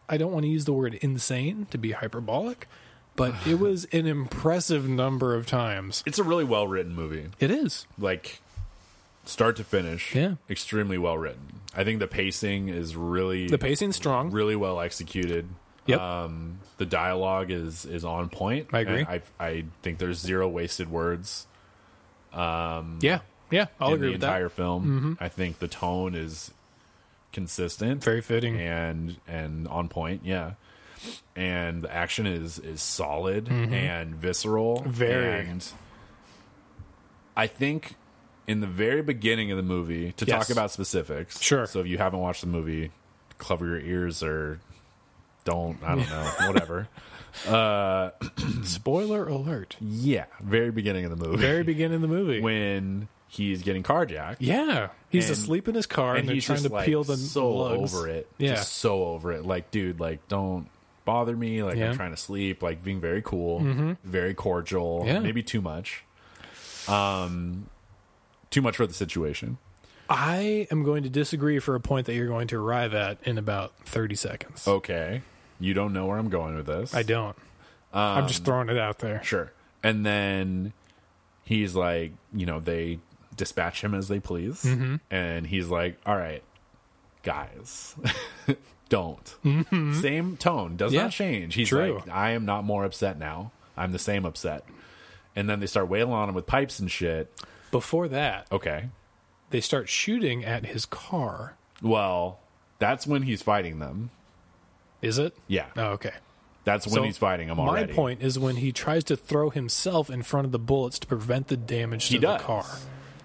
Speaker 2: I don't want to use the word insane to be hyperbolic, but it was an impressive number of times.
Speaker 1: It's a really well written movie.
Speaker 2: It is.
Speaker 1: Like start to finish.
Speaker 2: Yeah.
Speaker 1: Extremely well written. I think the pacing is really
Speaker 2: The pacing's strong.
Speaker 1: really well executed.
Speaker 2: Yep.
Speaker 1: Um, the dialogue is is on point.
Speaker 2: I agree.
Speaker 1: And I I think there's zero wasted words.
Speaker 2: yeah. Yeah, I'll
Speaker 1: in
Speaker 2: agree
Speaker 1: the
Speaker 2: with
Speaker 1: entire film. I think the tone is consistent,
Speaker 2: that. Very fitting.
Speaker 1: and and on point. Yeah, and the action is is solid and visceral.
Speaker 2: Mm-hmm. Very.
Speaker 1: And I think in the very beginning of the movie to
Speaker 2: Yes.
Speaker 1: talk about specifics.
Speaker 2: Sure.
Speaker 1: So if you haven't watched the movie, cover your ears or don't. I don't know. Whatever.
Speaker 2: Spoiler alert.
Speaker 1: Yeah. Very beginning of the movie.
Speaker 2: Very beginning of the movie.
Speaker 1: when he's getting carjacked.
Speaker 2: Yeah, he's
Speaker 1: And-
Speaker 2: asleep in his car, and,
Speaker 1: and
Speaker 2: they're
Speaker 1: he's
Speaker 2: trying
Speaker 1: just
Speaker 2: to
Speaker 1: like
Speaker 2: peel the
Speaker 1: so
Speaker 2: lugs.
Speaker 1: over it.
Speaker 2: Yeah,
Speaker 1: Just so over it. Like, dude, like don't bother me. Like
Speaker 2: Yeah. Mm-hmm.
Speaker 1: I'm trying to sleep. Like being very cool, very cordial.
Speaker 2: Yeah.
Speaker 1: Maybe too much. Um, too much for the situation.
Speaker 2: I am going to disagree for a point that you're going to arrive at in about 30 seconds.
Speaker 1: Okay, you don't know where I'm going with this.
Speaker 2: I don't. I'm
Speaker 1: Um,
Speaker 2: just throwing it out there.
Speaker 1: Sure. And then he's like, you know, they dispatch him as they please.
Speaker 2: Mm-hmm.
Speaker 1: And he's like, all right, guys, don't. Same tone does
Speaker 2: Mm-hmm. Yeah.
Speaker 1: not change. He's
Speaker 2: True.
Speaker 1: like, I am not more upset now. I'm the same upset. And then they start wailing on him with pipes and shit.
Speaker 2: Before that,
Speaker 1: Okay.
Speaker 2: they start shooting at his car.
Speaker 1: Well, that's when he's fighting them.
Speaker 2: Is it?
Speaker 1: Yeah.
Speaker 2: Oh, okay.
Speaker 1: That's when
Speaker 2: So,
Speaker 1: he's fighting them already.
Speaker 2: My point is when he tries to throw himself in front of the bullets to prevent the damage to
Speaker 1: He
Speaker 2: the
Speaker 1: does.
Speaker 2: car.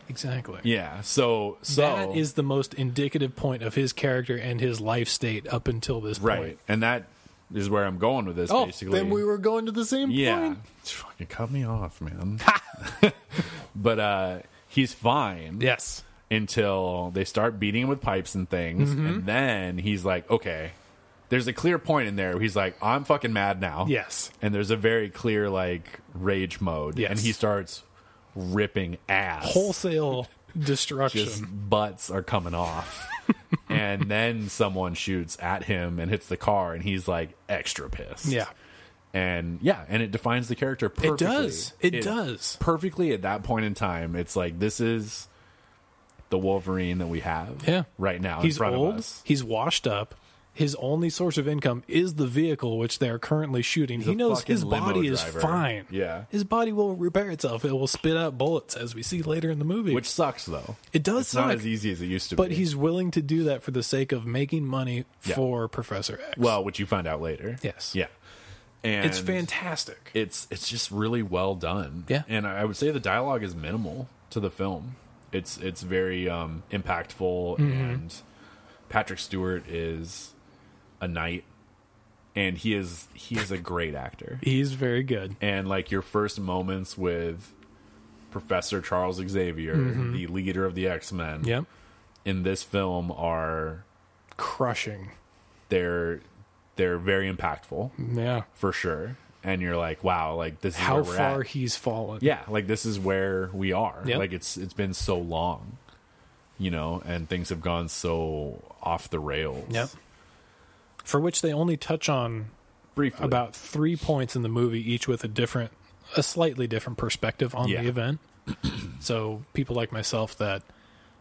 Speaker 2: Exactly.
Speaker 1: Yeah. So, so
Speaker 2: that is the most indicative point of his character and his life state up until this
Speaker 1: right.
Speaker 2: point.
Speaker 1: And that is where I'm going with this
Speaker 2: Oh,
Speaker 1: basically.
Speaker 2: then we were going to the same
Speaker 1: Yeah.
Speaker 2: point.
Speaker 1: Fucking cut me off, man. but uh he's fine
Speaker 2: Yes.
Speaker 1: until they start beating him with pipes and things.
Speaker 2: Mm-hmm.
Speaker 1: And then he's like, okay. There's a clear point in there where he's like, I'm fucking mad now.
Speaker 2: Yes.
Speaker 1: And there's a very clear like rage mode.
Speaker 2: Yes.
Speaker 1: And he starts ripping ass.
Speaker 2: Wholesale destruction.
Speaker 1: Just butts are coming off. and then someone shoots at him and hits the car and he's like extra pissed
Speaker 2: yeah.
Speaker 1: and yeah, and it defines the character perfectly.
Speaker 2: does. It does.
Speaker 1: Perfectly at that point in time. It's like this is the Wolverine that we have
Speaker 2: Yeah.
Speaker 1: right now
Speaker 2: He's
Speaker 1: in front
Speaker 2: old.
Speaker 1: of us.
Speaker 2: He's washed up. His only source of income is the vehicle which they are currently shooting.
Speaker 1: a
Speaker 2: he knows
Speaker 1: fucking
Speaker 2: his
Speaker 1: limo
Speaker 2: body is
Speaker 1: driver.
Speaker 2: fine.
Speaker 1: Yeah.
Speaker 2: His body will repair itself. It will spit out bullets as we see later in the movie.
Speaker 1: Which sucks though.
Speaker 2: it does
Speaker 1: It's
Speaker 2: suck.
Speaker 1: not as easy as it used to
Speaker 2: But
Speaker 1: be.
Speaker 2: he's willing to do that for the sake of making money
Speaker 1: Yeah.
Speaker 2: for Professor X.
Speaker 1: well, which you find out later.
Speaker 2: Yes.
Speaker 1: Yeah. And
Speaker 2: it's fantastic.
Speaker 1: It's it's just really well done.
Speaker 2: Yeah.
Speaker 1: And I I would say the dialogue is minimal to the film. It's it's very um impactful
Speaker 2: Mm-hmm.
Speaker 1: and Patrick Stewart is a knight and he is he is a great actor.
Speaker 2: He's very good.
Speaker 1: and like your first moments with Professor Charles Xavier,
Speaker 2: Mm-hmm.
Speaker 1: the leader of the X Men,
Speaker 2: Yep.
Speaker 1: in this film are
Speaker 2: Crushing.
Speaker 1: they're they're very impactful
Speaker 2: Yeah.
Speaker 1: for sure. And you're like, wow, like this is
Speaker 2: How
Speaker 1: where we're
Speaker 2: far
Speaker 1: at.
Speaker 2: he's fallen.
Speaker 1: yeah, like this is where we are.
Speaker 2: Yep.
Speaker 1: Like it's it's been so long, you know, and things have gone so off the rails.
Speaker 2: Yep. For which they only touch on
Speaker 1: briefly
Speaker 2: about three points in the movie, each with a different, a slightly different perspective on
Speaker 1: Yeah.
Speaker 2: the event. so people like myself that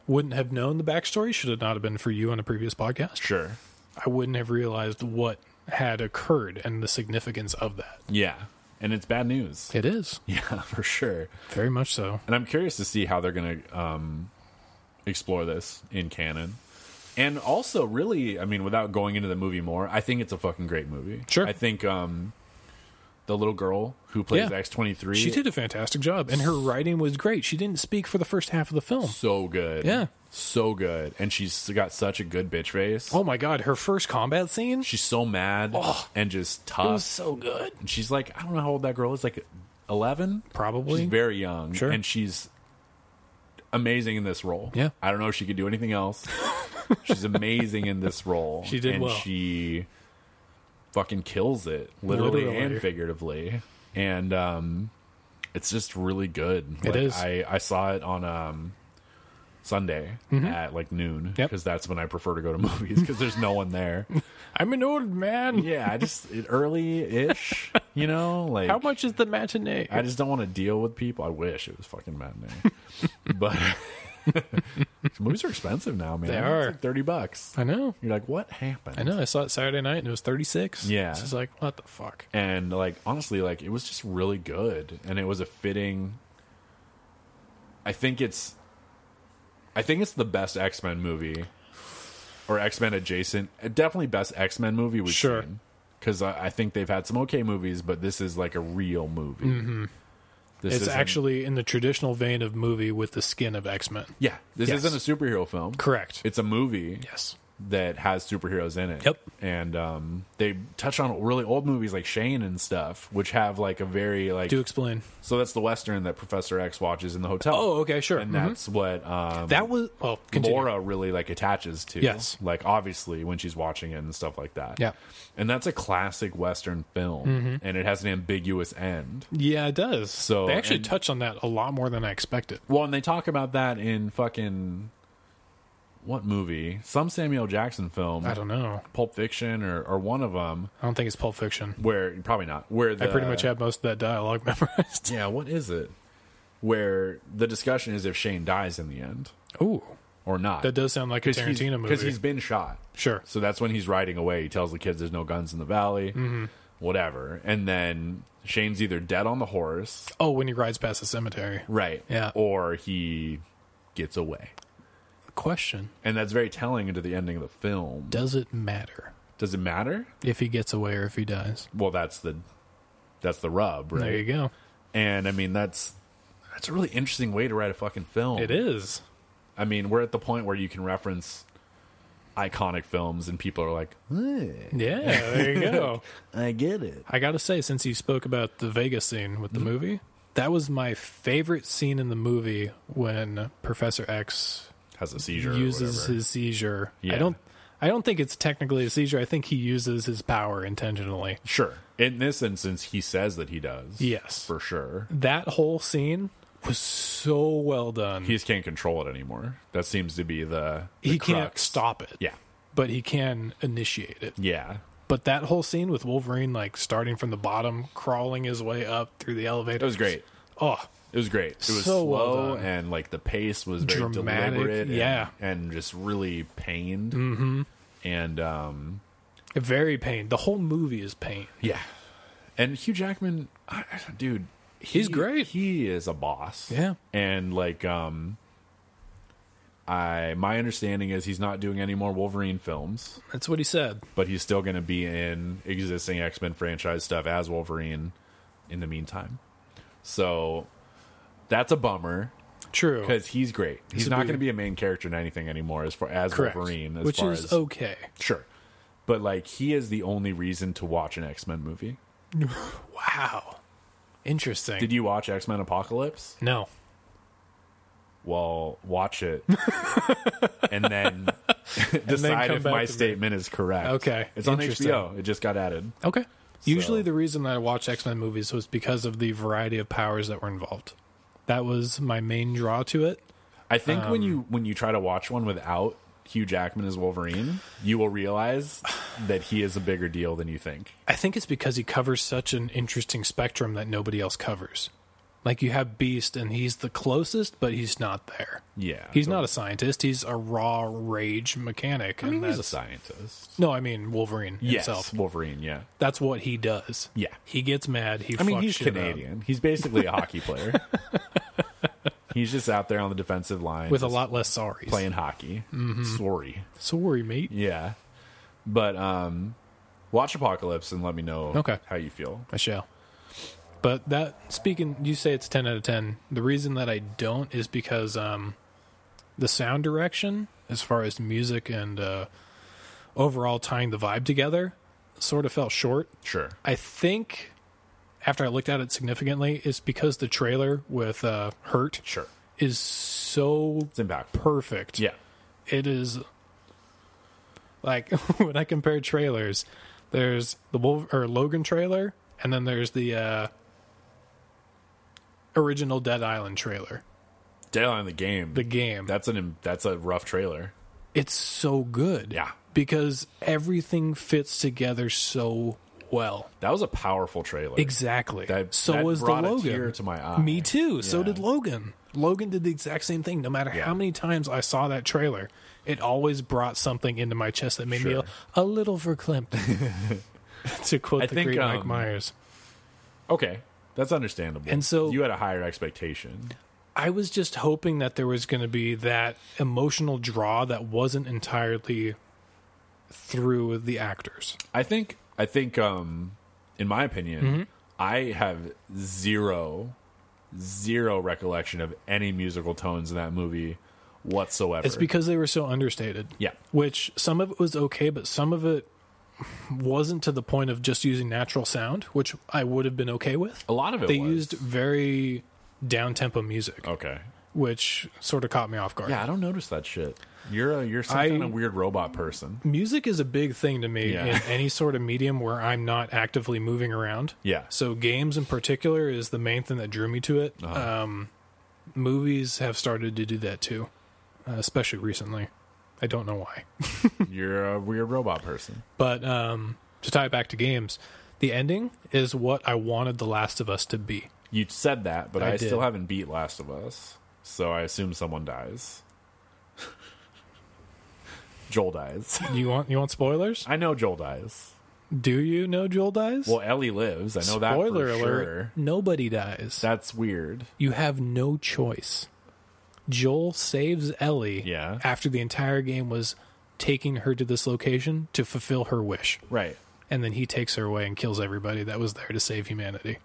Speaker 2: wouldn't have known the backstory should it not have been for you on a previous podcast,
Speaker 1: sure,
Speaker 2: I wouldn't have realized what had occurred and the significance of that.
Speaker 1: yeah, and it's bad news.
Speaker 2: It is
Speaker 1: Yeah, for sure.
Speaker 2: very much so.
Speaker 1: and I'm curious to see how they're going to um, explore this in canon. And also, really, I mean, without going into the movie more, I think it's a fucking great movie.
Speaker 2: Sure.
Speaker 1: I think um, the little girl who plays
Speaker 2: Yeah.
Speaker 1: X twenty three,
Speaker 2: She did a fantastic job, and her writing was great. She didn't speak for the first half of the film.
Speaker 1: so good.
Speaker 2: Yeah.
Speaker 1: so good. And she's got such a good bitch face.
Speaker 2: Oh my god, her first combat scene
Speaker 1: She's so mad and just tough.
Speaker 2: was so good.
Speaker 1: and she's like, I don't know how old that girl is, like eleven,
Speaker 2: Probably.
Speaker 1: She's very young,
Speaker 2: Sure.
Speaker 1: and she's amazing in this role.
Speaker 2: Yeah.
Speaker 1: I don't know if she could do anything else. she's amazing in this role.
Speaker 2: She did
Speaker 1: and
Speaker 2: well.
Speaker 1: She fucking kills it, literally,
Speaker 2: Literally.
Speaker 1: and figuratively, and um, it's just really good. It
Speaker 2: It
Speaker 1: is.
Speaker 2: is.
Speaker 1: I I saw it on um. Sunday at like noon
Speaker 2: Mm-hmm. Yep.
Speaker 1: because that's when I prefer to go to movies because there's no one there.
Speaker 2: I'm an old man.
Speaker 1: yeah, I just early ish, you know, like
Speaker 2: How much is the matinee?
Speaker 1: I just don't want to deal with people. I wish it was fucking matinee, but movies are expensive now, man.
Speaker 2: They
Speaker 1: It's
Speaker 2: are.
Speaker 1: like thirty bucks.
Speaker 2: I know.
Speaker 1: You're like, what happened?
Speaker 2: I know. I saw it Saturday night and it was 36.
Speaker 1: Yeah.
Speaker 2: It's just like, what the fuck?
Speaker 1: And like, honestly, like it was just really good, and it was a fitting. I think it's, I think it's the best X Men movie, or X Men adjacent. uh, Definitely best X Men movie we've
Speaker 2: Sure.
Speaker 1: seen. Because I, I think they've had some okay movies, but this is like a real movie. This
Speaker 2: Mm-hmm. it's
Speaker 1: isn't-
Speaker 2: actually in the traditional vein of movie with the skin of X Men.
Speaker 1: yeah. This
Speaker 2: Yes.
Speaker 1: isn't a superhero film.
Speaker 2: Correct.
Speaker 1: It's a movie
Speaker 2: yes.
Speaker 1: that has superheroes in it.
Speaker 2: Yep.
Speaker 1: And um, they touch on really old movies like Shane and stuff, which have like a very like.
Speaker 2: Do explain.
Speaker 1: so that's the western that Professor X watches in the hotel.
Speaker 2: Oh, okay, sure.
Speaker 1: And
Speaker 2: Mhm.
Speaker 1: that's what um,
Speaker 2: That was oh, continue.
Speaker 1: Laura really like attaches to.
Speaker 2: Yes.
Speaker 1: Like obviously when she's watching it and stuff like that.
Speaker 2: Yeah. Mm-hmm.
Speaker 1: And that's a classic western film, and it has an ambiguous end.
Speaker 2: Yeah, it does.
Speaker 1: So-
Speaker 2: they actually
Speaker 1: and-
Speaker 2: touched on that a lot more than I expected.
Speaker 1: Well, and they talk about that in fucking what movie? Some Samuel Jackson film.
Speaker 2: I don't know.
Speaker 1: Pulp Fiction or, or one of them
Speaker 2: I don't think it's Pulp Fiction.
Speaker 1: where probably not where the,
Speaker 2: I pretty much have most of that dialogue memorized.
Speaker 1: yeah what is it where the discussion is if Shane dies in the end
Speaker 2: Ooh,
Speaker 1: or not
Speaker 2: that does sound like a Tarantino movie.
Speaker 1: because he's been shot
Speaker 2: sure.
Speaker 1: so that's when he's riding away he tells the kids there's no guns in the valley
Speaker 2: Mm-hmm.
Speaker 1: whatever and then Shane's either dead on the horse
Speaker 2: Oh, when he rides past the cemetery.
Speaker 1: right
Speaker 2: Yeah.
Speaker 1: or he gets away
Speaker 2: Question:
Speaker 1: and that's very telling into the ending of the film
Speaker 2: Does it matter
Speaker 1: does it matter
Speaker 2: if he gets away or if he dies?
Speaker 1: well that's the that's the rub right
Speaker 2: There you go.
Speaker 1: And I mean, that's that's a really interesting way to write a fucking film.
Speaker 2: It is.
Speaker 1: I mean, we're at the point where you can reference iconic films, and people are like,
Speaker 2: Yeah, there you go.
Speaker 1: "I get it."
Speaker 2: I gotta say, since you spoke about the Vegas scene with the
Speaker 1: Mm-hmm.
Speaker 2: movie, that was my favorite scene in the movie when Professor X
Speaker 1: Has a seizure. or
Speaker 2: uses
Speaker 1: whatever.
Speaker 2: his seizure.
Speaker 1: Yeah.
Speaker 2: I don't. I don't think it's technically a seizure. I think he uses his power intentionally.
Speaker 1: sure. In this instance, he says that he does.
Speaker 2: Yes.
Speaker 1: for sure.
Speaker 2: That whole scene was so well done.
Speaker 1: He just can't control it anymore. That seems to be the, the
Speaker 2: he can't
Speaker 1: crux.
Speaker 2: stop it.
Speaker 1: Yeah,
Speaker 2: But he can initiate it.
Speaker 1: yeah,
Speaker 2: But that whole scene with Wolverine like starting from the bottom, crawling his way up through the elevator.
Speaker 1: it was great.
Speaker 2: Oh,
Speaker 1: It was great. It was
Speaker 2: So well
Speaker 1: slow
Speaker 2: done.
Speaker 1: and like the pace was very
Speaker 2: Dramatic,
Speaker 1: deliberate. and-
Speaker 2: yeah.
Speaker 1: and, just really pained. Mm-hmm. And um,
Speaker 2: very pain. The whole movie is pain.
Speaker 1: Yeah, and Hugh Jackman, I- I- dude,
Speaker 2: He's
Speaker 1: he-
Speaker 2: great.
Speaker 1: He is a boss.
Speaker 2: Yeah.
Speaker 1: and like, um, I my understanding is he's not doing any more Wolverine films,
Speaker 2: That's what he said.
Speaker 1: but he's still going to be in existing X Men franchise stuff as Wolverine in the meantime. So that's a bummer
Speaker 2: True.
Speaker 1: because he's great. He's
Speaker 2: would
Speaker 1: not
Speaker 2: be-
Speaker 1: going to be a main character in anything anymore as far as
Speaker 2: Correct.
Speaker 1: Wolverine, as
Speaker 2: Which
Speaker 1: far
Speaker 2: is
Speaker 1: as
Speaker 2: okay.
Speaker 1: sure. But like, he is the only reason to watch an X Men movie.
Speaker 2: Wow. Interesting.
Speaker 1: Did you watch X Men Apocalypse?
Speaker 2: no.
Speaker 1: Well, watch it, and then decide
Speaker 2: come
Speaker 1: if
Speaker 2: back
Speaker 1: my
Speaker 2: to me.
Speaker 1: statement is correct.
Speaker 2: Okay,
Speaker 1: it's on
Speaker 2: interesting.
Speaker 1: HBO. It just got added.
Speaker 2: Okay. Usually, the reason that I watch X Men movies was because of the variety of powers that were involved. That was my main draw to it.
Speaker 1: I think when
Speaker 2: Um,
Speaker 1: you when you try to watch one without Hugh Jackman as Wolverine, you will realize that he is a bigger deal than you think.
Speaker 2: I think it's because he covers such an interesting spectrum that nobody else covers. Like you have Beast, and he's the closest, but he's not there.
Speaker 1: Yeah,
Speaker 2: He's not a scientist. He's a raw rage mechanic.
Speaker 1: I mean,
Speaker 2: and
Speaker 1: he's a
Speaker 2: that's,
Speaker 1: scientist.
Speaker 2: no, I mean Wolverine
Speaker 1: Yes,
Speaker 2: himself.
Speaker 1: Wolverine. Yeah,
Speaker 2: That's what he does.
Speaker 1: Yeah.
Speaker 2: he gets mad. He.
Speaker 1: I mean,
Speaker 2: fucks
Speaker 1: he's
Speaker 2: shit up.
Speaker 1: Canadian. He's basically a hockey player. he's just out there on the defensive line
Speaker 2: with a
Speaker 1: just
Speaker 2: lot Mm-hmm. less sorries.
Speaker 1: playing hockey. Sorry.
Speaker 2: Sorry, mate.
Speaker 1: Yeah. But um watch Apocalypse and let me know
Speaker 2: Okay.
Speaker 1: how you feel.
Speaker 2: I shall. But that speaking, you say it's ten out of ten. The reason that I don't is because um, the sound direction, as far as music and uh, overall tying the vibe together, sort of fell short.
Speaker 1: Sure.
Speaker 2: I think after I looked at it significantly, it's because the trailer with uh, Hurt
Speaker 1: Sure.
Speaker 2: is so
Speaker 1: It's impactful.
Speaker 2: perfect
Speaker 1: yeah.
Speaker 2: it is like when I compare trailers, there's the Wolf or Logan trailer, and then there's the uh, original Dead Island trailer,
Speaker 1: Dead on the game.
Speaker 2: the game.
Speaker 1: that's an im- that's a rough trailer.
Speaker 2: it's so good,
Speaker 1: Yeah.
Speaker 2: because everything fits together so well.
Speaker 1: That was a powerful trailer.
Speaker 2: Exactly.
Speaker 1: That-
Speaker 2: so
Speaker 1: that
Speaker 2: was the
Speaker 1: brought a
Speaker 2: Logan.
Speaker 1: tear to my eye.
Speaker 2: Me too. So
Speaker 1: Yeah.
Speaker 2: did Logan. Logan did the exact same thing. No matter
Speaker 1: Yeah.
Speaker 2: how many times I saw that trailer, it always brought something into my chest that made me
Speaker 1: Sure.
Speaker 2: a, a little verklempt. to quote
Speaker 1: I
Speaker 2: the
Speaker 1: think,
Speaker 2: great Mike
Speaker 1: um,
Speaker 2: Myers,
Speaker 1: Okay. That's understandable.
Speaker 2: And so-
Speaker 1: you had a higher expectation.
Speaker 2: I was just hoping that there was going to be that emotional draw that wasn't entirely through the actors.
Speaker 1: I think I think um in my opinion,
Speaker 2: Mm-hmm.
Speaker 1: I have zero zero recollection of any musical tones in that movie whatsoever.
Speaker 2: It's because they were so understated.
Speaker 1: Yeah.
Speaker 2: Which some of it was okay, but some of it wasn't to the point of just using natural sound, which I would have been okay with.
Speaker 1: a lot of Oh, it
Speaker 2: They
Speaker 1: was.
Speaker 2: used very down tempo music,
Speaker 1: okay.
Speaker 2: which sort of caught me off guard.
Speaker 1: Yeah, I don't notice that shit. You're a, you're some
Speaker 2: I-
Speaker 1: kind of weird robot person.
Speaker 2: Music is a big thing to me
Speaker 1: Yeah.
Speaker 2: in any sort of medium where I'm not actively moving around.
Speaker 1: Yeah.
Speaker 2: So games in particular is the main thing that drew me to it.
Speaker 1: Uh-huh.
Speaker 2: Um, movies have started to do that too, uh, especially recently. I don't know why.
Speaker 1: You're a weird robot person.
Speaker 2: But um, to tie it back to games, the ending is what I wanted The Last of Us to be.
Speaker 1: You said that, but
Speaker 2: I
Speaker 1: I,
Speaker 2: did.
Speaker 1: still haven't beat Last of Us, so I assume someone dies. Joel dies.
Speaker 2: You want you want spoilers?
Speaker 1: I know Joel dies.
Speaker 2: Do you know Joel dies?
Speaker 1: Well, Ellie lives. I know that for
Speaker 2: Spoiler alert:
Speaker 1: sure.
Speaker 2: nobody dies.
Speaker 1: That's weird.
Speaker 2: you have no choice. Joel saves Ellie.
Speaker 1: Yeah.
Speaker 2: After the entire game was taking her to this location to fulfill her wish,
Speaker 1: Right.
Speaker 2: and then he takes her away and kills everybody that was there to save humanity.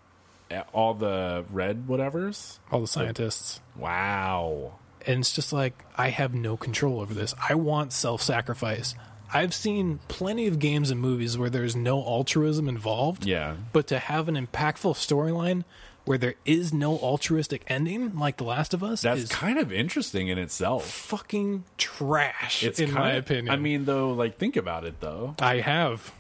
Speaker 1: All the red whatevers.
Speaker 2: All the scientists.
Speaker 1: Wow.
Speaker 2: and it's just like I have no control over this. I want self-sacrifice. I've seen plenty of games and movies where there's no altruism involved.
Speaker 1: Yeah.
Speaker 2: But to have an impactful storyline where there is no altruistic ending, like The Last of Us,
Speaker 1: That's
Speaker 2: is
Speaker 1: kind of interesting in itself.
Speaker 2: fucking trash.
Speaker 1: It's
Speaker 2: in my
Speaker 1: kinda-
Speaker 2: opinion.
Speaker 1: I mean, though, like think about it though.
Speaker 2: I have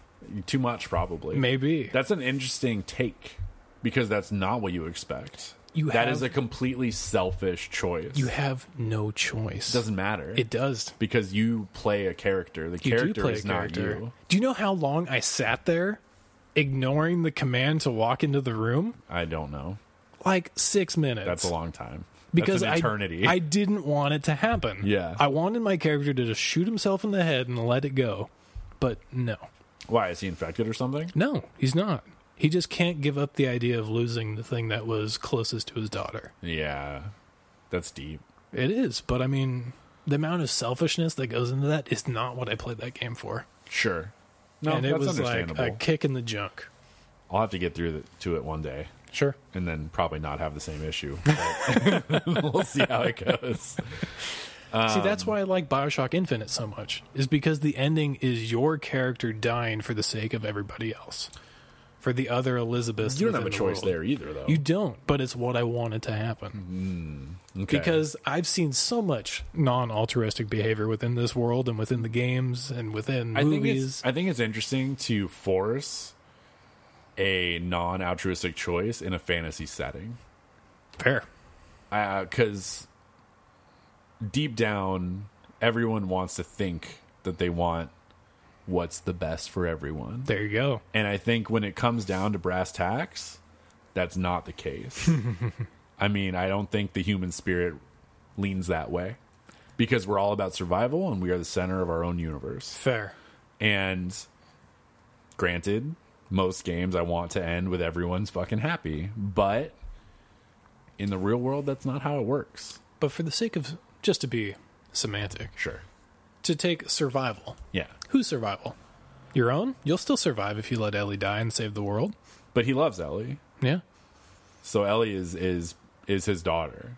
Speaker 1: Too much probably.
Speaker 2: maybe
Speaker 1: That's an interesting take because that's not what you expect.
Speaker 2: You
Speaker 1: that
Speaker 2: have-
Speaker 1: is a completely selfish choice.
Speaker 2: you have no choice.
Speaker 1: doesn't matter.
Speaker 2: it does.
Speaker 1: because you play a character. The
Speaker 2: You
Speaker 1: character
Speaker 2: do play
Speaker 1: is
Speaker 2: a character.
Speaker 1: not you.
Speaker 2: Do you know how long I sat there, ignoring the command to walk into the room?
Speaker 1: I don't know.
Speaker 2: Like six minutes.
Speaker 1: That's a long time.
Speaker 2: because
Speaker 1: that's
Speaker 2: I-
Speaker 1: an eternity.
Speaker 2: I, didn't want it to happen.
Speaker 1: Yeah.
Speaker 2: I wanted my character to just shoot himself in the head and let it go. But no.
Speaker 1: Why is he infected or something?
Speaker 2: No, he's not. He just can't give up the idea of losing the thing that was closest to his daughter.
Speaker 1: Yeah, that's deep.
Speaker 2: It is, but I mean, the amount of selfishness that goes into that is not what I played that game for.
Speaker 1: Sure. No,
Speaker 2: and it
Speaker 1: that's
Speaker 2: was like
Speaker 1: understandable.
Speaker 2: a kick in the junk.
Speaker 1: I'll have to get through the, to it one day,
Speaker 2: Sure.
Speaker 1: and then probably not have the same issue. But we'll see how it goes. Um,
Speaker 2: See, that's why I like Bioshock Infinite so much, is because the ending is your character dying for the sake of everybody else, for the other Elizabeths.
Speaker 1: You don't have a
Speaker 2: within the
Speaker 1: choice
Speaker 2: world.
Speaker 1: there either, though.
Speaker 2: You don't, but it's what I wanted to happen
Speaker 1: Okay.
Speaker 2: because I've seen so much non-altruistic behavior within this world and within the games and within
Speaker 1: I think
Speaker 2: movies.
Speaker 1: it's I think it's interesting to force a non-altruistic choice in a fantasy setting
Speaker 2: Fair.
Speaker 1: because deep down, everyone wants to think that they want what's the best for everyone.
Speaker 2: There you go.
Speaker 1: And I think when it comes down to brass tacks, that's not the case. I mean, I don't think the human spirit leans that way because we're all about survival and we are the center of our own universe.
Speaker 2: Fair.
Speaker 1: And granted, most games I want to end with everyone's fucking happy, but in the real world, that's not how it works.
Speaker 2: But for the sake of just to be semantic,
Speaker 1: Sure.
Speaker 2: to take survival.
Speaker 1: Yeah.
Speaker 2: Whose survival? Your own? You'll still survive if you let Ellie die and save the world.
Speaker 1: But he loves Ellie.
Speaker 2: Yeah.
Speaker 1: So Ellie is is is his daughter.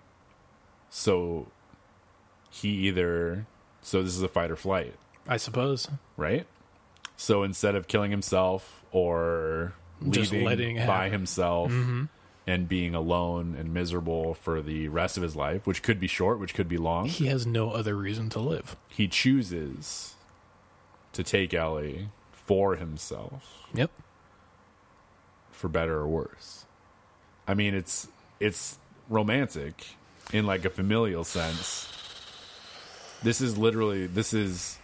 Speaker 1: So he either so this is a fight or flight,
Speaker 2: I suppose.
Speaker 1: right? So instead of killing himself or
Speaker 2: Just
Speaker 1: leaving
Speaker 2: letting it
Speaker 1: by
Speaker 2: happen. Mm-hmm.
Speaker 1: himself and being alone and miserable for the rest of his life, which could be short, which could be long,
Speaker 2: He has no other reason to live.
Speaker 1: he chooses to take Ellie for himself.
Speaker 2: Yep.
Speaker 1: for better or worse. I mean, it's it's romantic in like a familial sense. This is literally this is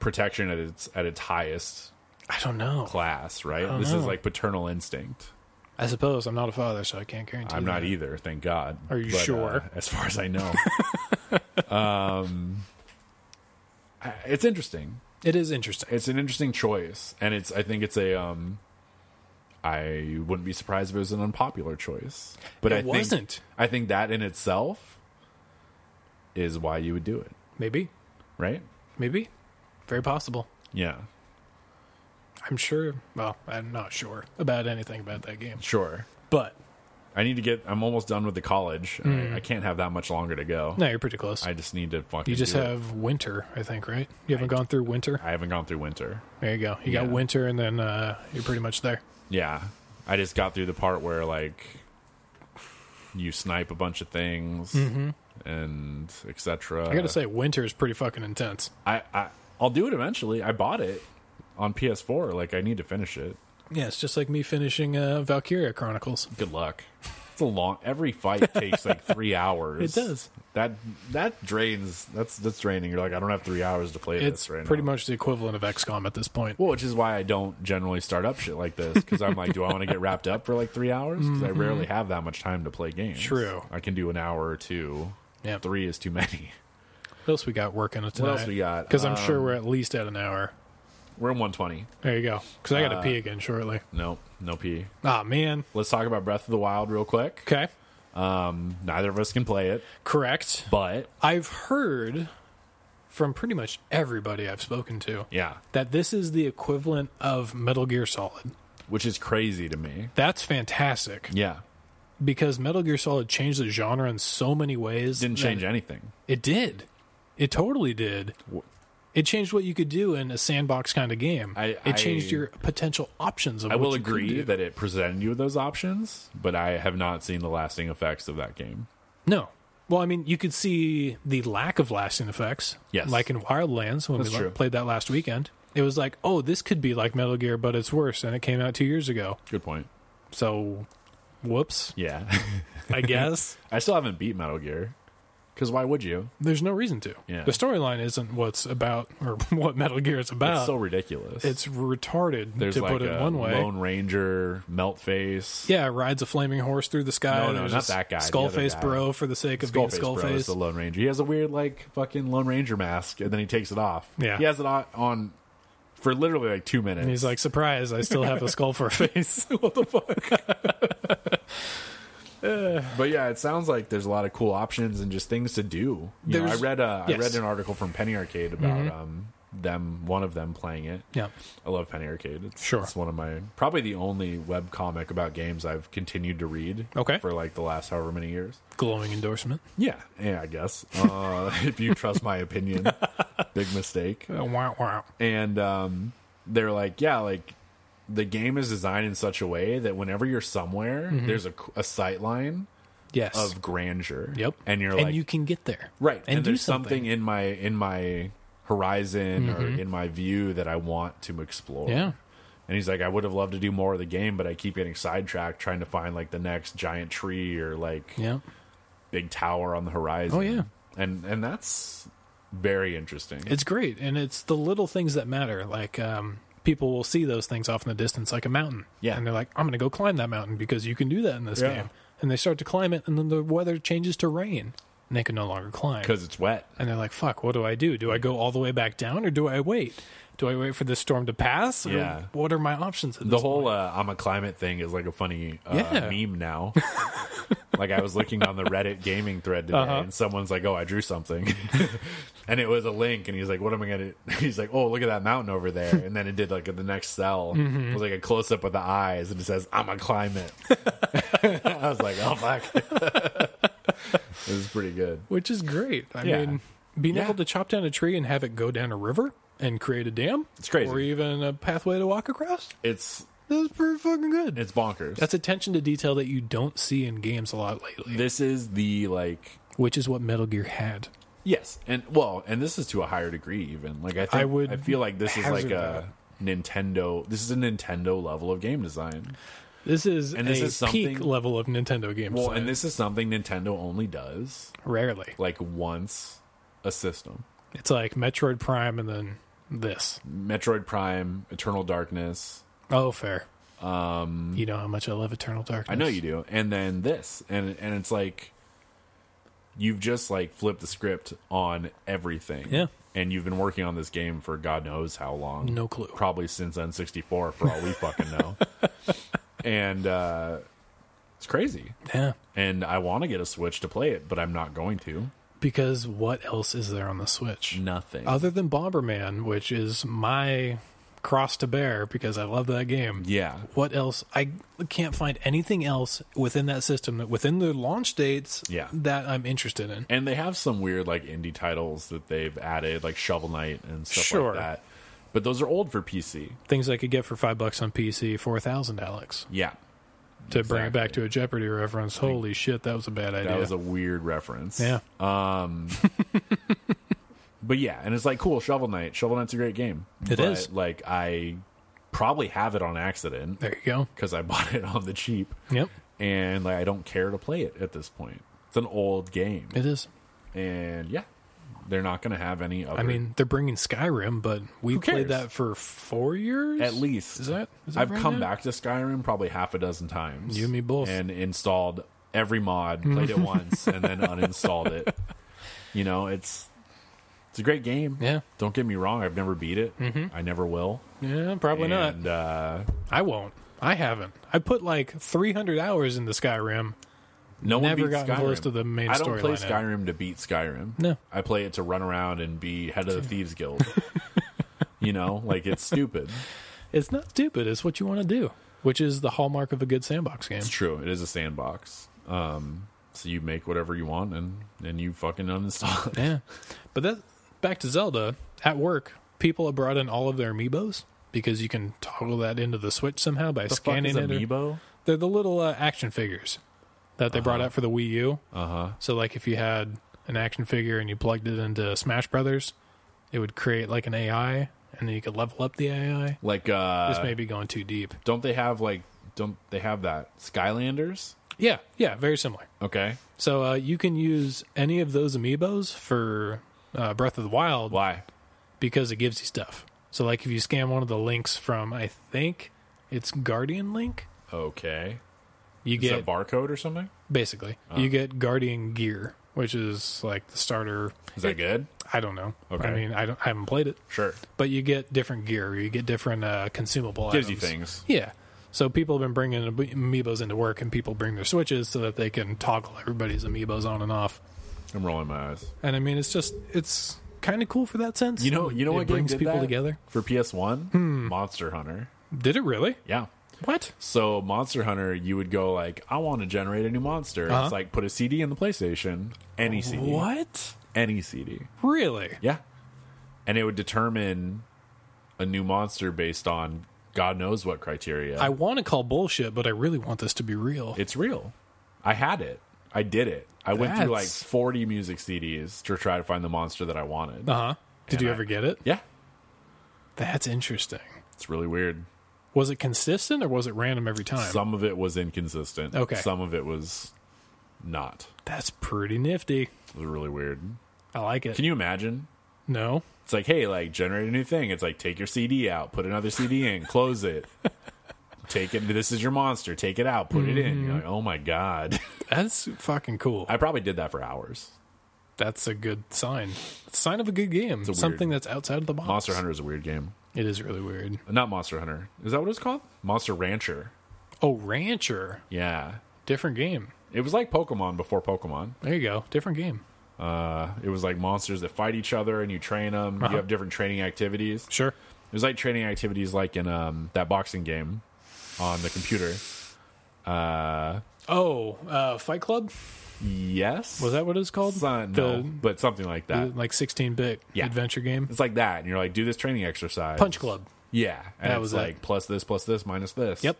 Speaker 1: protection at its at its highest
Speaker 2: I don't know.
Speaker 1: class, right?
Speaker 2: don't
Speaker 1: This is
Speaker 2: know.
Speaker 1: like paternal instinct.
Speaker 2: I suppose I'm not a father, so I can't guarantee.
Speaker 1: I'm not
Speaker 2: that.
Speaker 1: either, thank God.
Speaker 2: Are you
Speaker 1: But, uh,
Speaker 2: sure?
Speaker 1: as far as I know, um, I- it's interesting.
Speaker 2: It is interesting.
Speaker 1: it's an interesting choice and it's i think it's a um i wouldn't be surprised if it was an unpopular choice but
Speaker 2: It
Speaker 1: i think-
Speaker 2: wasn't.
Speaker 1: i think that in itself is why you would do it
Speaker 2: Maybe.
Speaker 1: right
Speaker 2: Maybe. Very possible.
Speaker 1: yeah
Speaker 2: I'm sure. Well, I'm not sure about anything about that game.
Speaker 1: sure
Speaker 2: But
Speaker 1: I need to get. I'm almost done with the college. and I, I can't have that much longer to go.
Speaker 2: Hmm. No, you're pretty close.
Speaker 1: I just need to fucking.
Speaker 2: you just
Speaker 1: do it.
Speaker 2: have winter, I think, right? You haven't gone through winter.
Speaker 1: I haven't gone through winter.
Speaker 2: There you go. You got
Speaker 1: Yeah.
Speaker 2: winter, and then uh, you're pretty much there.
Speaker 1: Yeah, I just got through the part where like you snipe a bunch of things and etc.
Speaker 2: Mm-hmm. I gotta say, winter is pretty fucking intense.
Speaker 1: I, I I'll do it eventually. I bought it on PS4. Like I need to finish it.
Speaker 2: Yeah, it's just like me finishing uh, Valkyria Chronicles.
Speaker 1: Good luck. It's a long. Every fight takes like three hours.
Speaker 2: It does.
Speaker 1: That that drains. That's that's draining. You're like I don't have three hours to play
Speaker 2: It's
Speaker 1: this right
Speaker 2: pretty
Speaker 1: now.
Speaker 2: much the equivalent of XCOM at this point.
Speaker 1: Well, which is why I don't generally start up shit like this because I'm like, do I want to get wrapped up for like three hours? Because I rarely have that much time to play games.
Speaker 2: Mm-hmm. True.
Speaker 1: I can do an hour or two.
Speaker 2: Yeah.
Speaker 1: Three is too many.
Speaker 2: What else we got working tonight?
Speaker 1: else we got? Um,
Speaker 2: Because I'm sure we're at least at an hour.
Speaker 1: We're in 120.
Speaker 2: There you go. Because I gotta
Speaker 1: uh,
Speaker 2: pee again shortly.
Speaker 1: No, no P.
Speaker 2: Ah, man.
Speaker 1: Let's talk about Breath of the Wild real quick.
Speaker 2: Okay.
Speaker 1: Neither of us can play it,
Speaker 2: Correct.
Speaker 1: but
Speaker 2: I've heard from pretty much everybody I've spoken to
Speaker 1: yeah,
Speaker 2: that this is the equivalent of Metal Gear Solid.
Speaker 1: which is crazy to me.
Speaker 2: That's fantastic
Speaker 1: Yeah.
Speaker 2: because Metal Gear Solid changed the genre in so many ways.
Speaker 1: Didn't
Speaker 2: that-
Speaker 1: change anything.
Speaker 2: It did. It totally did. It changed what you could do in a sandbox kind of game.
Speaker 1: I-
Speaker 2: it changed
Speaker 1: I-
Speaker 2: your potential options. Of
Speaker 1: I
Speaker 2: what
Speaker 1: will
Speaker 2: you could
Speaker 1: agree
Speaker 2: do.
Speaker 1: that it presented you with those options, but I have not seen the lasting effects of that game.
Speaker 2: No. Well, I mean, you could see the lack of lasting effects.
Speaker 1: Yes.
Speaker 2: Like in Wildlands when we
Speaker 1: true.
Speaker 2: like, played that last weekend. It was like, oh, this could be like Metal Gear, but it's worse. And it came out two years ago.
Speaker 1: Good point.
Speaker 2: So, whoops,
Speaker 1: Yeah.
Speaker 2: I guess.
Speaker 1: I still haven't beat Metal Gear because why would you?
Speaker 2: There's no reason to.
Speaker 1: Yeah.
Speaker 2: The storyline isn't what's about or what Metal Gear is about.
Speaker 1: It's
Speaker 2: Oh. It's,
Speaker 1: so ridiculous.
Speaker 2: retarded,
Speaker 1: There's
Speaker 2: to
Speaker 1: like
Speaker 2: put it
Speaker 1: a
Speaker 2: one way.
Speaker 1: Lone Ranger, Melt Face.
Speaker 2: Yeah, rides a flaming horse through the sky.
Speaker 1: No,
Speaker 2: and
Speaker 1: no,
Speaker 2: there's
Speaker 1: not
Speaker 2: this
Speaker 1: that guy, the other
Speaker 2: Skullface
Speaker 1: guy.
Speaker 2: bro for the sake of being
Speaker 1: Skullface Bro is
Speaker 2: Skullface.
Speaker 1: the Lone Ranger. He has a weird like fucking Lone Ranger mask, and then he takes it off.
Speaker 2: Yeah.
Speaker 1: he has it on, on for literally like two minutes.
Speaker 2: and he's like, surprise, I still have a skull for a face. what the fuck?
Speaker 1: but yeah, it sounds like there's a lot of cool options and just things to do. You know, I
Speaker 2: There's-
Speaker 1: read a, I
Speaker 2: yes. Mm-hmm.
Speaker 1: read an article from Penny Arcade about um them one of them playing it.
Speaker 2: Yeah.
Speaker 1: I love Penny Arcade. It's,
Speaker 2: Sure.
Speaker 1: it's one of my probably the only web comic about games I've continued to read.
Speaker 2: Okay.
Speaker 1: for like the last however many years.
Speaker 2: Glowing endorsement.
Speaker 1: Yeah, yeah, I guess. Uh, if you trust my opinion, big mistake.
Speaker 2: Uh, wow, wow.
Speaker 1: And um, they're like, yeah, like the game is designed in such a way that whenever you're somewhere,
Speaker 2: Mm-hmm.
Speaker 1: there's a, a sight line
Speaker 2: Yes.
Speaker 1: of grandeur.
Speaker 2: yep.
Speaker 1: and you're like,
Speaker 2: you can get there.
Speaker 1: right,
Speaker 2: And, do
Speaker 1: there's
Speaker 2: something. Mm-hmm.
Speaker 1: something in my in my horizon or in my view that I want to explore.
Speaker 2: Yeah.
Speaker 1: And he's like, I would have loved to do more of the game, but I keep getting sidetracked trying to find like the next giant tree or like
Speaker 2: Yeah.
Speaker 1: big tower on the horizon.
Speaker 2: Oh, yeah.
Speaker 1: and and that's very interesting.
Speaker 2: It's great. And it's the little things that matter. Like, um, people will see those things off in the distance, like a mountain.
Speaker 1: Yeah.
Speaker 2: And they're like, I'm going to go climb that mountain because you can do that in this
Speaker 1: Yeah.
Speaker 2: game. And they start to climb it, and then the weather changes to rain, and they can no longer climb.
Speaker 1: because it's wet.
Speaker 2: And they're like, fuck, what do I do? Do I go all the way back down or do I wait? Do I wait for the storm to pass? Or
Speaker 1: Yeah.
Speaker 2: What are my options? At
Speaker 1: The whole uh, "I'm a climate" thing is like a funny uh,
Speaker 2: Yeah.
Speaker 1: meme now. like I was looking on the Reddit gaming thread today,
Speaker 2: Uh-huh.
Speaker 1: and someone's like, "Oh, I drew something," and it was a link, and he's like, "What am I gonna?" He's like, "Oh, look at that mountain over there," and then it did like the next cell
Speaker 2: Mm-hmm.
Speaker 1: it was like a close up of the eyes, and it says, "I'm a climate." I was like, "Oh fuck." This is pretty good.
Speaker 2: Which is great. I
Speaker 1: Yeah.
Speaker 2: mean, being
Speaker 1: Yeah.
Speaker 2: able to chop down a tree and have it go down a river and create a dam.
Speaker 1: It's crazy.
Speaker 2: Or even a pathway to walk across.
Speaker 1: It's
Speaker 2: That's pretty fucking good.
Speaker 1: it's bonkers.
Speaker 2: That's attention to detail that you don't see in games a lot lately,
Speaker 1: this is the like
Speaker 2: which is what Metal Gear had.
Speaker 1: Yes, and well, and this is to a higher degree even. Like I, think, I
Speaker 2: I would
Speaker 1: feel like this is like
Speaker 2: hazard
Speaker 1: a Nintendo. This is a Nintendo level of game design.
Speaker 2: This is
Speaker 1: And this
Speaker 2: a
Speaker 1: is something-
Speaker 2: peak level of Nintendo games.
Speaker 1: Well, and this is something Nintendo only does
Speaker 2: rarely.
Speaker 1: like once a system.
Speaker 2: It's like Metroid Prime and then this.
Speaker 1: Metroid Prime, Eternal Darkness.
Speaker 2: Oh, fair. Um, you know how much I love Eternal Darkness.
Speaker 1: I know you do, and then this, and and it's like you've just like flipped the script on everything.
Speaker 2: Yeah.
Speaker 1: and you've been working on this game for God knows how long.
Speaker 2: No clue.
Speaker 1: Probably since N64, for all we fucking know. and uh, it's crazy.
Speaker 2: Yeah,
Speaker 1: And I want to get a Switch to play it, but I'm not going to.
Speaker 2: because
Speaker 1: Mm.
Speaker 2: what else is there on the Switch
Speaker 1: Nothing.
Speaker 2: other than Bomberman, which is my cross to bear because I love that game.
Speaker 1: Yeah.
Speaker 2: What else? I can't find anything else within that system that within the launch dates
Speaker 1: Yeah.
Speaker 2: that I'm interested in.
Speaker 1: And they have some weird like indie titles that they've added, like Shovel Knight and stuff
Speaker 2: Sure.
Speaker 1: like that. But those are old for PC.
Speaker 2: Things I could get for five bucks on PC, four thousand Alex.
Speaker 1: Yeah.
Speaker 2: To bring it back
Speaker 1: Exactly.
Speaker 2: to a Jeopardy reference. Holy shit, that was a bad idea.
Speaker 1: That was a weird reference.
Speaker 2: yeah.
Speaker 1: But yeah, and it's like cool, Shovel Knight. Shovel Knight's a great game.
Speaker 2: It
Speaker 1: It is.
Speaker 2: is.
Speaker 1: Like I probably have it on accident
Speaker 2: there you go.
Speaker 1: because I bought it on the cheap.
Speaker 2: Yep.
Speaker 1: And like I don't care to play it at this point. It's an old game.
Speaker 2: It is.
Speaker 1: and yeah, they're not going to have any other.
Speaker 2: I mean, they're bringing Skyrim, but we
Speaker 1: cares?
Speaker 2: played that for four years
Speaker 1: at least
Speaker 2: Is that? Is that
Speaker 1: I've
Speaker 2: right
Speaker 1: come
Speaker 2: now?
Speaker 1: back to Skyrim probably half a dozen times.
Speaker 2: You and me both. Mm.
Speaker 1: And installed every mod, played it once, and then uninstalled it. You know, it's it's a great game.
Speaker 2: Yeah.
Speaker 1: Don't get me wrong. I've never beat it. I never will.
Speaker 2: Yeah, probably not.
Speaker 1: and uh,
Speaker 2: I won't. I haven't. I put like 300 hours into Skyrim.
Speaker 1: no one
Speaker 2: Never
Speaker 1: beats
Speaker 2: gotten
Speaker 1: Skyrim.
Speaker 2: close to the main
Speaker 1: I don't play
Speaker 2: storyline at
Speaker 1: Skyrim to beat Skyrim.
Speaker 2: No.
Speaker 1: I play it to run around and be head of the thieves guild. you know, like it's stupid.
Speaker 2: It's not stupid. It's what you want to do, which is the hallmark of a good sandbox game.
Speaker 1: It's true. It is a sandbox. Um, so you make whatever you want and and you fucking uninstall it.
Speaker 2: Yeah. But that back to Zelda at work, people have brought in all of their amiibos because you can toggle that into the Switch somehow by
Speaker 1: The fuck
Speaker 2: scanning
Speaker 1: is
Speaker 2: it. or-
Speaker 1: amiibo? Uh-huh.
Speaker 2: They're the little uh, action figures that they brought out for the Wii U. Uh huh. So like if you had an action figure and you plugged it into Smash Brothers, it would create like an AI, and then you could level up the AI.
Speaker 1: Like
Speaker 2: This
Speaker 1: uh
Speaker 2: may be going too deep.
Speaker 1: don't they have like don't they have that Skylanders?
Speaker 2: Yeah, yeah, very similar.
Speaker 1: Okay.
Speaker 2: So uh, you can use any of those amiibos for uh, Breath of the Wild
Speaker 1: Why?
Speaker 2: because it gives you stuff. So like if you scan one of the links from I think it's Guardian Link,
Speaker 1: Okay.
Speaker 2: you
Speaker 1: Is Oh. it a
Speaker 2: get
Speaker 1: barcode or something?
Speaker 2: basically you get Guardian gear, which is like the starter.
Speaker 1: Is that good?
Speaker 2: I don't know.
Speaker 1: Okay.
Speaker 2: I mean, I don't. I haven't played it,
Speaker 1: Sure.
Speaker 2: but you get different gear. You get different uh, consumable.
Speaker 1: Gives you
Speaker 2: items.
Speaker 1: things.
Speaker 2: Yeah. So people have been bringing ami- amiibos into work, and people bring their switches so that they can toggle everybody's amiibos on and off.
Speaker 1: I'm rolling my eyes.
Speaker 2: And I mean, it's just it's kind of cool for that sense.
Speaker 1: You know you know
Speaker 2: it
Speaker 1: what game
Speaker 2: brings
Speaker 1: did
Speaker 2: people
Speaker 1: that?
Speaker 2: together.
Speaker 1: For
Speaker 2: Hmm.
Speaker 1: PS one? Monster Hunter.
Speaker 2: Did it really?
Speaker 1: Yeah.
Speaker 2: What?
Speaker 1: So Monster Hunter, you would go like, I want to generate a new monster.
Speaker 2: Uh-huh.
Speaker 1: It's like put a CD in the PlayStation, any CD,
Speaker 2: What?
Speaker 1: any CD.
Speaker 2: Really?
Speaker 1: Yeah. And it would determine a new monster based on God knows what criteria.
Speaker 2: I want to call bullshit, but I really want this to be real.
Speaker 1: it's real. I had it. I did it. I went through like
Speaker 2: That's-
Speaker 1: 40 music CDs to try to find the monster that I wanted.
Speaker 2: Uh huh. Did
Speaker 1: And
Speaker 2: you
Speaker 1: I-
Speaker 2: ever get it?
Speaker 1: Yeah.
Speaker 2: That's interesting.
Speaker 1: It's really weird.
Speaker 2: Was it consistent or was it random every time?
Speaker 1: Some of it was inconsistent.
Speaker 2: Okay.
Speaker 1: Some of it was not.
Speaker 2: That's pretty nifty.
Speaker 1: It was really weird.
Speaker 2: I like it.
Speaker 1: Can you imagine?
Speaker 2: no.
Speaker 1: It's like, hey, like generate a new thing. It's like take your CD out, put another CD in, close it. Take it. This is your monster. Take it out, put it in.
Speaker 2: Mm-hmm.
Speaker 1: You're like, oh my god.
Speaker 2: That's fucking cool.
Speaker 1: I probably did that for hours.
Speaker 2: that's a good sign. Sign of a good game.
Speaker 1: a
Speaker 2: Something
Speaker 1: weird-
Speaker 2: that's outside of the box.
Speaker 1: Monster Hunter is a weird game.
Speaker 2: It is really weird.
Speaker 1: Not Monster Hunter. Is that what it's called? Monster Rancher.
Speaker 2: Oh, Rancher.
Speaker 1: Yeah.
Speaker 2: Different game.
Speaker 1: It was like Pokemon before Pokemon.
Speaker 2: There you go. Different game.
Speaker 1: Uh, it was like monsters that fight each other and you train them.
Speaker 2: Uh-huh.
Speaker 1: You have different training activities.
Speaker 2: Sure.
Speaker 1: It was like training activities like in um, that boxing game on the computer.
Speaker 2: Oh, uh, Fight Club?
Speaker 1: Yes.
Speaker 2: Was that what it's called?
Speaker 1: Son,
Speaker 2: The-
Speaker 1: no, but something like that.
Speaker 2: the, like 16 bit
Speaker 1: Yeah.
Speaker 2: adventure game?
Speaker 1: It's like that, and you're like, do this training exercise.
Speaker 2: Punch Club.
Speaker 1: Yeah, and
Speaker 2: That
Speaker 1: it's
Speaker 2: was it.
Speaker 1: like plus this, plus this, minus this.
Speaker 2: Yep.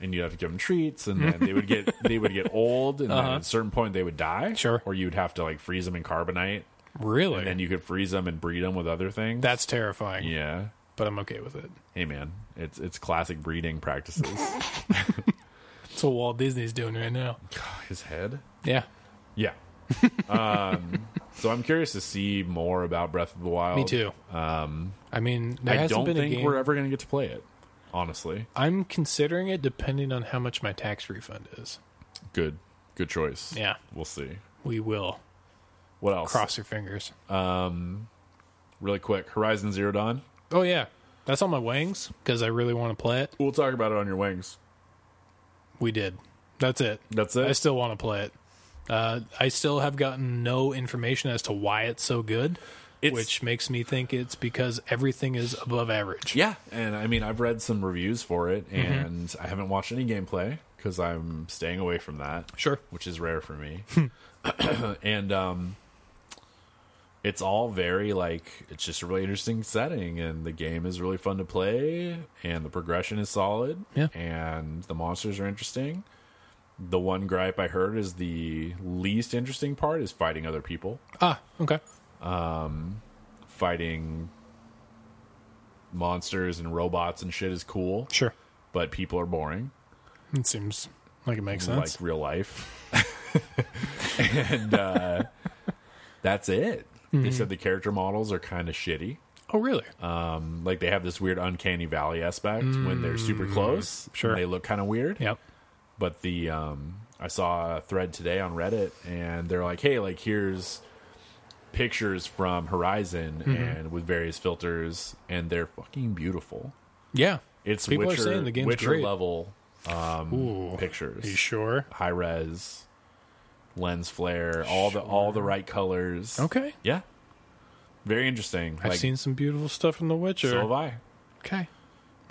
Speaker 1: And you'd have to give them treats, and then they would get they would get old, and then at a certain point they would die.
Speaker 2: Uh-huh. Sure.
Speaker 1: Or you'd have to like freeze them in carbonite,
Speaker 2: Really?
Speaker 1: and you could freeze them and breed them with other things.
Speaker 2: that's terrifying,
Speaker 1: yeah.
Speaker 2: but I'm okay with it.
Speaker 1: Hey man, it's it's classic breeding practices.
Speaker 2: That's what Walt Disney's doing right now.
Speaker 1: His head.
Speaker 2: Yeah.
Speaker 1: Yeah. um, so I'm curious to see more about Breath of the Wild.
Speaker 2: Me too. Um, I mean, there
Speaker 1: Oh, I
Speaker 2: hasn't
Speaker 1: don't
Speaker 2: been a
Speaker 1: think
Speaker 2: game.
Speaker 1: we're ever going to get to play it. Honestly,
Speaker 2: I'm considering it depending on how much my tax refund is.
Speaker 1: good good choice.
Speaker 2: Yeah.
Speaker 1: we'll see.
Speaker 2: We will.
Speaker 1: What else?
Speaker 2: Cross your fingers.
Speaker 1: really quick horizon zero dawn
Speaker 2: Oh, yeah. That's on my wings because I really want to play it.
Speaker 1: we'll talk about it on your wings
Speaker 2: We did. That's it.
Speaker 1: That's it?
Speaker 2: I still want to play it. Uh, I still have gotten no information as to why it's so good.
Speaker 1: It's-
Speaker 2: which makes me think it's because everything is above average.
Speaker 1: Yeah, and I mean, I've read some reviews for it,
Speaker 2: Mm-hmm.
Speaker 1: and I haven't watched any gameplay because I'm staying away from that.
Speaker 2: Sure.
Speaker 1: which is rare for me. and um, it's all very like it's just a really interesting setting, and the game is really fun to play, and the progression is solid,
Speaker 2: Yeah.
Speaker 1: and the monsters are interesting. The one gripe I heard is the least interesting part is fighting other people,
Speaker 2: Ah, okay.
Speaker 1: fighting monsters and robots and shit is cool.
Speaker 2: Sure.
Speaker 1: but people are boring,
Speaker 2: It seems like it makes sense.
Speaker 1: like real life. and uh, that's it.
Speaker 2: Hmm.
Speaker 1: They said the character models are kind of shitty.
Speaker 2: oh, really?
Speaker 1: Um, like they have this weird uncanny valley aspect when they're super close.
Speaker 2: Hmm, Sure.
Speaker 1: they look kind of weird.
Speaker 2: yep.
Speaker 1: But the um, I saw a thread today on Reddit, and they're like, "Hey, like here's pictures from Horizon
Speaker 2: Mm-hmm.
Speaker 1: and with various filters, and they're fucking beautiful.
Speaker 2: Yeah.
Speaker 1: It's
Speaker 2: People are
Speaker 1: Witcher,
Speaker 2: saying the game's
Speaker 1: Witcher
Speaker 2: great.
Speaker 1: level
Speaker 2: Ooh.
Speaker 1: pictures.
Speaker 2: Are you sure?
Speaker 1: high res lens flare all the all the right colors
Speaker 2: Okay.
Speaker 1: yeah very interesting
Speaker 2: I've seen some beautiful stuff in The Witcher.
Speaker 1: so have i
Speaker 2: okay.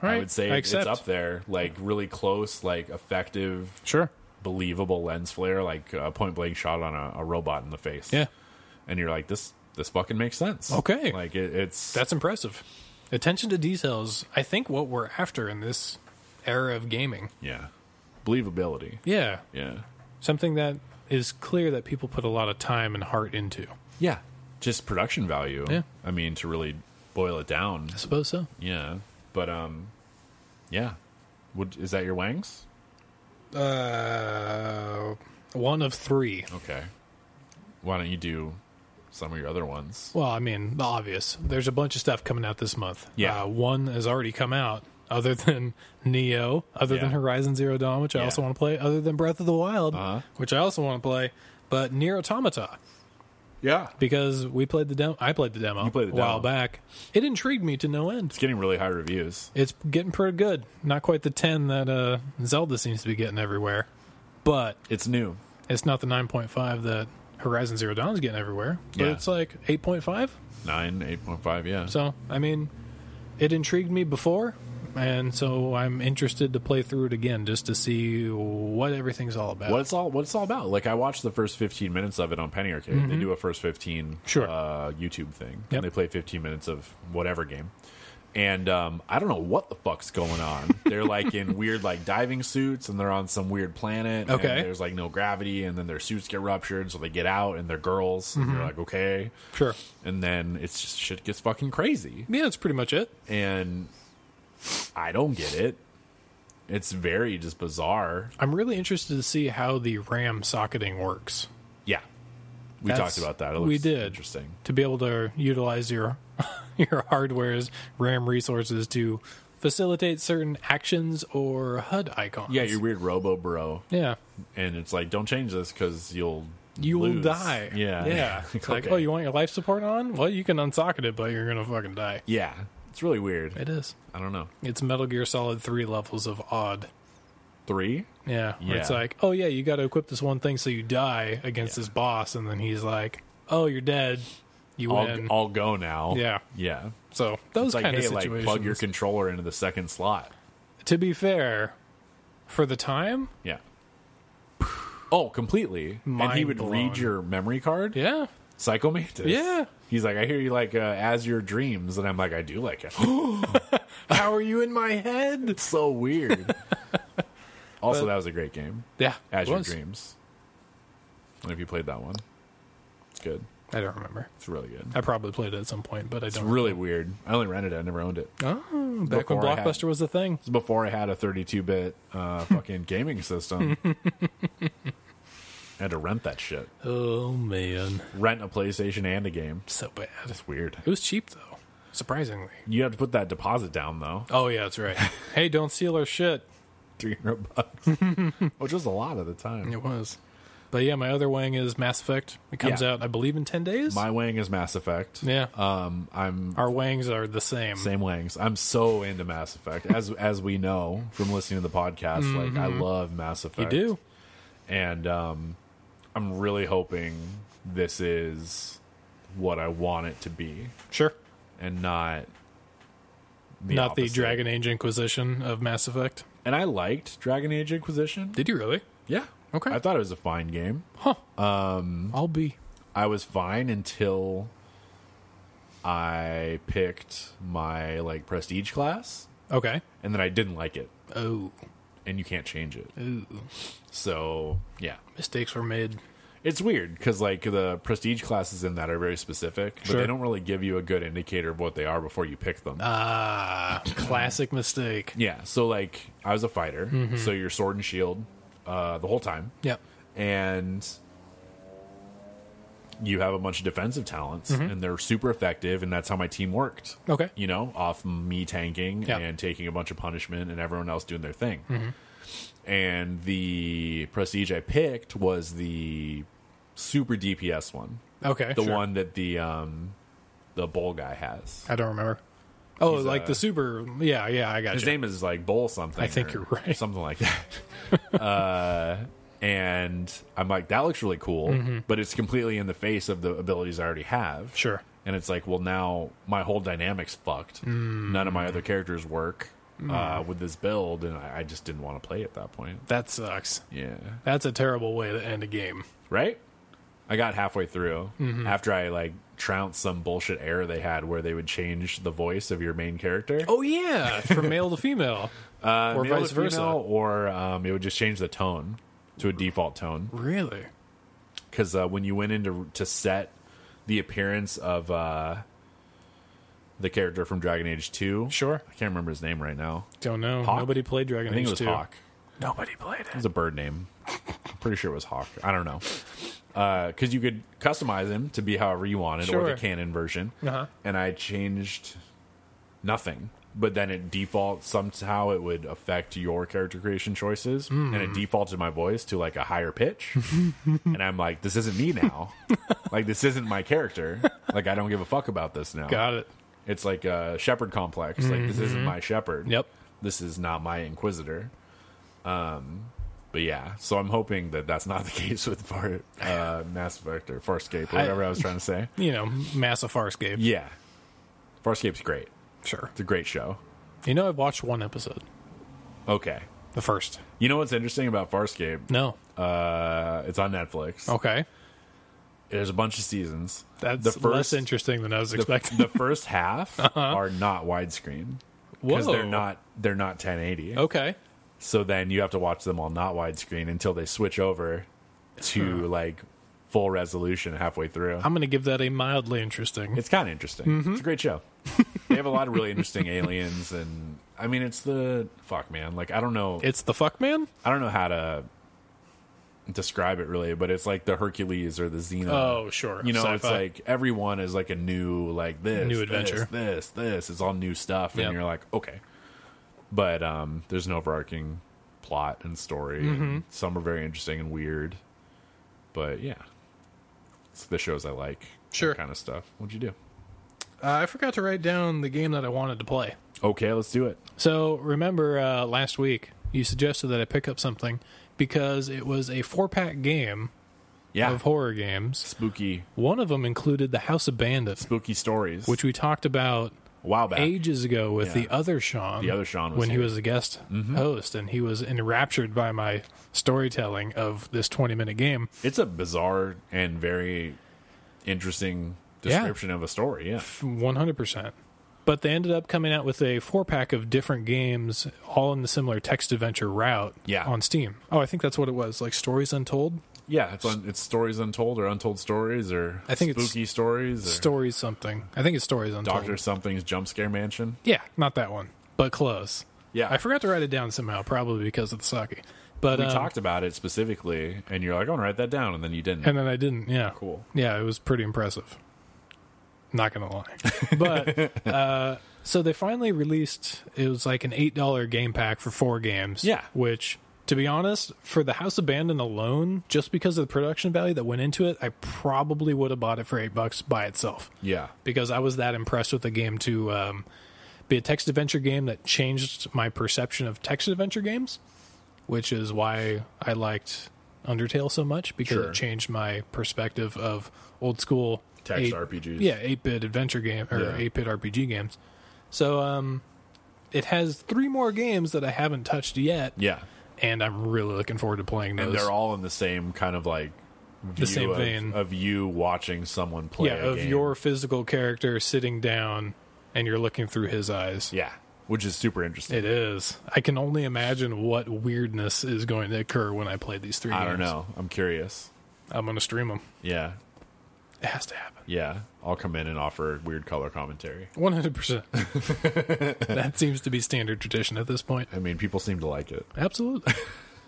Speaker 2: All right.
Speaker 1: i would say it's
Speaker 2: accept.
Speaker 1: up there like really close like effective
Speaker 2: Sure.
Speaker 1: believable lens flare like a point blank shot on a, a robot in the face
Speaker 2: Yeah.
Speaker 1: and you're like this this fucking makes sense
Speaker 2: Okay.
Speaker 1: like it, it's
Speaker 2: That's impressive. Attention to details, I think what we're after in this era of gaming.
Speaker 1: yeah believability
Speaker 2: Yeah.
Speaker 1: yeah
Speaker 2: Something that is clear that people put a lot of time and heart into.
Speaker 1: yeah just production value
Speaker 2: Yeah.
Speaker 1: i mean to really boil it down
Speaker 2: I suppose so.
Speaker 1: Yeah, but um, yeah. Would is that your wangs?
Speaker 2: Uh, one of three.
Speaker 1: Okay. Why don't you do some of your other ones?
Speaker 2: Well, I mean, the obvious. There's a bunch of stuff coming out this month.
Speaker 1: Yeah.
Speaker 2: Uh, one has already come out, other than Neo, other than
Speaker 1: Yeah.
Speaker 2: Horizon Zero Dawn, which I
Speaker 1: Yeah.
Speaker 2: also want to play, other than Breath of the Wild,
Speaker 1: Uh-huh.
Speaker 2: which I also want to play, but Near Automata,
Speaker 1: Yeah,
Speaker 2: because we played the demo. I played the demo
Speaker 1: You played the
Speaker 2: a while
Speaker 1: demo.
Speaker 2: back. It intrigued me to no end.
Speaker 1: it's getting really high reviews.
Speaker 2: It's getting pretty good. Not quite the 10 that uh, Zelda seems to be getting everywhere, but
Speaker 1: It's new.
Speaker 2: it's not the 9.5 that Horizon Zero Dawn's getting everywhere. But
Speaker 1: Yeah.
Speaker 2: it's like 8.5.
Speaker 1: Nine, eight point five. Yeah.
Speaker 2: So, I mean, it intrigued me before, and so I'm interested to play through it again just to see what everything's all about.
Speaker 1: what it's all what it's all about. Like I watched the first fifteen minutes of it on Penny Arcade. They do a first fifteen
Speaker 2: Mm-hmm. Sure.
Speaker 1: uh, YouTube thing,
Speaker 2: Yep.
Speaker 1: and they play fifteen minutes of whatever game. And um, I don't know what the fuck's going on. they're like in weird like diving suits, and they're on some weird planet. and
Speaker 2: Okay.
Speaker 1: there's like no gravity, and then their suits get ruptured, so they get out, and they're girls. And
Speaker 2: Mm-hmm.
Speaker 1: they're like, okay,
Speaker 2: Sure.
Speaker 1: And then it's just shit gets fucking crazy
Speaker 2: Yeah, that's pretty much it.
Speaker 1: and I don't get it. It's very just bizarre.
Speaker 2: I'm really interested to see how the RAM socketing works
Speaker 1: Yeah, we
Speaker 2: That's-
Speaker 1: talked about that. It
Speaker 2: we
Speaker 1: looks
Speaker 2: did.
Speaker 1: Interesting.
Speaker 2: to be able to utilize your your hardware's RAM resources to facilitate certain actions or HUD icons.
Speaker 1: Yeah, your weird Robo Bro,
Speaker 2: yeah.
Speaker 1: and it's like, don't change this because you'll
Speaker 2: You will
Speaker 1: lose.
Speaker 2: die.
Speaker 1: Yeah,
Speaker 2: Yeah. It's like,
Speaker 1: Okay.
Speaker 2: oh, you want your life support on? Well, you can unsocket it, but you're going to fucking die.
Speaker 1: yeah. It's really weird.
Speaker 2: It is.
Speaker 1: I don't know.
Speaker 2: It's Metal Gear Solid 3 levels of odd.
Speaker 1: Three.
Speaker 2: Yeah. where It's
Speaker 1: Yeah.
Speaker 2: like, oh, yeah, you got to equip this one thing so you die against this boss. And then he's like, oh, you're dead. You
Speaker 1: I'll,
Speaker 2: win.
Speaker 1: I'll go now.
Speaker 2: Yeah.
Speaker 1: yeah.
Speaker 2: so those
Speaker 1: It's like,
Speaker 2: kind
Speaker 1: hey,
Speaker 2: of situations.
Speaker 1: like plug your controller into the second slot.
Speaker 2: to be fair, for the time,
Speaker 1: Yeah. Oh, completely. and he
Speaker 2: Mind
Speaker 1: would
Speaker 2: blown.
Speaker 1: read your memory card.
Speaker 2: yeah.
Speaker 1: Psycho Mantis.
Speaker 2: Yeah.
Speaker 1: He's like, I hear you like uh, as your dreams, and I'm like, I do like it.
Speaker 2: How are you in my head?
Speaker 1: it's so weird. also, that was a great game.
Speaker 2: Yeah.
Speaker 1: As
Speaker 2: it
Speaker 1: your
Speaker 2: was.
Speaker 1: dreams. I don't know if you played that one. It's good.
Speaker 2: I don't remember.
Speaker 1: It's really good.
Speaker 2: I probably played it at some point, but I
Speaker 1: It's
Speaker 2: don't.
Speaker 1: really weird. I only rented it. I never owned it. It
Speaker 2: Oh, back when
Speaker 1: before I had-
Speaker 2: Blockbuster was a thing.
Speaker 1: was before I had a 32-bit uh, fucking gaming system. I had to rent that shit.
Speaker 2: Oh, man.
Speaker 1: Rent a PlayStation and a game.
Speaker 2: So bad.
Speaker 1: It's weird.
Speaker 2: It was cheap, though, surprisingly.
Speaker 1: You have to put that deposit down though.
Speaker 2: Oh, yeah, that's right. hey, don't steal our shit.
Speaker 1: Three hundred bucks, which was a lot at the time.
Speaker 2: It was. But yeah, my other wang is Mass Effect. It comes
Speaker 1: Yeah.
Speaker 2: out, I believe, in 10 days.
Speaker 1: My wang is Mass Effect.
Speaker 2: yeah.
Speaker 1: Um, I'm
Speaker 2: Our wangs are the same.
Speaker 1: same wangs. I'm so into Mass Effect, as as we know from listening to the podcast. Like I love Mass
Speaker 2: Mm-hmm. You
Speaker 1: Effect.
Speaker 2: do?
Speaker 1: and um, I'm really hoping this is what I want it to be
Speaker 2: Sure.
Speaker 1: and not the
Speaker 2: Not the
Speaker 1: opposite.
Speaker 2: Dragon Age Inquisition of Mass Effect.
Speaker 1: And I liked Dragon Age Inquisition.
Speaker 2: Did you really?
Speaker 1: Yeah.
Speaker 2: Okay.
Speaker 1: I thought it was a fine game. Mm-hmm.
Speaker 2: I'll be.
Speaker 1: I was fine until I picked my like prestige class
Speaker 2: Okay.
Speaker 1: and then I didn't like it
Speaker 2: Oh.
Speaker 1: and you can't change it.
Speaker 2: Ooh.
Speaker 1: So, yeah.
Speaker 2: Mistakes were made.
Speaker 1: It's weird cuz like the prestige classes in that are very specific, but
Speaker 2: Sure.
Speaker 1: they don't really give you a good indicator of what they are before you pick them.
Speaker 2: Ah, classic mistake.
Speaker 1: yeah. So like I was a fighter,
Speaker 2: Mm-hmm.
Speaker 1: so your sword and shield uh the whole time.
Speaker 2: Yep.
Speaker 1: and you have a bunch of defensive talents
Speaker 2: Mm-hmm.
Speaker 1: and they're super effective and that's how my team worked
Speaker 2: Okay.
Speaker 1: you know off me tanking
Speaker 2: Yeah.
Speaker 1: and taking a bunch of punishment and everyone else doing their thing
Speaker 2: Mm-hmm.
Speaker 1: and the prestige i picked was the super dps one
Speaker 2: Okay.
Speaker 1: the
Speaker 2: sure.
Speaker 1: one that the um the bull guy has
Speaker 2: I don't remember. Oh,
Speaker 1: He's,
Speaker 2: like
Speaker 1: uh,
Speaker 2: the super. Yeah, yeah, I got
Speaker 1: his
Speaker 2: you.
Speaker 1: name is like Bull something.
Speaker 2: I think
Speaker 1: or
Speaker 2: you're right.
Speaker 1: Something like that. uh, and I'm like, that looks really cool, but it's completely in the face of the abilities I already have.
Speaker 2: Mm-hmm. Sure.
Speaker 1: And it's like, well, now my whole dynamic's fucked.
Speaker 2: Mm.
Speaker 1: None of my other characters work uh, with this build, and I, I just didn't want to play at that point.
Speaker 2: That sucks.
Speaker 1: Yeah.
Speaker 2: That's a terrible way to end a game.
Speaker 1: Right? I got halfway through
Speaker 2: Mm-hmm.
Speaker 1: after I like trounced some bullshit error they had where they would change the voice of your main character.
Speaker 2: Oh yeah, from male to female, uh, or
Speaker 1: male to
Speaker 2: vice versa.
Speaker 1: female, or um, it would just change the tone to a default tone
Speaker 2: Really?
Speaker 1: because uh, when you went in to, to set the appearance of uh, the character from Dragon Age Two,
Speaker 2: Sure.
Speaker 1: I can't remember his name right now.
Speaker 2: Don't know.
Speaker 1: Hawk?
Speaker 2: Nobody played Dragon
Speaker 1: I think
Speaker 2: Age
Speaker 1: it was
Speaker 2: 2.
Speaker 1: Hawk.
Speaker 2: Nobody played
Speaker 1: It
Speaker 2: it.
Speaker 1: was a bird name. I'm pretty sure it was Hawk. I don't know. Because you could customize him to be however you wanted, or
Speaker 2: Sure.
Speaker 1: the canon version.
Speaker 2: Uh-huh.
Speaker 1: And I changed nothing, but then it default somehow it would affect your character creation choices, and
Speaker 2: Hmm.
Speaker 1: it defaulted my voice to like a higher pitch. and I'm like, this isn't me now. like this isn't my character. Like I don't give a fuck about this now.
Speaker 2: Got it.
Speaker 1: It's like a shepherd complex. Like this isn't my shepherd.
Speaker 2: Mm-hmm. Yep.
Speaker 1: This is not my inquisitor. Um, but yeah, so I'm hoping that that's not the case with Far, uh, Mass Effect or Farscape or whatever I, was trying to say.
Speaker 2: You know, massive farce game.
Speaker 1: Yeah, Farscape's great.
Speaker 2: Sure.
Speaker 1: It's a great show.
Speaker 2: You know, I've watched one episode,
Speaker 1: Okay,
Speaker 2: the first.
Speaker 1: you know what's interesting about Farscape?
Speaker 2: No.
Speaker 1: Uh, it's on Netflix.
Speaker 2: Okay.
Speaker 1: There's a bunch of seasons.
Speaker 2: Oh. That's
Speaker 1: the first
Speaker 2: less interesting than I was
Speaker 1: the,
Speaker 2: expecting.
Speaker 1: the first half are not widescreen because
Speaker 2: Whoa.
Speaker 1: they're not they're not 1080.
Speaker 2: Okay.
Speaker 1: So then you have to watch them all not widescreen until they switch over to like full resolution halfway through.
Speaker 2: I'm Mm-hmm. going to give that a mildly interesting.
Speaker 1: It's kind of interesting. It's a great show. they have a lot of really interesting aliens, and I mean, it's the fuck man. Like I don't know,
Speaker 2: It's the fuck man?
Speaker 1: I don't know how to describe it really, but it's like the Hercules or the Xena.
Speaker 2: Oh, sure.
Speaker 1: You know, it's
Speaker 2: Sci-fi.
Speaker 1: like everyone is like a new like this
Speaker 2: New
Speaker 1: this,
Speaker 2: adventure.
Speaker 1: This, this, It's all new stuff, and
Speaker 2: Yep.
Speaker 1: you're like, okay. But um, there's an overarching plot and story.
Speaker 2: Mm-hmm.
Speaker 1: And some are very interesting and weird, but yeah, it's the shows I like.
Speaker 2: Sure.
Speaker 1: kind of stuff. What'd you do?
Speaker 2: Uh, I forgot to write down the game that I wanted to play.
Speaker 1: Okay, let's do it.
Speaker 2: So remember uh, last week you suggested that I pick up something because it was a four pack game
Speaker 1: Yeah,
Speaker 2: of horror games.
Speaker 1: spooky,
Speaker 2: One of them included The House of Bandits,
Speaker 1: spooky stories.
Speaker 2: which we talked about
Speaker 1: a while back,
Speaker 2: ages ago with
Speaker 1: Yeah.
Speaker 2: the other Sean.
Speaker 1: The other Sean was
Speaker 2: when he
Speaker 1: here. Mm-hmm.
Speaker 2: was a guest host, and he was enraptured by my storytelling of this twenty-minute game.
Speaker 1: it's a bizarre and very interesting
Speaker 2: Yeah.
Speaker 1: description of a story. Yeah,
Speaker 2: One hundred percent. But they ended up coming out with a four-pack of different games, all in the similar text adventure route.
Speaker 1: Yeah.
Speaker 2: on Steam. Oh, I think that's what it was, like Stories Untold.
Speaker 1: yeah. It's un- it's stories untold or untold stories or
Speaker 2: I think it's
Speaker 1: spooky stories. Or-
Speaker 2: Stories something. I think it's Stories Untold.
Speaker 1: Doctor Something's Jump Scare Mansion.
Speaker 2: Yeah, not that one, but close.
Speaker 1: Yeah.
Speaker 2: I forgot to write it down somehow, probably because of the sake. But
Speaker 1: We
Speaker 2: um,
Speaker 1: talked about it specifically, and you're like, "I'm gonna write that down," and then you didn't.
Speaker 2: and then I didn't. Yeah,
Speaker 1: Cool.
Speaker 2: Yeah, it was pretty impressive. Not gonna lie, but uh, so they finally released. It was like an eight dollar game pack for four games.
Speaker 1: Yeah.
Speaker 2: which. To be honest, for the House Abandoned alone, just because of the production value that went into it, I probably would have bought it for eight bucks by itself.
Speaker 1: yeah,
Speaker 2: because I was that impressed with the game to um, be a text adventure game that changed my perception of text adventure games, which is why I liked Undertale so much because
Speaker 1: Sure.
Speaker 2: it changed my perspective of old school
Speaker 1: text
Speaker 2: eight-
Speaker 1: RPGs.
Speaker 2: Yeah, eight bit adventure game or
Speaker 1: Yeah.
Speaker 2: eight bit RPG games. So um, it has three more games that I haven't touched yet,
Speaker 1: yeah,
Speaker 2: and I'm really looking forward to playing those.
Speaker 1: and they're all in the same kind of like view
Speaker 2: same
Speaker 1: of,
Speaker 2: vein.
Speaker 1: of you watching someone play.
Speaker 2: yeah,
Speaker 1: a
Speaker 2: of
Speaker 1: game.
Speaker 2: your physical character sitting down, and you're looking through his eyes.
Speaker 1: yeah, which is super interesting.
Speaker 2: It is. I can only imagine what weirdness is going to occur when I play these three.
Speaker 1: I
Speaker 2: games.
Speaker 1: don't know. I'm curious.
Speaker 2: I'm going to stream them.
Speaker 1: Yeah,
Speaker 2: It has to happen.
Speaker 1: yeah. I'll come in and offer weird color commentary.
Speaker 2: One hundred percent. That seems to be standard tradition at this point.
Speaker 1: I mean, people seem to like it.
Speaker 2: Absolutely.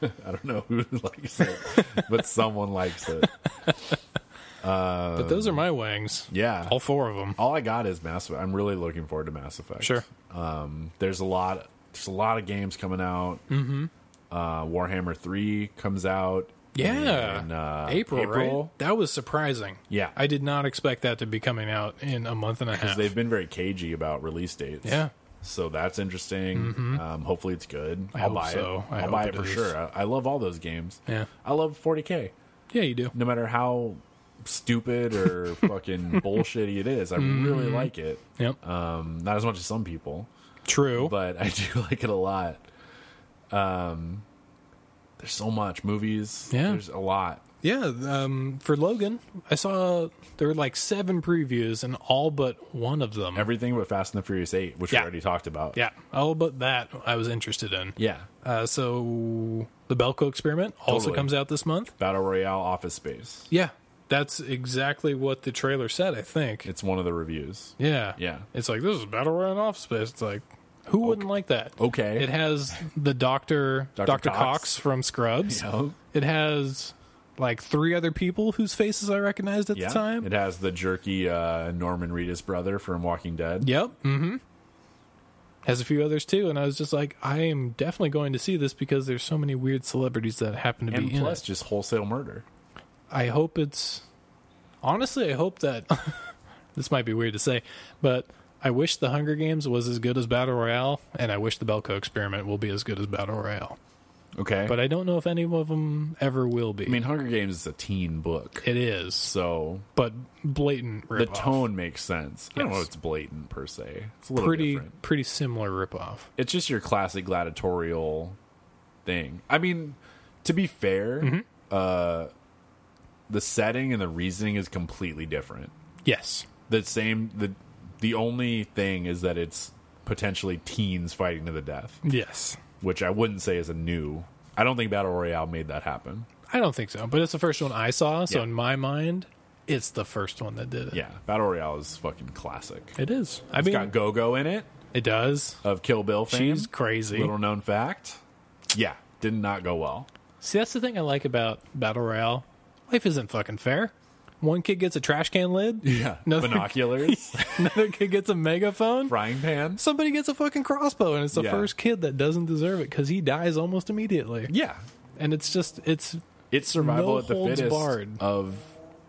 Speaker 1: I don't know who likes it, but someone likes it.
Speaker 2: but those are my wangs.
Speaker 1: Yeah.
Speaker 2: All four of them.
Speaker 1: All I got is Mass Effect. I'm really looking forward to Mass Effect.
Speaker 2: Sure.
Speaker 1: There's a lot. There's a lot of games coming out. Mm-hmm. Uh, Warhammer Three comes out.
Speaker 2: Yeah.
Speaker 1: in, uh,
Speaker 2: April,
Speaker 1: April.
Speaker 2: right? That was surprising.
Speaker 1: Yeah.
Speaker 2: I did not expect that to be coming out in a month and a half.
Speaker 1: They've been very cagey about release dates.
Speaker 2: Yeah. Mm-hmm.
Speaker 1: So that's interesting. Um, hopefully it's good.
Speaker 2: I
Speaker 1: will
Speaker 2: hope
Speaker 1: buy
Speaker 2: so.
Speaker 1: it.
Speaker 2: I
Speaker 1: will buy
Speaker 2: hope
Speaker 1: it
Speaker 2: it
Speaker 1: for
Speaker 2: is.
Speaker 1: sure. I, I love all those games.
Speaker 2: Yeah.
Speaker 1: I love 40K.
Speaker 2: Yeah, you do.
Speaker 1: No matter how stupid or fucking bullshitty it is, I
Speaker 2: Mm-hmm.
Speaker 1: really like it.
Speaker 2: Yep.
Speaker 1: Um, not as much as some people.
Speaker 2: True.
Speaker 1: but I do like it a lot. Um, there's so much movies.
Speaker 2: Yeah.
Speaker 1: there's a lot.
Speaker 2: yeah. Um, for Logan, I saw there were like seven previews, and all but one of them.
Speaker 1: Everything but Fast and the Furious Eight, which
Speaker 2: Yeah.
Speaker 1: we already talked about.
Speaker 2: yeah. All but that I was interested in.
Speaker 1: yeah.
Speaker 2: Uh, so the Belko experiment also
Speaker 1: Totally.
Speaker 2: comes out this month.
Speaker 1: Battle Royale, Office Space.
Speaker 2: Yeah. That's exactly what the trailer said, I think.
Speaker 1: It's one of the reviews.
Speaker 2: Yeah.
Speaker 1: Yeah.
Speaker 2: It's like this is Battle Royale Office Space. It's like who wouldn't like that?
Speaker 1: Okay.
Speaker 2: It has the Doctor
Speaker 1: Dr.
Speaker 2: Dr.
Speaker 1: Cox.
Speaker 2: Cox. from Scrubs.
Speaker 1: Yeah.
Speaker 2: It has like three other people whose faces I recognized at
Speaker 1: Yeah.
Speaker 2: the time.
Speaker 1: It has the jerky uh, Norman Reedus brother from Walking Dead.
Speaker 2: yep. Mm-hmm. Has a few others too, and I was just like, I am definitely going to see this because there's so many weird celebrities that happen to
Speaker 1: And
Speaker 2: be
Speaker 1: plus,
Speaker 2: in it.
Speaker 1: just wholesale murder.
Speaker 2: I hope it's honestly, I hope that this might be weird to say, but I wish the Hunger Games was as good as Battle Royale, and I wish the Belko experiment will be as good as Battle Royale.
Speaker 1: Okay.
Speaker 2: But I don't know if any of them ever will be.
Speaker 1: I mean, Hunger Games is a teen book.
Speaker 2: it is,
Speaker 1: So
Speaker 2: but blatant ripoff.
Speaker 1: the tone makes sense. I don't know
Speaker 2: Yes.
Speaker 1: if it's blatant per se. It's a little
Speaker 2: pretty
Speaker 1: different.
Speaker 2: pretty similar ripoff.
Speaker 1: it's just your classic gladiatorial thing. I mean, to be fair,
Speaker 2: Mm-hmm.
Speaker 1: uh, the setting and the reasoning is completely different.
Speaker 2: Yes,
Speaker 1: The same the the only thing is that it's potentially teens fighting to the death,
Speaker 2: yes.
Speaker 1: which I wouldn't say is a new. I don't think Battle Royale made that happen.
Speaker 2: I don't think so, but it's the first one I saw, so
Speaker 1: Yeah.
Speaker 2: in my mind, it's the first one that did it.
Speaker 1: Yeah, Battle Royale is fucking classic.
Speaker 2: it is. I
Speaker 1: It's
Speaker 2: mean,
Speaker 1: got Go Go in it
Speaker 2: it does.
Speaker 1: of Kill Bill fame.
Speaker 2: She's crazy.
Speaker 1: Little known fact. Yeah, did not go well.
Speaker 2: See, that's the thing I like about battle royale. Life isn't fucking fair. One kid gets a trash can lid.
Speaker 1: Yeah,
Speaker 2: Another,
Speaker 1: binoculars,
Speaker 2: another kid gets a megaphone.
Speaker 1: frying pan.
Speaker 2: Somebody gets a fucking crossbow, and it's the
Speaker 1: Yeah.
Speaker 2: first kid that doesn't deserve it because he dies almost immediately.
Speaker 1: Yeah,
Speaker 2: And it's just, it's
Speaker 1: it's survival
Speaker 2: No
Speaker 1: at the
Speaker 2: holds
Speaker 1: fittest
Speaker 2: barred.
Speaker 1: of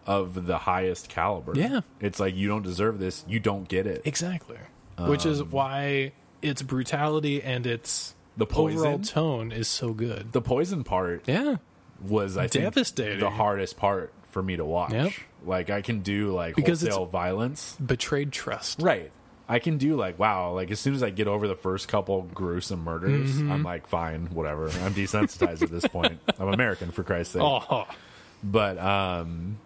Speaker 1: of the highest caliber.
Speaker 2: Yeah.
Speaker 1: it's like you don't deserve this, you don't get it.
Speaker 2: exactly, which is why its brutality and its
Speaker 1: Um, The poison?
Speaker 2: overall tone is so good.
Speaker 1: The poison part
Speaker 2: Yeah,
Speaker 1: was I think
Speaker 2: Devastating.
Speaker 1: the hardest part for me to watch.
Speaker 2: Yep.
Speaker 1: Like I can do like
Speaker 2: Because it's-
Speaker 1: wholesale violence,
Speaker 2: betrayed trust.
Speaker 1: right? I can do like wow, like as soon as I get over the first couple gruesome murders,
Speaker 2: Mm-hmm.
Speaker 1: I'm like fine, whatever. I'm desensitized at this point. I'm American for Christ's sake.
Speaker 2: Oh,
Speaker 1: but um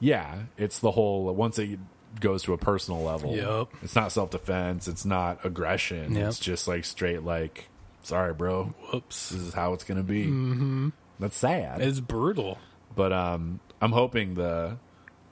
Speaker 1: yeah it's the whole once it goes to a personal level
Speaker 2: Yep.
Speaker 1: it's not self-defense it's not aggression
Speaker 2: Yep.
Speaker 1: it's just like straight like sorry bro
Speaker 2: whoops!
Speaker 1: this is how it's gonna be mm-hmm. that's sad
Speaker 2: It's brutal.
Speaker 1: but um i'm hoping the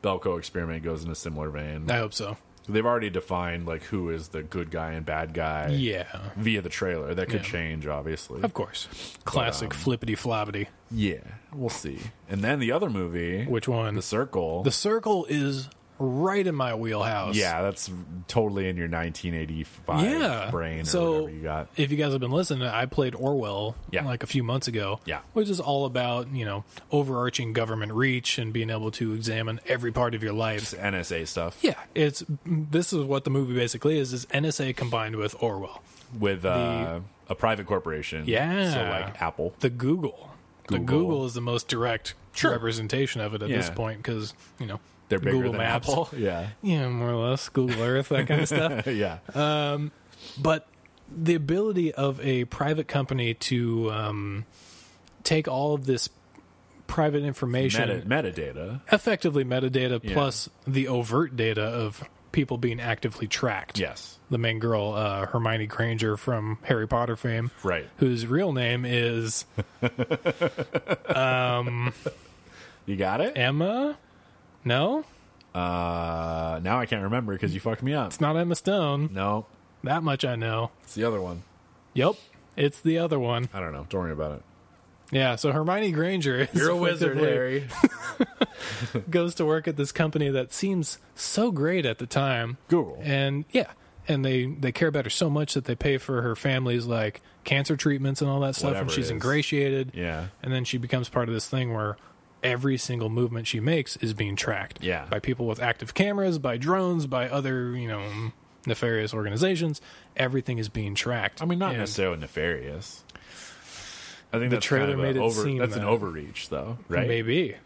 Speaker 1: belko experiment goes in a similar vein
Speaker 2: I hope so.
Speaker 1: they've already defined like who is the good guy and bad guy
Speaker 2: Yeah,
Speaker 1: via the trailer that could
Speaker 2: Yeah.
Speaker 1: change obviously
Speaker 2: of course. Classic flippity floppity.
Speaker 1: yeah we'll see and then the other movie
Speaker 2: Which one?
Speaker 1: the circle
Speaker 2: The circle is right in my wheelhouse.
Speaker 1: Yeah, that's totally in your 1985
Speaker 2: Yeah.
Speaker 1: brain or
Speaker 2: so
Speaker 1: whatever you got.
Speaker 2: if you guys have been listening, I played Orwell
Speaker 1: Yeah.
Speaker 2: like a few months ago.
Speaker 1: Yeah.
Speaker 2: Which is all about, you know, overarching government reach and being able to examine every part of your life.
Speaker 1: It's NSA stuff
Speaker 2: Yeah. It's this is what the movie basically is is NSA combined with Orwell.
Speaker 1: with uh, a private corporation.
Speaker 2: Yeah.
Speaker 1: So like Apple.
Speaker 2: The Google. The
Speaker 1: Google.
Speaker 2: Google is the most direct representation of it at this
Speaker 1: Yeah.
Speaker 2: point because, you know,
Speaker 1: They're bigger
Speaker 2: Google
Speaker 1: than
Speaker 2: Maps.
Speaker 1: Apple. Yeah.
Speaker 2: Yeah, more or less. Google Earth, that kind of stuff.
Speaker 1: yeah.
Speaker 2: But the ability of a private company to um, take all of this private information,
Speaker 1: Meta, metadata.
Speaker 2: effectively metadata
Speaker 1: Yeah.
Speaker 2: plus the overt data of people being actively tracked.
Speaker 1: Yes.
Speaker 2: The main girl, uh, Hermione Granger from Harry Potter fame,
Speaker 1: Right.
Speaker 2: whose real name is
Speaker 1: You got it?
Speaker 2: Emma. No,
Speaker 1: Uh, now I can't remember because you fucked me up.
Speaker 2: it's not Emma Stone.
Speaker 1: No,
Speaker 2: That much I know.
Speaker 1: it's the other one.
Speaker 2: Yep, it's the other one.
Speaker 1: I don't know. Don't worry about it.
Speaker 2: Yeah, so Hermione Granger is effectively-
Speaker 1: Harry.
Speaker 2: goes to work at this company that seems so great at the time.
Speaker 1: Google.
Speaker 2: And yeah, and they they care about her so much that they pay for her family's like cancer treatments and all that stuff
Speaker 1: Whatever
Speaker 2: and
Speaker 1: it
Speaker 2: she's
Speaker 1: is.
Speaker 2: ingratiated.
Speaker 1: Yeah.
Speaker 2: And then she becomes part of this thing where every single movement she makes is being tracked
Speaker 1: Yeah.
Speaker 2: by people with active cameras, by drones, by other, you know, nefarious organizations. Everything is being tracked.
Speaker 1: I mean, not
Speaker 2: And-
Speaker 1: necessarily nefarious. I think the that's
Speaker 2: trailer
Speaker 1: kind of a
Speaker 2: made it
Speaker 1: over,
Speaker 2: seem
Speaker 1: that's an
Speaker 2: that-
Speaker 1: overreach, though, right?
Speaker 2: Maybe.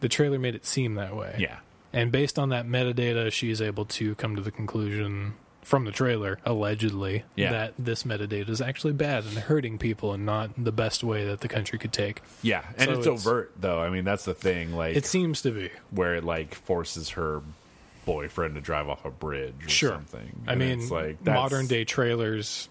Speaker 2: The trailer made it seem that way.
Speaker 1: Yeah.
Speaker 2: And based on that metadata, she's able to come to the conclusion from the trailer, allegedly,
Speaker 1: Yeah.
Speaker 2: that this metadata is actually bad and hurting people and not the best way that the country could take.
Speaker 1: Yeah, and
Speaker 2: So
Speaker 1: it's,
Speaker 2: it's-
Speaker 1: overt though. I mean, that's the thing. Like,
Speaker 2: It seems to be.
Speaker 1: where it like forces her boyfriend to drive off a bridge or
Speaker 2: Sure.
Speaker 1: something.
Speaker 2: I
Speaker 1: And
Speaker 2: mean,
Speaker 1: it's like that's-
Speaker 2: modern day trailers,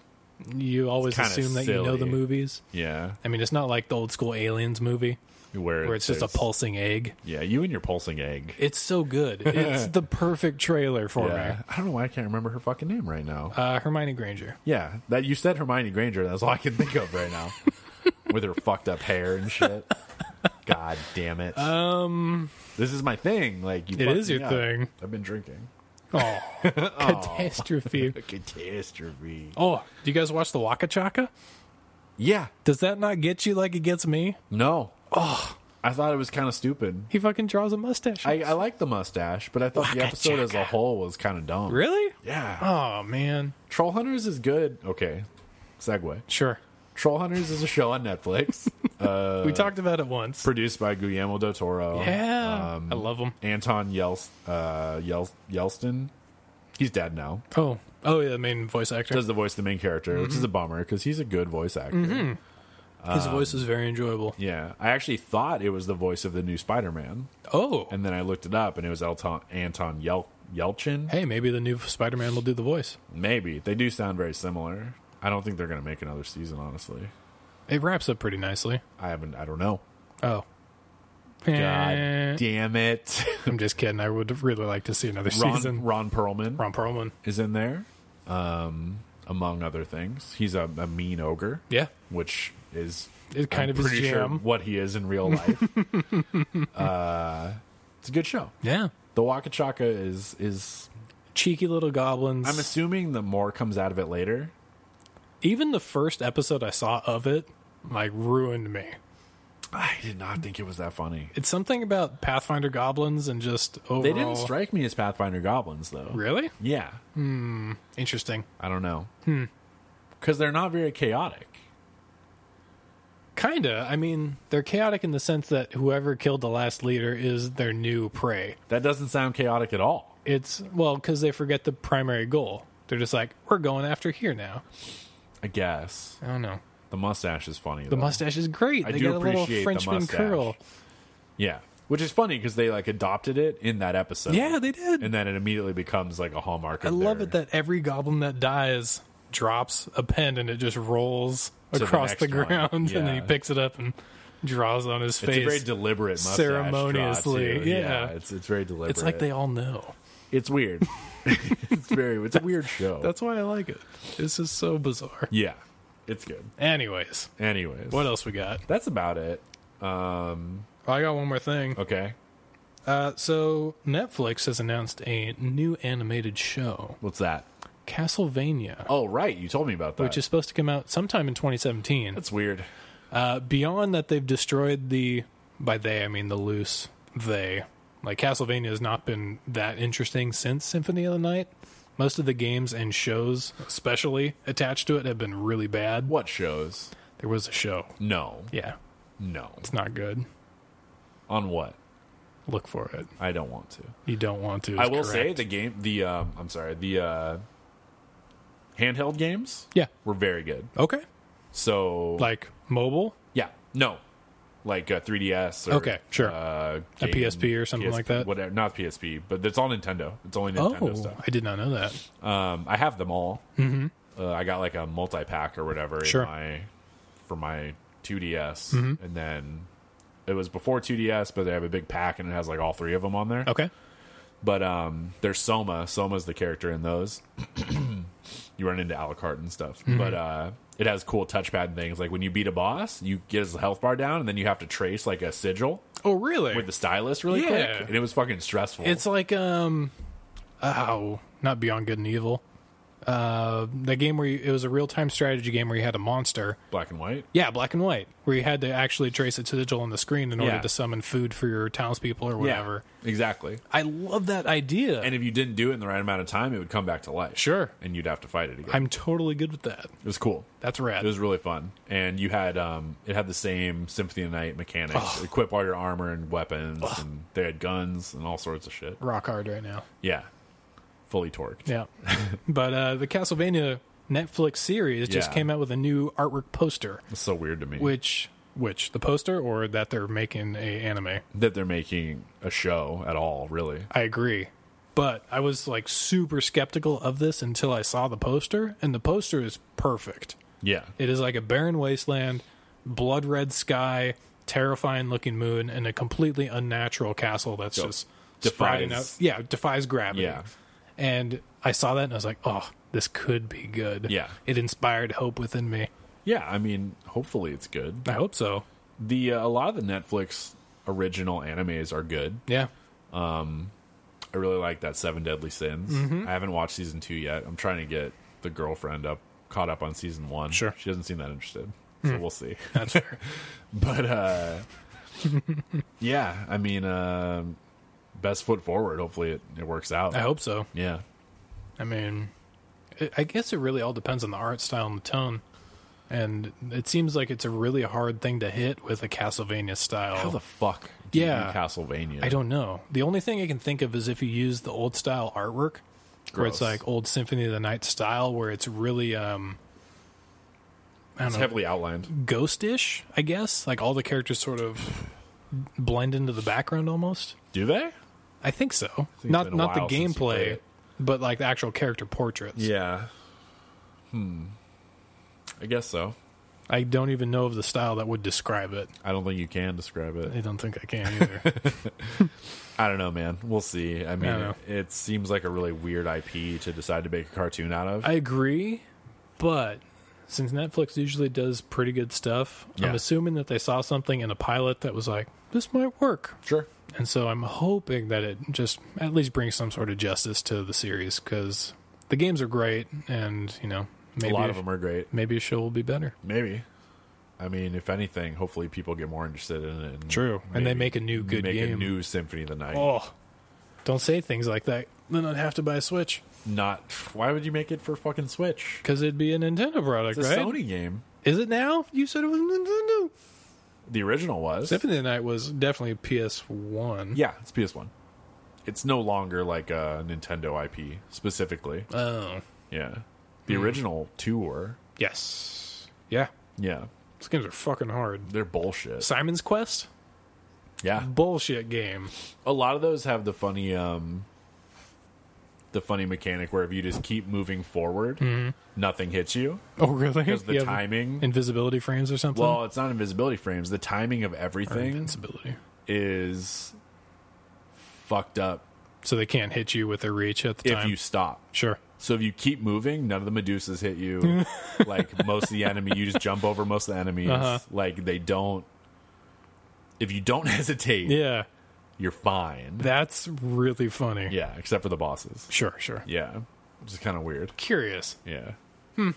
Speaker 2: you always
Speaker 1: kinda
Speaker 2: assume that you know
Speaker 1: silly.
Speaker 2: the movies.
Speaker 1: Yeah,
Speaker 2: I mean, it's not like the old school Aliens movie
Speaker 1: where
Speaker 2: where it's just a
Speaker 1: there's-
Speaker 2: pulsing egg.
Speaker 1: Yeah, you and your pulsing egg.
Speaker 2: It's so good. it's the perfect trailer for
Speaker 1: Yeah,
Speaker 2: me.
Speaker 1: I don't know why I can't remember her fucking name right now.
Speaker 2: Uh, Hermione Granger.
Speaker 1: yeah, that you said Hermione Granger. That's all I can think of right now, with her fucked up hair and shit. God damn it. Um, this is my thing. Like, you
Speaker 2: It
Speaker 1: fucked
Speaker 2: is your
Speaker 1: me up.
Speaker 2: thing.
Speaker 1: I've been drinking.
Speaker 2: Oh, catastrophe.
Speaker 1: Catastrophe.
Speaker 2: Oh, do you guys watch the Waka Chaka?
Speaker 1: Yeah.
Speaker 2: Does that not get you like it gets me?
Speaker 1: No. Oh, I thought it was kind of stupid.
Speaker 2: He fucking draws a mustache.
Speaker 1: I, I like the mustache, but I thought the
Speaker 2: Waka
Speaker 1: episode as a
Speaker 2: chaka.
Speaker 1: whole was kind of dumb.
Speaker 2: really?
Speaker 1: Yeah.
Speaker 2: Oh man,
Speaker 1: Troll Hunters is good. Okay. Segue.
Speaker 2: sure.
Speaker 1: Troll Hunters is a show on Netflix
Speaker 2: we talked about it once.
Speaker 1: produced by Guillermo del Toro.
Speaker 2: yeah, I love him.
Speaker 1: Anton Yelst, uh, Yel- Yelston. He's dead now.
Speaker 2: Oh, oh yeah, the main voice actor.
Speaker 1: Does the voice of the main character, which
Speaker 2: Mm-hmm.
Speaker 1: is a bummer because he's a good voice actor.
Speaker 2: His voice is very enjoyable.
Speaker 1: Yeah. I actually thought it was the voice of the new Spider Man.
Speaker 2: Oh,
Speaker 1: And then I looked it up and it was Elton- Anton Yel- Yelchin.
Speaker 2: hey, maybe the new Spider-Man will do the voice.
Speaker 1: Maybe. They do sound very similar. I don't think they're going to make another season, honestly.
Speaker 2: It wraps up pretty nicely.
Speaker 1: I haven't. I don't know.
Speaker 2: Oh, Eh,
Speaker 1: God damn it!
Speaker 2: I'm just kidding. I would really like to see another
Speaker 1: Ron,
Speaker 2: season.
Speaker 1: Ron Perlman
Speaker 2: Ron Perlman.
Speaker 1: is in there, um, among other things. He's a, a mean ogre,
Speaker 2: Yeah,
Speaker 1: which is
Speaker 2: it
Speaker 1: I'm
Speaker 2: kind of is
Speaker 1: pretty sure
Speaker 2: jam.
Speaker 1: what he is in real life. uh, it's a good show.
Speaker 2: Yeah,
Speaker 1: The Waka Chaka is is.
Speaker 2: cheeky little goblins.
Speaker 1: I'm assuming that more comes out of it later.
Speaker 2: even the first episode I saw of it like ruined me.
Speaker 1: I did not think it was that funny.
Speaker 2: It's something about Pathfinder goblins and just overall.
Speaker 1: They didn't strike me as Pathfinder goblins, though.
Speaker 2: Really
Speaker 1: Yeah,
Speaker 2: interesting.
Speaker 1: I don't know. Hmm. Because they're not very chaotic.
Speaker 2: Kinda. I mean, they're chaotic in the sense that whoever killed the last leader is their new prey.
Speaker 1: That doesn't sound chaotic at all.
Speaker 2: It's well because they forget the primary goal. They're just like, we're going after here now.
Speaker 1: I guess
Speaker 2: I don't know.
Speaker 1: the mustache is funny.
Speaker 2: The mustache is great.
Speaker 1: I
Speaker 2: they
Speaker 1: do
Speaker 2: got a little
Speaker 1: appreciate the
Speaker 2: Frenchman
Speaker 1: mustache.
Speaker 2: curl.
Speaker 1: yeah, which is funny because they like adopted it in that episode.
Speaker 2: Yeah, they did.
Speaker 1: and then it immediately becomes like a hallmark.
Speaker 2: I
Speaker 1: Of
Speaker 2: love
Speaker 1: their-
Speaker 2: it that every goblin that dies drops a pen and it just rolls
Speaker 1: the
Speaker 2: across
Speaker 1: next
Speaker 2: the,
Speaker 1: one.
Speaker 2: ground, and then he
Speaker 1: Yeah.
Speaker 2: picks it up and draws on his
Speaker 1: it's a
Speaker 2: face.
Speaker 1: very deliberate mustache
Speaker 2: ceremoniously,
Speaker 1: draw, too.
Speaker 2: yeah.
Speaker 1: It's it's very deliberate.
Speaker 2: it's like they all know.
Speaker 1: It's weird. it's very. It's a weird show.
Speaker 2: That's why I like it. This is so bizarre.
Speaker 1: yeah. It's good.
Speaker 2: Anyways,
Speaker 1: Anyways,
Speaker 2: what else we got?
Speaker 1: That's about it.
Speaker 2: I got one more thing.
Speaker 1: Okay.
Speaker 2: Uh, so Netflix has announced a new animated show,
Speaker 1: What's that?
Speaker 2: Castlevania,
Speaker 1: Oh right, you told me about that.
Speaker 2: which is supposed to come out sometime in 2017.
Speaker 1: that's weird.
Speaker 2: Uh, beyond that, they've destroyed the by they I mean the loose they. Like Castlevania has not been that interesting since Symphony of the Night. Most of the games and shows, especially attached to it, have been really bad.
Speaker 1: What shows?
Speaker 2: There was a show,
Speaker 1: No.
Speaker 2: yeah,
Speaker 1: No.
Speaker 2: it's not good.
Speaker 1: On what?
Speaker 2: Look for it.
Speaker 1: I don't want to.
Speaker 2: You don't want to. is
Speaker 1: I will
Speaker 2: correct.
Speaker 1: say the game, the um, I'm sorry, the uh, handheld games
Speaker 2: Yeah.
Speaker 1: were very good.
Speaker 2: Okay.
Speaker 1: So
Speaker 2: Like mobile,
Speaker 1: yeah, no, like uh, 3DS. Or,
Speaker 2: Okay, sure.
Speaker 1: Uh,
Speaker 2: A PSP or something like that?
Speaker 1: Whatever, not PSP, but it's all Nintendo. It's only Nintendo
Speaker 2: oh,
Speaker 1: stuff.
Speaker 2: I did not know that.
Speaker 1: Um, I have them all. Mm-hmm. Uh, I got like a multi pack or whatever
Speaker 2: Sure. Mm-hmm.
Speaker 1: in my for my 2DS, and then it was before 2DS, but they have a big pack and it has like all three of them on there.
Speaker 2: Okay.
Speaker 1: But um, there's Soma. Soma's the character in those. you run into Alucard and stuff.
Speaker 2: Hmm.
Speaker 1: But uh, it has cool touchpad things. Like when you beat a boss, you get his health bar down, and then you have to trace like a sigil
Speaker 2: Oh, really?
Speaker 1: with the stylus really
Speaker 2: Yeah.
Speaker 1: quick. And it was fucking stressful.
Speaker 2: it's like um, oh, not Beyond Good and Evil. Uh, that game where you, it was a real time strategy game where you had a monster.
Speaker 1: black and white.
Speaker 2: Yeah, black and white, where you had to actually trace a sigil on the screen in order
Speaker 1: Yeah.
Speaker 2: to summon food for your townspeople or whatever.
Speaker 1: exactly.
Speaker 2: I love that idea.
Speaker 1: And if you didn't do it in the right amount of time, it would come back to life.
Speaker 2: Sure.
Speaker 1: And you'd have to fight it again.
Speaker 2: I'm totally good with that.
Speaker 1: it was cool.
Speaker 2: That's rad.
Speaker 1: It was really fun, and you had um, it had the same Symphony of the Night mechanics. Equip all your armor and weapons, and they had guns and all sorts of shit.
Speaker 2: rock hard right now.
Speaker 1: Yeah, fully torqued.
Speaker 2: Yeah. but uh, the Castlevania Netflix series just
Speaker 1: Yeah.
Speaker 2: came out with a new artwork poster,
Speaker 1: It's so weird to me
Speaker 2: which which the poster or that they're making a anime.
Speaker 1: that they're making a show at all. Really,
Speaker 2: I agree. But I was like super skeptical of this until I saw the poster and the poster is perfect.
Speaker 1: yeah,
Speaker 2: It is like a barren wasteland, blood red sky, terrifying looking moon and a completely unnatural castle that's just sprouting out.
Speaker 1: defies-
Speaker 2: Yeah, defies gravity.
Speaker 1: yeah.
Speaker 2: And I saw that and I was like, oh, this could be good.
Speaker 1: Yeah.
Speaker 2: It inspired hope within me.
Speaker 1: Yeah, I mean, hopefully it's good.
Speaker 2: I hope so.
Speaker 1: The uh, a lot of the Netflix original animes are good.
Speaker 2: Yeah.
Speaker 1: I really like that Seven Deadly Sins.
Speaker 2: Mm-hmm.
Speaker 1: I haven't watched season two yet. I'm trying to get the girlfriend up caught up on season one.
Speaker 2: Sure. Hmm.
Speaker 1: she doesn't seem that interested, so we'll see.
Speaker 2: That's fair.
Speaker 1: but uh yeah i mean um best foot forward hopefully it, it works out
Speaker 2: I hope so.
Speaker 1: yeah
Speaker 2: I mean, it, I guess it really all depends on the art style and the tone. And it seems like it's a really hard thing to hit with a Castlevania style.
Speaker 1: how the fuck do you
Speaker 2: Yeah.
Speaker 1: do castlevania
Speaker 2: I don't know. The only thing I can think of is if you use the old style artwork, where it's
Speaker 1: Gross.
Speaker 2: like old Symphony of the Night style, where it's really, um, I don't
Speaker 1: it's
Speaker 2: know,
Speaker 1: heavily outlined
Speaker 2: ghostish, I guess. Like all the characters sort of blend into the background almost.
Speaker 1: do they
Speaker 2: I think so.
Speaker 1: it's
Speaker 2: not
Speaker 1: been a
Speaker 2: not the
Speaker 1: while since you played
Speaker 2: gameplay,
Speaker 1: it.
Speaker 2: but like the actual character portraits.
Speaker 1: yeah hmm i guess so
Speaker 2: I don't even know of the style that would describe it.
Speaker 1: i don't think you can describe
Speaker 2: I
Speaker 1: it
Speaker 2: don't think I can either.
Speaker 1: i don't know man we'll see i mean
Speaker 2: I know.
Speaker 1: it, it seems like a really weird ip to decide to make a cartoon out of
Speaker 2: I agree, but since Netflix usually does pretty good stuff,
Speaker 1: Yeah.
Speaker 2: I'm assuming that they saw something in a pilot that was like, this might work.
Speaker 1: sure
Speaker 2: And so I'm hoping that it just at least brings some sort of justice to the series because the games are great and, you know,
Speaker 1: a
Speaker 2: maybe,
Speaker 1: lot of them are great
Speaker 2: maybe a show will be better.
Speaker 1: maybe I mean, if anything, hopefully people get more interested in it. And
Speaker 2: True. And they make a new good
Speaker 1: make a
Speaker 2: game.
Speaker 1: new Symphony of the Night.
Speaker 2: Oh, don't say things like that. Then I'd have to buy a Switch
Speaker 1: not why would you make it for fucking switch
Speaker 2: because it'd be a Nintendo product,
Speaker 1: it's a
Speaker 2: right?
Speaker 1: sony game
Speaker 2: Is it now? You said it was Nintendo.
Speaker 1: the original was
Speaker 2: Symphony of the Night was definitely PS One.
Speaker 1: yeah it's ps1 it's no longer like a nintendo ip specifically
Speaker 2: Oh,
Speaker 1: yeah the original two were
Speaker 2: yes, yeah.
Speaker 1: yeah
Speaker 2: These games are fucking hard.
Speaker 1: they're bullshit
Speaker 2: Simon's Quest,
Speaker 1: yeah
Speaker 2: bullshit game.
Speaker 1: a lot of those have the funny um the funny mechanic where if you just keep moving forward nothing hits you
Speaker 2: Oh, really?
Speaker 1: because the timing
Speaker 2: invisibility frames or something.
Speaker 1: well it's not invisibility frames the timing of
Speaker 2: Or
Speaker 1: everything
Speaker 2: invincibility.
Speaker 1: is fucked up
Speaker 2: So they can't hit you with their reach at the
Speaker 1: if
Speaker 2: time.
Speaker 1: you stop
Speaker 2: sure.
Speaker 1: So if you keep moving, none of the Medusas hit you. like most of the enemy, you just jump over most of the enemies.
Speaker 2: Uh-huh.
Speaker 1: Like they don't. If you don't hesitate,
Speaker 2: Yeah,
Speaker 1: you're fine.
Speaker 2: that's really funny.
Speaker 1: yeah, except for the bosses.
Speaker 2: Sure, sure.
Speaker 1: Yeah, which is kind of weird.
Speaker 2: Curious,
Speaker 1: Yeah,
Speaker 2: Hmm.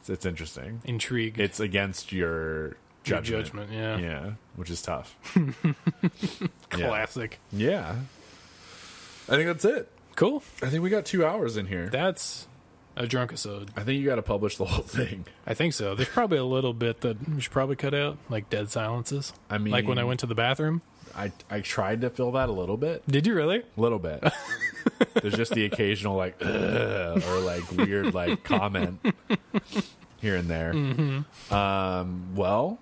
Speaker 1: it's, it's interesting.
Speaker 2: intrigued.
Speaker 1: It's against your
Speaker 2: Your
Speaker 1: judgment.
Speaker 2: judgment, yeah.
Speaker 1: yeah, which is tough. yeah.
Speaker 2: Classic.
Speaker 1: Yeah, I think that's it.
Speaker 2: Cool.
Speaker 1: I think we got two hours in here.
Speaker 2: That's a drunkisode.
Speaker 1: I think you got to publish the whole thing.
Speaker 2: I think so. There's probably a little bit that we should probably cut out, like dead silences.
Speaker 1: I
Speaker 2: like when I
Speaker 1: mean-
Speaker 2: went to the bathroom.
Speaker 1: I I tried to fill that a little bit,
Speaker 2: Did you really?
Speaker 1: little bit. There's just the occasional like "Ugh," or like weird like comment here and there.
Speaker 2: Mm-hmm.
Speaker 1: Um, well,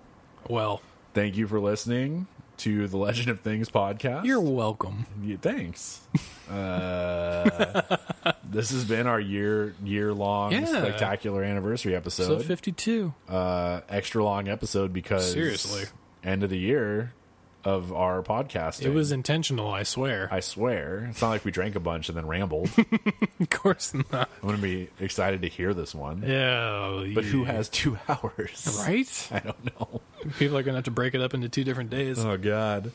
Speaker 2: Well,
Speaker 1: thank you for listening to the Legend of Things podcast.
Speaker 2: you're welcome.
Speaker 1: Yeah, thanks. Uh, this has been our year year long
Speaker 2: Yeah.
Speaker 1: spectacular anniversary
Speaker 2: So
Speaker 1: episode.
Speaker 2: 52.
Speaker 1: uh, extra long episode because
Speaker 2: Seriously.
Speaker 1: end of the year of our podcast.
Speaker 2: It was intentional, I swear.
Speaker 1: I swear. It's not like we drank a bunch and then rambled.
Speaker 2: of course not.
Speaker 1: I'm going to be excited to hear this one.
Speaker 2: Yeah.
Speaker 1: But who has two hours?
Speaker 2: Right?
Speaker 1: I don't know.
Speaker 2: People are going to have to break it up into two different days.
Speaker 1: Oh, God.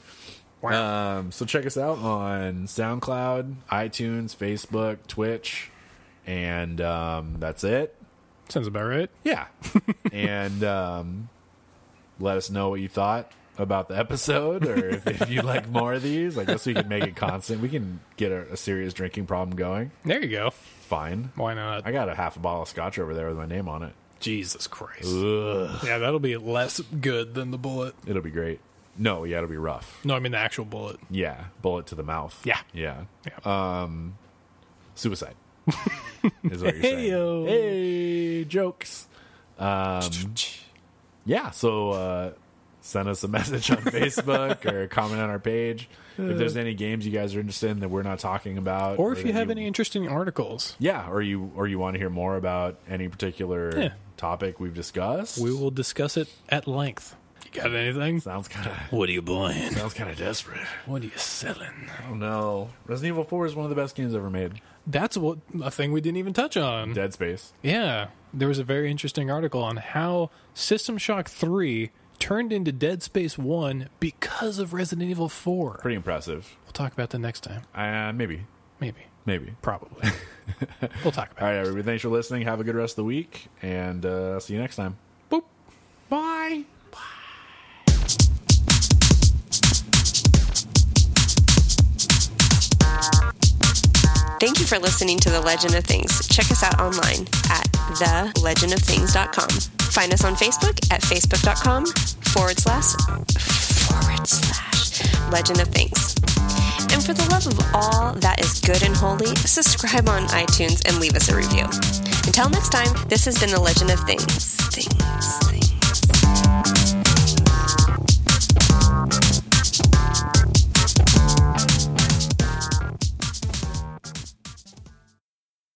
Speaker 1: Um, so check us out on SoundCloud, iTunes, Facebook, Twitch, and um, that's it.
Speaker 2: Sounds about right.
Speaker 1: Yeah. and um, let us know what you thought about the episode or if, if you like more of these. I guess we can make it constant. We can get a, a serious drinking problem going.
Speaker 2: There you go.
Speaker 1: Fine.
Speaker 2: Why not?
Speaker 1: I got a half a bottle of scotch over there with my name on it.
Speaker 2: Jesus Christ. Yeah, that'll be less good than the bullet.
Speaker 1: It'll be great. No, yeah, it'll be rough.
Speaker 2: No, I mean the actual bullet.
Speaker 1: Yeah, bullet to the mouth.
Speaker 2: Yeah.
Speaker 1: yeah.
Speaker 2: Yeah.
Speaker 1: Suicide is what you're saying.
Speaker 2: Heyo.
Speaker 1: Hey, jokes. Yeah, so uh, send us a message on Facebook or comment on our page if there's any games you guys are interested in that we're not talking about,
Speaker 2: or if you
Speaker 1: that
Speaker 2: have any interesting articles,
Speaker 1: yeah, or you or you want to hear more about any particular
Speaker 2: Yeah.
Speaker 1: topic we've discussed.
Speaker 2: we will discuss it at length. You got anything?
Speaker 1: sounds kind of
Speaker 2: What are you buying?
Speaker 1: sounds kind of desperate.
Speaker 2: What are you selling?
Speaker 1: Oh no, Resident Evil Four is one of the best games ever made.
Speaker 2: That's what a thing we didn't even touch on.
Speaker 1: Dead Space.
Speaker 2: Yeah, there was a very interesting article on how System Shock 3 turned into Dead Space 1 because of Resident Evil 4.
Speaker 1: pretty impressive.
Speaker 2: We'll talk about that next time.
Speaker 1: Uh, maybe,
Speaker 2: Maybe.
Speaker 1: maybe.
Speaker 2: Probably. we'll talk about
Speaker 1: All right,
Speaker 2: it.
Speaker 1: everybody. Thanks for listening. Have a good rest of the week, and uh, see you next time.
Speaker 2: Boop.
Speaker 1: Bye.
Speaker 3: Thank you for listening to The Legend of Things. Check us out online at thelegendofthings.com. Find us on Facebook at facebook.com forward slash forward slash legend of things. And for the love of all that is good and holy, subscribe on iTunes and leave us a review. Until next time, this has been The Legend of Things. Things, things.